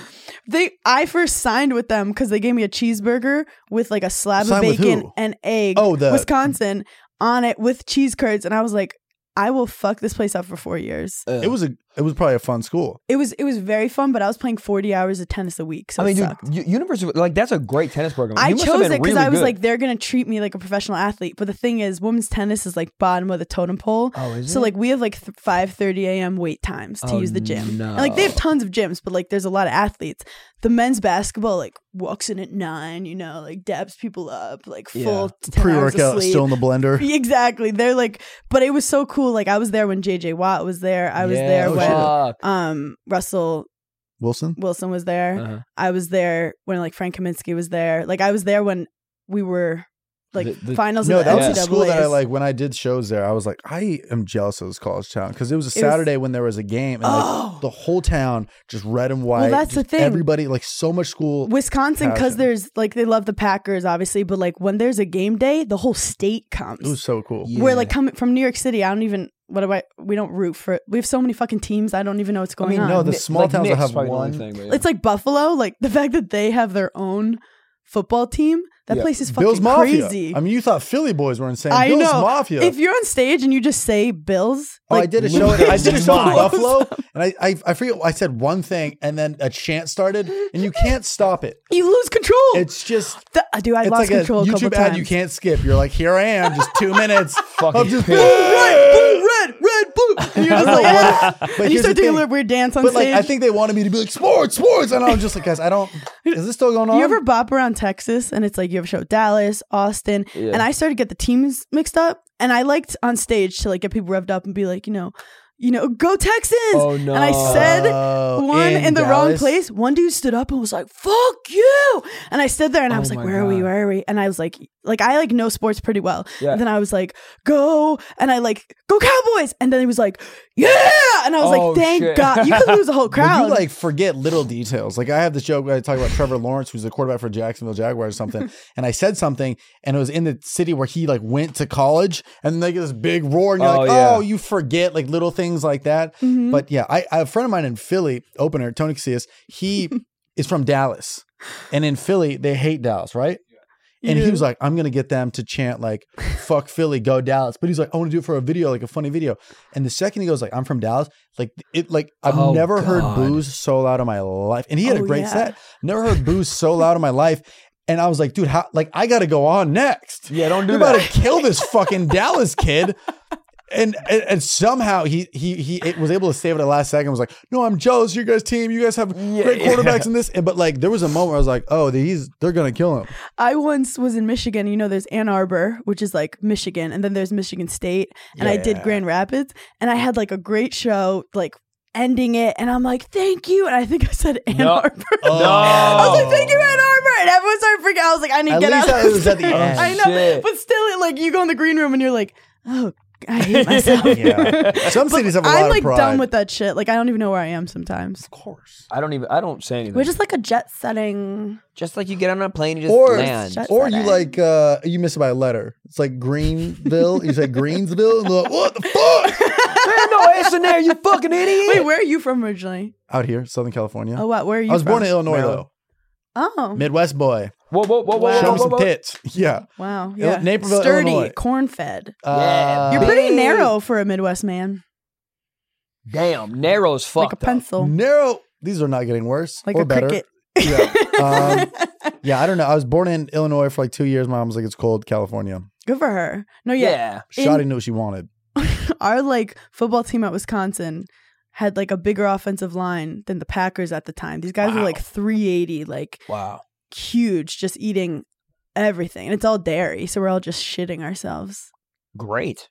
[SPEAKER 1] They I first signed with them because they gave me a cheeseburger with like a slab
[SPEAKER 3] Signed
[SPEAKER 1] of
[SPEAKER 3] with
[SPEAKER 1] bacon
[SPEAKER 3] who?
[SPEAKER 1] and egg.
[SPEAKER 3] Oh, the-
[SPEAKER 1] Wisconsin on it with cheese curds, and I was like, I will fuck this place up for four years.
[SPEAKER 4] Uh,
[SPEAKER 3] it was a it was probably a fun school.
[SPEAKER 1] It was it was very fun, but I was playing forty hours of tennis a week, so
[SPEAKER 4] I mean,
[SPEAKER 1] it
[SPEAKER 4] dude,
[SPEAKER 1] sucked.
[SPEAKER 4] U- University like that's a great tennis program.
[SPEAKER 1] I
[SPEAKER 4] You must have
[SPEAKER 1] chose it
[SPEAKER 4] been
[SPEAKER 1] because
[SPEAKER 4] really
[SPEAKER 1] I was
[SPEAKER 4] good.
[SPEAKER 1] like, they're gonna treat me like a professional athlete. But the thing is, women's tennis is like bottom of the totem pole.
[SPEAKER 4] oh, is
[SPEAKER 1] So
[SPEAKER 4] it?
[SPEAKER 1] like we have like th- five thirty a.m. wait times to
[SPEAKER 4] Oh,
[SPEAKER 1] use the gym. And, like they have
[SPEAKER 4] no.
[SPEAKER 1] tons of gyms, but like there's a lot of athletes. The men's basketball like walks in at nine, you know, like dabs people up, like
[SPEAKER 4] Yeah.
[SPEAKER 1] full ten
[SPEAKER 3] Pre
[SPEAKER 1] hours of
[SPEAKER 3] workout,
[SPEAKER 1] sleep.
[SPEAKER 3] still in the blender.
[SPEAKER 1] exactly. They're like, but it was so cool. Like I was there when JJ Watt was there. I was
[SPEAKER 4] Yeah,
[SPEAKER 1] there
[SPEAKER 3] oh,
[SPEAKER 1] when
[SPEAKER 4] fuck.
[SPEAKER 1] um Russell
[SPEAKER 3] Wilson.
[SPEAKER 1] Wilson was there.
[SPEAKER 4] Uh-huh.
[SPEAKER 1] I was there when like Frank Kaminsky was there. Like I was there when we were like
[SPEAKER 4] The- the-
[SPEAKER 1] finals.
[SPEAKER 3] No,
[SPEAKER 1] of the
[SPEAKER 3] that was a
[SPEAKER 1] NCAAs.
[SPEAKER 3] school that I like. When I did shows there, I was like, I am jealous of this college town because it was a
[SPEAKER 1] It was-
[SPEAKER 3] Saturday when there was a game, and
[SPEAKER 1] Oh.
[SPEAKER 3] like the whole town just red and white.
[SPEAKER 1] Well, that's the
[SPEAKER 3] just
[SPEAKER 1] thing.
[SPEAKER 3] Everybody like so much school.
[SPEAKER 1] Wisconsin, because
[SPEAKER 3] passion.
[SPEAKER 1] there's like they love the Packers, obviously, but like when there's a game day, the whole state
[SPEAKER 3] it was
[SPEAKER 1] comes.
[SPEAKER 3] so cool.
[SPEAKER 4] Yeah.
[SPEAKER 1] We're like coming from New York City. I don't even what do I? We don't root for. it. We have so many fucking teams. I don't even know what's
[SPEAKER 4] I
[SPEAKER 1] going
[SPEAKER 4] mean,
[SPEAKER 1] on.
[SPEAKER 3] no, the
[SPEAKER 4] Ni-
[SPEAKER 3] small
[SPEAKER 4] like
[SPEAKER 3] towns that
[SPEAKER 4] Knicks
[SPEAKER 3] have
[SPEAKER 4] probably the only
[SPEAKER 3] one-
[SPEAKER 4] Thing, but yeah.
[SPEAKER 1] It's like Buffalo. Like the fact that they have their own football team. That
[SPEAKER 4] Yeah.
[SPEAKER 1] place is fucking
[SPEAKER 3] Bill's Mafia.
[SPEAKER 1] crazy.
[SPEAKER 3] I mean, you thought Philly boys were insane.
[SPEAKER 1] I
[SPEAKER 3] Bill's
[SPEAKER 1] know.
[SPEAKER 3] Mafia.
[SPEAKER 1] If you're on stage and you just say Bills,
[SPEAKER 3] Oh, I
[SPEAKER 1] like
[SPEAKER 3] did a show. I did a show in
[SPEAKER 1] lose.
[SPEAKER 3] Buffalo, and I, I I forget. I said one thing, and then a chant started, and you can't stop it.
[SPEAKER 1] you lose control.
[SPEAKER 3] It's just.
[SPEAKER 1] Th- dude, I
[SPEAKER 3] it's
[SPEAKER 1] lost
[SPEAKER 3] like
[SPEAKER 1] control
[SPEAKER 3] a
[SPEAKER 1] a, couple
[SPEAKER 3] YouTube ad
[SPEAKER 1] times.
[SPEAKER 3] you can't skip. You're like, here I am, just two minutes.
[SPEAKER 4] Fucking
[SPEAKER 3] of just
[SPEAKER 4] pig.
[SPEAKER 1] Blue, red, red, blue. And you're
[SPEAKER 3] I
[SPEAKER 1] just
[SPEAKER 3] don't
[SPEAKER 1] like,
[SPEAKER 3] know what
[SPEAKER 1] "Ah."
[SPEAKER 3] it- but
[SPEAKER 1] and you
[SPEAKER 3] here's
[SPEAKER 1] start doing a
[SPEAKER 3] the thing.
[SPEAKER 1] little weird dance on
[SPEAKER 3] But like,
[SPEAKER 1] stage.
[SPEAKER 3] I think they wanted me to be like sports, sports, and I was just like, guys, I don't. Is this still going on?
[SPEAKER 1] You ever bop around Texas and it's like you have a show Dallas, Austin,
[SPEAKER 4] Yeah.
[SPEAKER 1] and I started to get the teams mixed up. And I liked on stage to like get people revved up and be like, you know, you know, go Texans.
[SPEAKER 4] Oh, no.
[SPEAKER 1] And I said
[SPEAKER 3] Oh,
[SPEAKER 1] one in, the wrong
[SPEAKER 3] Dallas?
[SPEAKER 1] place. One dude stood up and was like, "Fuck you!" And I stood there and I
[SPEAKER 4] Oh
[SPEAKER 1] was like,
[SPEAKER 4] my
[SPEAKER 1] "Where are we?
[SPEAKER 4] God.
[SPEAKER 1] Where are we?" And I was like, "Like I like know sports pretty well."
[SPEAKER 4] Yeah.
[SPEAKER 1] And then I was like, "Go!" And I like, "Go Cowboys!" And then he was like, "Yeah!" And I was
[SPEAKER 4] Oh,
[SPEAKER 1] like, "Thank
[SPEAKER 4] shit.
[SPEAKER 1] God!" You could lose a whole
[SPEAKER 3] Well,
[SPEAKER 1] crowd.
[SPEAKER 3] you like forget little details. Like I have this joke where I talk about Trevor Lawrence, who's the quarterback for Jacksonville Jaguars or something, and I said something, and it was in the city where he like went to college, and then they get this big roar, and you're
[SPEAKER 4] Oh,
[SPEAKER 3] like,
[SPEAKER 4] yeah.
[SPEAKER 3] oh, you forget like little things like that.
[SPEAKER 1] Mm-hmm.
[SPEAKER 3] But yeah, I, I a friend of mine in Philly, opener Tony Casillas, he is from Dallas, and in Philly they hate Dallas, right? And he
[SPEAKER 1] Yeah.
[SPEAKER 3] was like, I'm gonna get them to chant like "fuck Philly, go Dallas," but he's like, I want to do it for a video, like a funny video. And the second he goes like, I'm from Dallas, like it, like I've
[SPEAKER 4] Oh,
[SPEAKER 3] never heard
[SPEAKER 4] God.
[SPEAKER 3] booze so loud in my life. And he had a
[SPEAKER 1] Oh,
[SPEAKER 3] great
[SPEAKER 1] yeah.
[SPEAKER 3] set. Never heard booze so loud in my life. And I was like, dude, how? Like I got to go on next.
[SPEAKER 4] yeah, don't
[SPEAKER 3] You're
[SPEAKER 4] do
[SPEAKER 3] about
[SPEAKER 4] that.
[SPEAKER 3] to kill this fucking Dallas kid. And, and and somehow he he he it was able to save it at the last second. Was like, no, I'm jealous. of Your guys' team, you guys have
[SPEAKER 4] Yeah,
[SPEAKER 3] great
[SPEAKER 4] yeah.
[SPEAKER 3] quarterbacks in this. And but like, there was a moment where I was like, oh, these they're gonna kill him.
[SPEAKER 1] I once was in Michigan. You know, there's Ann Arbor, which is like Michigan, and then there's Michigan State. And I did
[SPEAKER 3] Yeah.
[SPEAKER 1] Grand Rapids, and I had like a great show, like ending it. And I'm like, thank you. And I think I said Ann
[SPEAKER 4] No.
[SPEAKER 1] Arbor.
[SPEAKER 4] No.
[SPEAKER 1] I was like, thank you, Ann Arbor. And everyone started freaking out. I was like, I need to
[SPEAKER 3] Oh. At
[SPEAKER 1] get
[SPEAKER 3] least
[SPEAKER 1] out
[SPEAKER 3] that
[SPEAKER 1] of
[SPEAKER 3] was at the
[SPEAKER 1] stage.
[SPEAKER 3] end.
[SPEAKER 1] I know.
[SPEAKER 4] Shit.
[SPEAKER 1] But still, it, like, you go in the green room and you're like, oh, I hate myself.
[SPEAKER 3] Yeah. Some cities have a lot
[SPEAKER 1] I'm
[SPEAKER 3] of
[SPEAKER 1] like
[SPEAKER 3] pride.
[SPEAKER 1] done with that shit. Like, I don't even know where I am sometimes.
[SPEAKER 3] of course.
[SPEAKER 4] I don't even. I don't say anything.
[SPEAKER 1] We're just like a jet setting.
[SPEAKER 4] Just like you get on a plane, you just
[SPEAKER 3] Or,
[SPEAKER 4] land.
[SPEAKER 1] Shut-
[SPEAKER 3] or
[SPEAKER 1] that
[SPEAKER 3] you
[SPEAKER 1] in.
[SPEAKER 3] like uh you miss it by a letter. It's like Greenville. you say Greensville, and they're like, what the fuck?
[SPEAKER 4] There's no S in there, you fucking idiot.
[SPEAKER 1] Wait, where are you from originally?
[SPEAKER 3] Out here, Southern California.
[SPEAKER 1] Oh, what? Where are you
[SPEAKER 3] I was
[SPEAKER 1] from?
[SPEAKER 3] born in Illinois
[SPEAKER 4] Maryland.
[SPEAKER 1] Oh.
[SPEAKER 3] though, Midwest boy.
[SPEAKER 4] whoa, whoa, whoa, whoa,
[SPEAKER 1] Wow.
[SPEAKER 4] whoa,
[SPEAKER 3] Show
[SPEAKER 4] whoa,
[SPEAKER 3] me some
[SPEAKER 4] whoa.
[SPEAKER 3] tits. Yeah,
[SPEAKER 1] Wow.
[SPEAKER 3] Ill-
[SPEAKER 1] Yeah.
[SPEAKER 3] Naperville,
[SPEAKER 1] Sturdy,
[SPEAKER 3] Illinois.
[SPEAKER 1] corn fed.
[SPEAKER 4] Yeah,
[SPEAKER 1] You're
[SPEAKER 4] Uh,
[SPEAKER 1] pretty
[SPEAKER 4] big.
[SPEAKER 1] narrow for a Midwest man.
[SPEAKER 4] Damn, narrow as fuck.
[SPEAKER 1] like a
[SPEAKER 4] though.
[SPEAKER 1] pencil.
[SPEAKER 3] narrow. These are not getting worse
[SPEAKER 1] Like
[SPEAKER 3] or
[SPEAKER 1] a
[SPEAKER 3] better.
[SPEAKER 1] cricket.
[SPEAKER 3] Yeah. Um, yeah, I don't know. I was born in Illinois for like two years. My mom was like, "It's cold, California."
[SPEAKER 1] Good for her. No,
[SPEAKER 4] Yeah.
[SPEAKER 1] yeah. In-
[SPEAKER 3] Shotty knew what she wanted.
[SPEAKER 1] Our like football team at Wisconsin had like a bigger offensive line than the Packers at the time. These guys were
[SPEAKER 4] Wow.
[SPEAKER 1] like 380, like
[SPEAKER 4] Wow.
[SPEAKER 1] huge, just eating everything. And it's all dairy, so we're all just shitting ourselves.
[SPEAKER 4] Great.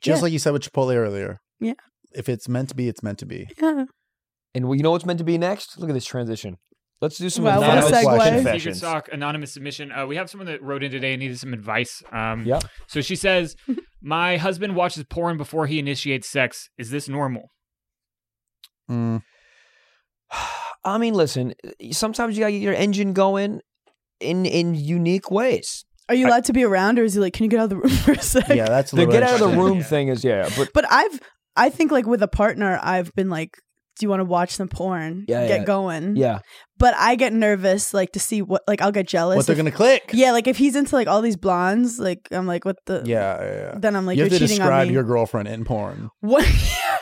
[SPEAKER 3] Just
[SPEAKER 1] Yeah.
[SPEAKER 3] like you said with Chipotle earlier.
[SPEAKER 1] Yeah.
[SPEAKER 3] If it's meant to be, it's meant to be.
[SPEAKER 1] Yeah.
[SPEAKER 4] And you know what's meant to be next? Look at this transition. Let's do some
[SPEAKER 1] Wow, what a
[SPEAKER 4] anonymous
[SPEAKER 1] segue.
[SPEAKER 4] confessions.
[SPEAKER 1] Secret
[SPEAKER 5] Secret Sock anonymous submission. Uh, we have someone that wrote in today and needed some advice. Um,
[SPEAKER 4] Yep.
[SPEAKER 5] So she says, "My husband watches porn before he initiates sex. Is this normal?
[SPEAKER 3] Mm.
[SPEAKER 4] I mean, listen, sometimes you gotta get your engine going in in unique ways.
[SPEAKER 1] Are you allowed to be around, or is he like, can you get out of the room for a sec?
[SPEAKER 3] Yeah, that's a
[SPEAKER 4] The
[SPEAKER 3] little
[SPEAKER 4] get out of the
[SPEAKER 3] interesting.
[SPEAKER 4] room
[SPEAKER 5] Yeah.
[SPEAKER 4] thing is yeah, but
[SPEAKER 1] But I've, I think like with a partner, I've been like, do you want to watch some porn?
[SPEAKER 4] Yeah,
[SPEAKER 1] get
[SPEAKER 4] yeah.
[SPEAKER 1] going.
[SPEAKER 4] yeah,
[SPEAKER 1] But I get nervous, like to see what, like I'll get jealous.
[SPEAKER 3] What they're
[SPEAKER 1] if-
[SPEAKER 3] gonna click?
[SPEAKER 1] yeah, like if he's into like all these blondes, like I'm like, what the?
[SPEAKER 3] yeah, yeah. yeah.
[SPEAKER 1] Then I'm like,
[SPEAKER 3] you
[SPEAKER 1] are
[SPEAKER 3] have to
[SPEAKER 1] cheating
[SPEAKER 3] describe
[SPEAKER 1] on me.
[SPEAKER 3] your girlfriend in porn.
[SPEAKER 1] What?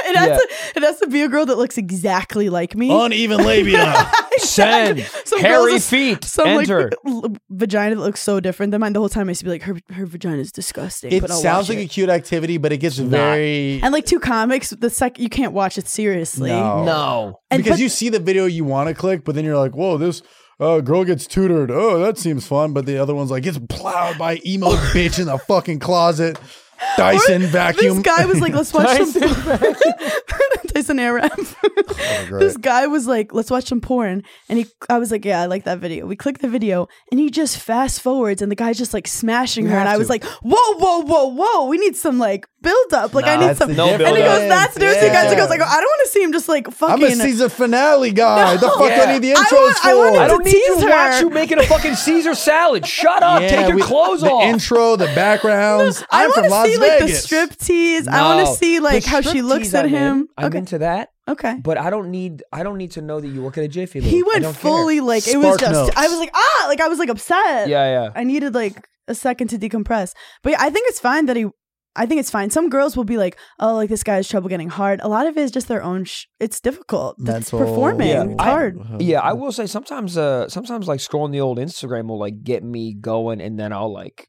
[SPEAKER 1] it, has
[SPEAKER 4] Yeah.
[SPEAKER 1] to, it has to be a girl that looks exactly like me.
[SPEAKER 3] Uneven labia.
[SPEAKER 4] send
[SPEAKER 1] Some
[SPEAKER 4] hairy
[SPEAKER 1] girls-
[SPEAKER 4] feet
[SPEAKER 1] Some
[SPEAKER 4] enter.
[SPEAKER 1] like l- vagina that looks so different than mine. The whole time I used to be like, her her vagina is disgusting.
[SPEAKER 3] it
[SPEAKER 1] but I'll
[SPEAKER 3] sounds
[SPEAKER 1] watch
[SPEAKER 3] like a
[SPEAKER 1] it.
[SPEAKER 3] cute activity, but it gets very
[SPEAKER 1] and like two comics. The sec you can't watch it seriously.
[SPEAKER 3] no.
[SPEAKER 4] Oh. no,
[SPEAKER 1] And
[SPEAKER 3] because
[SPEAKER 1] but-
[SPEAKER 3] you see the video you want to click, but then you're like, "Whoa, this uh, girl gets tutored. Oh, that seems fun." But the other one's like, "Gets plowed by emo bitch in the fucking closet, Dyson vacuum."
[SPEAKER 1] This guy was like, let's watch
[SPEAKER 4] Dyson
[SPEAKER 1] some Dyson Airwrap.
[SPEAKER 4] Oh
[SPEAKER 3] great.
[SPEAKER 1] this guy was like, let's watch some porn. And he, I was like, yeah, I like that video. We clicked the video, and he just fast forwards, and the guy's just like smashing her. And
[SPEAKER 4] have
[SPEAKER 1] I was
[SPEAKER 4] to.
[SPEAKER 1] like, whoa, whoa, whoa, whoa, we need some like build up. Like I
[SPEAKER 4] Nah,
[SPEAKER 1] need
[SPEAKER 3] That's
[SPEAKER 1] some.
[SPEAKER 3] the
[SPEAKER 4] No
[SPEAKER 3] difference.
[SPEAKER 1] and he
[SPEAKER 4] build-up.
[SPEAKER 1] goes, that's Dirty Guys. He goes, I go, I don't want to see him just like
[SPEAKER 3] I'm a
[SPEAKER 1] fucking.
[SPEAKER 3] season finale guy. The fuck
[SPEAKER 4] Yeah.
[SPEAKER 3] I need the
[SPEAKER 1] I
[SPEAKER 3] intros
[SPEAKER 1] want-
[SPEAKER 3] for.
[SPEAKER 1] I wanted
[SPEAKER 4] I don't
[SPEAKER 1] to
[SPEAKER 4] need you
[SPEAKER 1] tease her.
[SPEAKER 4] watch you making a fucking Caesar salad. Shut up,
[SPEAKER 3] Yeah,
[SPEAKER 4] take your
[SPEAKER 3] we-
[SPEAKER 4] clothes
[SPEAKER 3] the
[SPEAKER 4] off.
[SPEAKER 3] intro, the backgrounds.
[SPEAKER 1] I
[SPEAKER 3] I'm
[SPEAKER 1] want
[SPEAKER 3] from Las
[SPEAKER 1] to see like the
[SPEAKER 3] Vegas.
[SPEAKER 1] strip tease. I want
[SPEAKER 4] No.
[SPEAKER 1] to see
[SPEAKER 4] The
[SPEAKER 1] like how she
[SPEAKER 4] striptease
[SPEAKER 1] looks at
[SPEAKER 4] I'm in.
[SPEAKER 1] him.
[SPEAKER 4] I'm
[SPEAKER 1] okay,
[SPEAKER 4] into that,
[SPEAKER 1] okay.
[SPEAKER 4] but I don't need I don't need to know that you work at a Jiffy Lube.
[SPEAKER 1] He
[SPEAKER 4] I
[SPEAKER 1] went
[SPEAKER 4] don't care.
[SPEAKER 1] fully like it was
[SPEAKER 3] Spark
[SPEAKER 1] just.
[SPEAKER 3] notes.
[SPEAKER 1] I was like ah, like I was like upset.
[SPEAKER 4] Yeah, yeah.
[SPEAKER 1] I needed like a second to decompress. But yeah, I think it's fine that he. I think it's fine. Some girls will be like, "Oh, like this guy has trouble getting hard." A lot of it is just their own. Sh- it's difficult. That's
[SPEAKER 3] Mental-
[SPEAKER 1] performing.
[SPEAKER 4] Yeah,
[SPEAKER 1] it's
[SPEAKER 4] I-
[SPEAKER 1] hard.
[SPEAKER 4] Oh, Yeah, I will say sometimes uh sometimes like scrolling the old Instagram will like get me going and then I'll like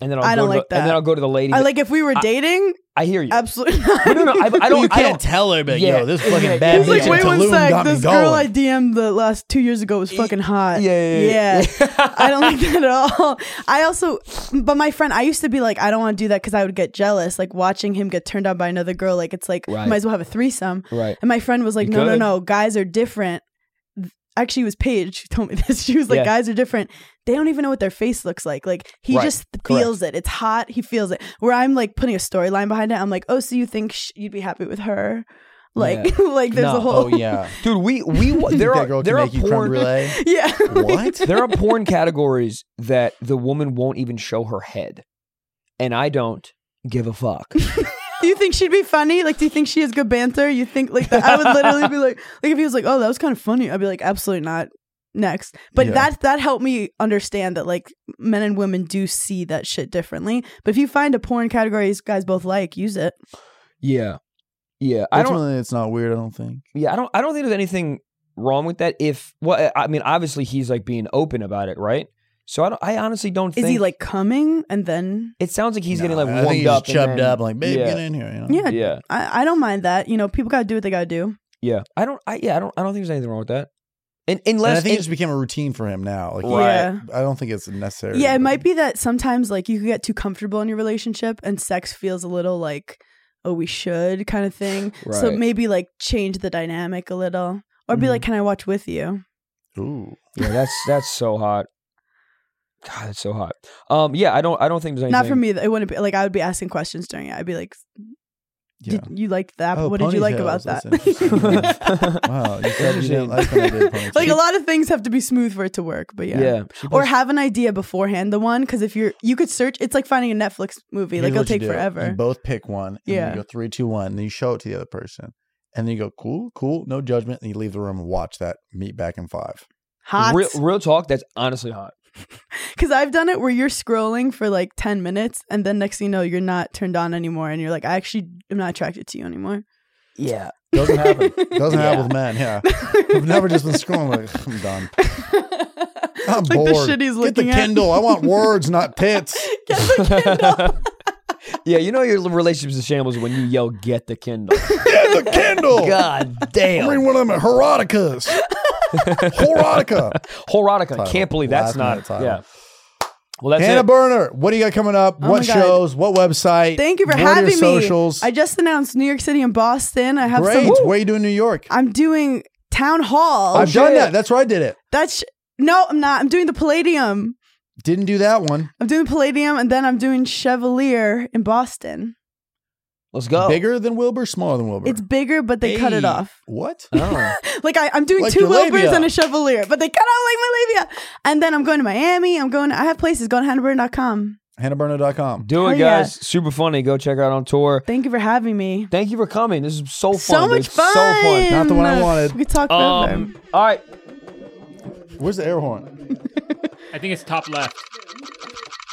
[SPEAKER 4] and then I'll
[SPEAKER 1] I
[SPEAKER 4] go
[SPEAKER 1] don't
[SPEAKER 4] to
[SPEAKER 1] like
[SPEAKER 4] the, and
[SPEAKER 1] that.
[SPEAKER 4] then I'll go to the lady.
[SPEAKER 1] I like if we were
[SPEAKER 4] I-
[SPEAKER 1] dating,
[SPEAKER 4] I hear you.
[SPEAKER 1] absolutely not.
[SPEAKER 4] But no, no, I, I don't.
[SPEAKER 3] you
[SPEAKER 4] I
[SPEAKER 3] can't
[SPEAKER 4] don't,
[SPEAKER 3] tell her, but
[SPEAKER 4] Yeah.
[SPEAKER 3] yo, this
[SPEAKER 4] Yeah.
[SPEAKER 3] fucking bad
[SPEAKER 4] He's
[SPEAKER 1] He's
[SPEAKER 3] bitch
[SPEAKER 1] like,
[SPEAKER 3] in
[SPEAKER 1] wait one
[SPEAKER 3] Tulum
[SPEAKER 1] sec.
[SPEAKER 3] got me
[SPEAKER 1] This
[SPEAKER 3] going.
[SPEAKER 1] girl I DM'd the last two years ago was fucking hot. I don't like that at all. I also, but my friend, I used to be like, I don't want to do that because I would get jealous. Like watching him get turned on by another girl, like it's like
[SPEAKER 4] Right.
[SPEAKER 1] might as well have a threesome.
[SPEAKER 4] Right.
[SPEAKER 1] And my friend was like,
[SPEAKER 4] You
[SPEAKER 1] No, no,
[SPEAKER 4] could.
[SPEAKER 1] no, guys are different. Th- Actually, it was Paige who told me this. She was like,
[SPEAKER 4] Yeah.
[SPEAKER 1] Guys are different. They don't even know what their face looks like. Like he
[SPEAKER 4] Right.
[SPEAKER 1] just feels it. It's hot. He feels it. Where I'm like putting a storyline behind it. I'm like, Oh, so you think sh- you'd be happy with her? Like, like there's
[SPEAKER 4] No.
[SPEAKER 1] a whole
[SPEAKER 3] Oh yeah,
[SPEAKER 4] Dude, we we wa- there
[SPEAKER 3] that
[SPEAKER 4] are
[SPEAKER 3] girl
[SPEAKER 4] there
[SPEAKER 3] can
[SPEAKER 4] are
[SPEAKER 3] make you creme
[SPEAKER 4] porn
[SPEAKER 3] brulee.
[SPEAKER 1] yeah.
[SPEAKER 3] What?
[SPEAKER 4] there are porn categories that the woman won't even show her head, and I don't give a fuck.
[SPEAKER 1] do you think she'd be funny? Like, do you think she has good banter? You think like that? I would literally be like, like if he was like, oh, that was kind of funny, I'd be like, absolutely not. Next, but
[SPEAKER 3] Yeah.
[SPEAKER 1] that that helped me understand that like men and women do see that shit differently. But if you find a porn category you guys both like, use it.
[SPEAKER 4] Yeah, yeah. I don't.
[SPEAKER 3] Ultimately, it's not weird. I don't think.
[SPEAKER 4] Yeah, I don't. I don't think there's anything wrong with that. If well, I I mean, obviously he's like being open about it, right? So I don't. I honestly don't.
[SPEAKER 1] Is
[SPEAKER 4] think,
[SPEAKER 1] he like coming and then?
[SPEAKER 4] It sounds like he's getting
[SPEAKER 3] Nah,
[SPEAKER 4] like
[SPEAKER 3] I
[SPEAKER 4] warmed
[SPEAKER 3] think he's
[SPEAKER 4] up,
[SPEAKER 3] just chubbed
[SPEAKER 4] and then-
[SPEAKER 3] up. Like, babe,
[SPEAKER 4] yeah,
[SPEAKER 3] get in here. You know?
[SPEAKER 1] Yeah,
[SPEAKER 4] yeah,
[SPEAKER 1] I, I don't mind that. You know, people gotta do what they gotta do.
[SPEAKER 4] yeah. I don't. I yeah. I don't. I don't think there's anything wrong with that. And
[SPEAKER 3] And
[SPEAKER 4] unless
[SPEAKER 3] I think it
[SPEAKER 4] and-
[SPEAKER 3] just became a routine for him now. Like,
[SPEAKER 4] Right.
[SPEAKER 1] Yeah.
[SPEAKER 3] I don't think it's necessary.
[SPEAKER 1] Yeah, it
[SPEAKER 3] but-
[SPEAKER 1] might be that sometimes like you could get too comfortable in your relationship and sex feels a little like oh we should kind of thing. So
[SPEAKER 4] Right.
[SPEAKER 1] maybe like change the dynamic a little or be
[SPEAKER 3] Mm-hmm.
[SPEAKER 1] like can I watch with you?
[SPEAKER 3] Ooh.
[SPEAKER 4] Yeah, that's that's so hot. God, that's so hot. Um, yeah, I don't I don't think there's anything.
[SPEAKER 1] Not for me it wouldn't be like I would be asking questions during it. I'd be like
[SPEAKER 3] Yeah.
[SPEAKER 1] did you like that?
[SPEAKER 3] Oh,
[SPEAKER 1] what did you like about
[SPEAKER 3] ponytails,
[SPEAKER 1] that?
[SPEAKER 3] that's interesting. wow. You said you didn't like when I did ponytails.
[SPEAKER 1] like a lot of things have to be smooth for it to work, but yeah.
[SPEAKER 4] yeah.
[SPEAKER 1] Or have an idea beforehand, the one, because if you're, you could search, it's like finding a Netflix movie.
[SPEAKER 3] Here's
[SPEAKER 1] like, it'll
[SPEAKER 3] what you
[SPEAKER 1] take
[SPEAKER 3] do. You
[SPEAKER 1] forever.
[SPEAKER 3] both pick one. And yeah.
[SPEAKER 1] Yeah.
[SPEAKER 3] You go three, two, one. And then you show it to the other person. And then you go, cool, cool, no judgment. And you leave the room and watch that meet back in five.
[SPEAKER 1] Hot.
[SPEAKER 4] Real, real talk, that's honestly hot.
[SPEAKER 1] Because I've done it where you're scrolling for like 10 minutes, and then next thing you know, you're not turned on anymore, and you're like, I actually am not attracted to you anymore.
[SPEAKER 4] Yeah.
[SPEAKER 3] Doesn't happen. Doesn't happen
[SPEAKER 4] Yeah.
[SPEAKER 3] with men. Yeah. I've never just been scrolling like, I'm done. I'm
[SPEAKER 1] like
[SPEAKER 3] bored.
[SPEAKER 1] the shit he's
[SPEAKER 3] Get the
[SPEAKER 1] looking at.
[SPEAKER 3] Kindle. I want words, not tits.
[SPEAKER 1] Get the Kindle.
[SPEAKER 4] yeah, you know your relationship's in shambles when you yell "Get the Kindle."
[SPEAKER 3] Get the Kindle.
[SPEAKER 4] God
[SPEAKER 3] I'm
[SPEAKER 4] damn,
[SPEAKER 3] reading one of them at Herodotus. Herodotica.
[SPEAKER 4] Horotica.
[SPEAKER 3] Title.
[SPEAKER 4] Can't believe
[SPEAKER 3] Last
[SPEAKER 4] that's not.
[SPEAKER 3] minute title.
[SPEAKER 4] Yeah. Well, that's
[SPEAKER 3] Hannah
[SPEAKER 4] it.
[SPEAKER 3] Burner, what do you got coming up?
[SPEAKER 1] Oh
[SPEAKER 3] what
[SPEAKER 1] my God.
[SPEAKER 3] shows? What website?
[SPEAKER 1] Thank you for
[SPEAKER 3] What are
[SPEAKER 1] having
[SPEAKER 3] your socials?
[SPEAKER 1] me. I just announced New York City and Boston. I have
[SPEAKER 3] Great.
[SPEAKER 1] some.
[SPEAKER 3] What are you doing in New York?
[SPEAKER 1] I'm doing Town Hall.
[SPEAKER 3] I've done
[SPEAKER 4] shit.
[SPEAKER 3] that. That's where I did it.
[SPEAKER 1] That's no, I'm not. I'm doing the Palladium.
[SPEAKER 3] Didn't do that one.
[SPEAKER 1] I'm doing Palladium, and then I'm doing Chevalier in Boston.
[SPEAKER 4] Let's go.
[SPEAKER 3] Bigger than Wilbur, smaller than Wilbur.
[SPEAKER 1] It's bigger, but they cut it
[SPEAKER 4] Hey.
[SPEAKER 1] off.
[SPEAKER 3] what?
[SPEAKER 4] Oh.
[SPEAKER 1] Like I, I'm doing
[SPEAKER 3] Like
[SPEAKER 1] two
[SPEAKER 3] your
[SPEAKER 1] Wilburs
[SPEAKER 3] labia.
[SPEAKER 1] and a Chevalier, but they cut out like my labia. And then I'm going to Miami. I'm going. I have places. Going to HannahBurn.com.
[SPEAKER 3] HannahBurner.com.
[SPEAKER 4] Do it,
[SPEAKER 1] Hell yeah.
[SPEAKER 4] guys. Super funny. Go check her out on tour.
[SPEAKER 1] Thank you for having me.
[SPEAKER 4] Thank you for coming. This is so fun.
[SPEAKER 1] so
[SPEAKER 4] dude.
[SPEAKER 1] much fun.
[SPEAKER 4] So fun.
[SPEAKER 3] Not the one I wanted.
[SPEAKER 1] We could talk forever.
[SPEAKER 4] Um, all right.
[SPEAKER 3] Where's the air horn?
[SPEAKER 5] I think it's top left.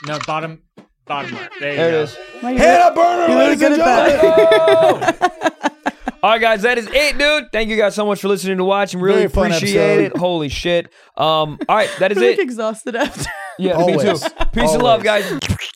[SPEAKER 5] No, bottom, bottom left. There,
[SPEAKER 4] There
[SPEAKER 5] you
[SPEAKER 4] it
[SPEAKER 5] go.
[SPEAKER 4] is.
[SPEAKER 1] Why you-
[SPEAKER 3] Hannah Burner,
[SPEAKER 1] You're really
[SPEAKER 3] ladies and
[SPEAKER 1] good at
[SPEAKER 3] gentlemen.
[SPEAKER 4] All right, guys, that is it, dude. Thank you guys so much for listening to watch and really
[SPEAKER 3] Very fun
[SPEAKER 4] appreciate it.
[SPEAKER 3] episode.
[SPEAKER 4] Holy shit. Um, all right, that is
[SPEAKER 1] I'm like
[SPEAKER 4] it.
[SPEAKER 1] exhausted after.
[SPEAKER 4] Yeah, me
[SPEAKER 3] Always.
[SPEAKER 4] too. Peace and love,
[SPEAKER 3] Always.
[SPEAKER 4] guys.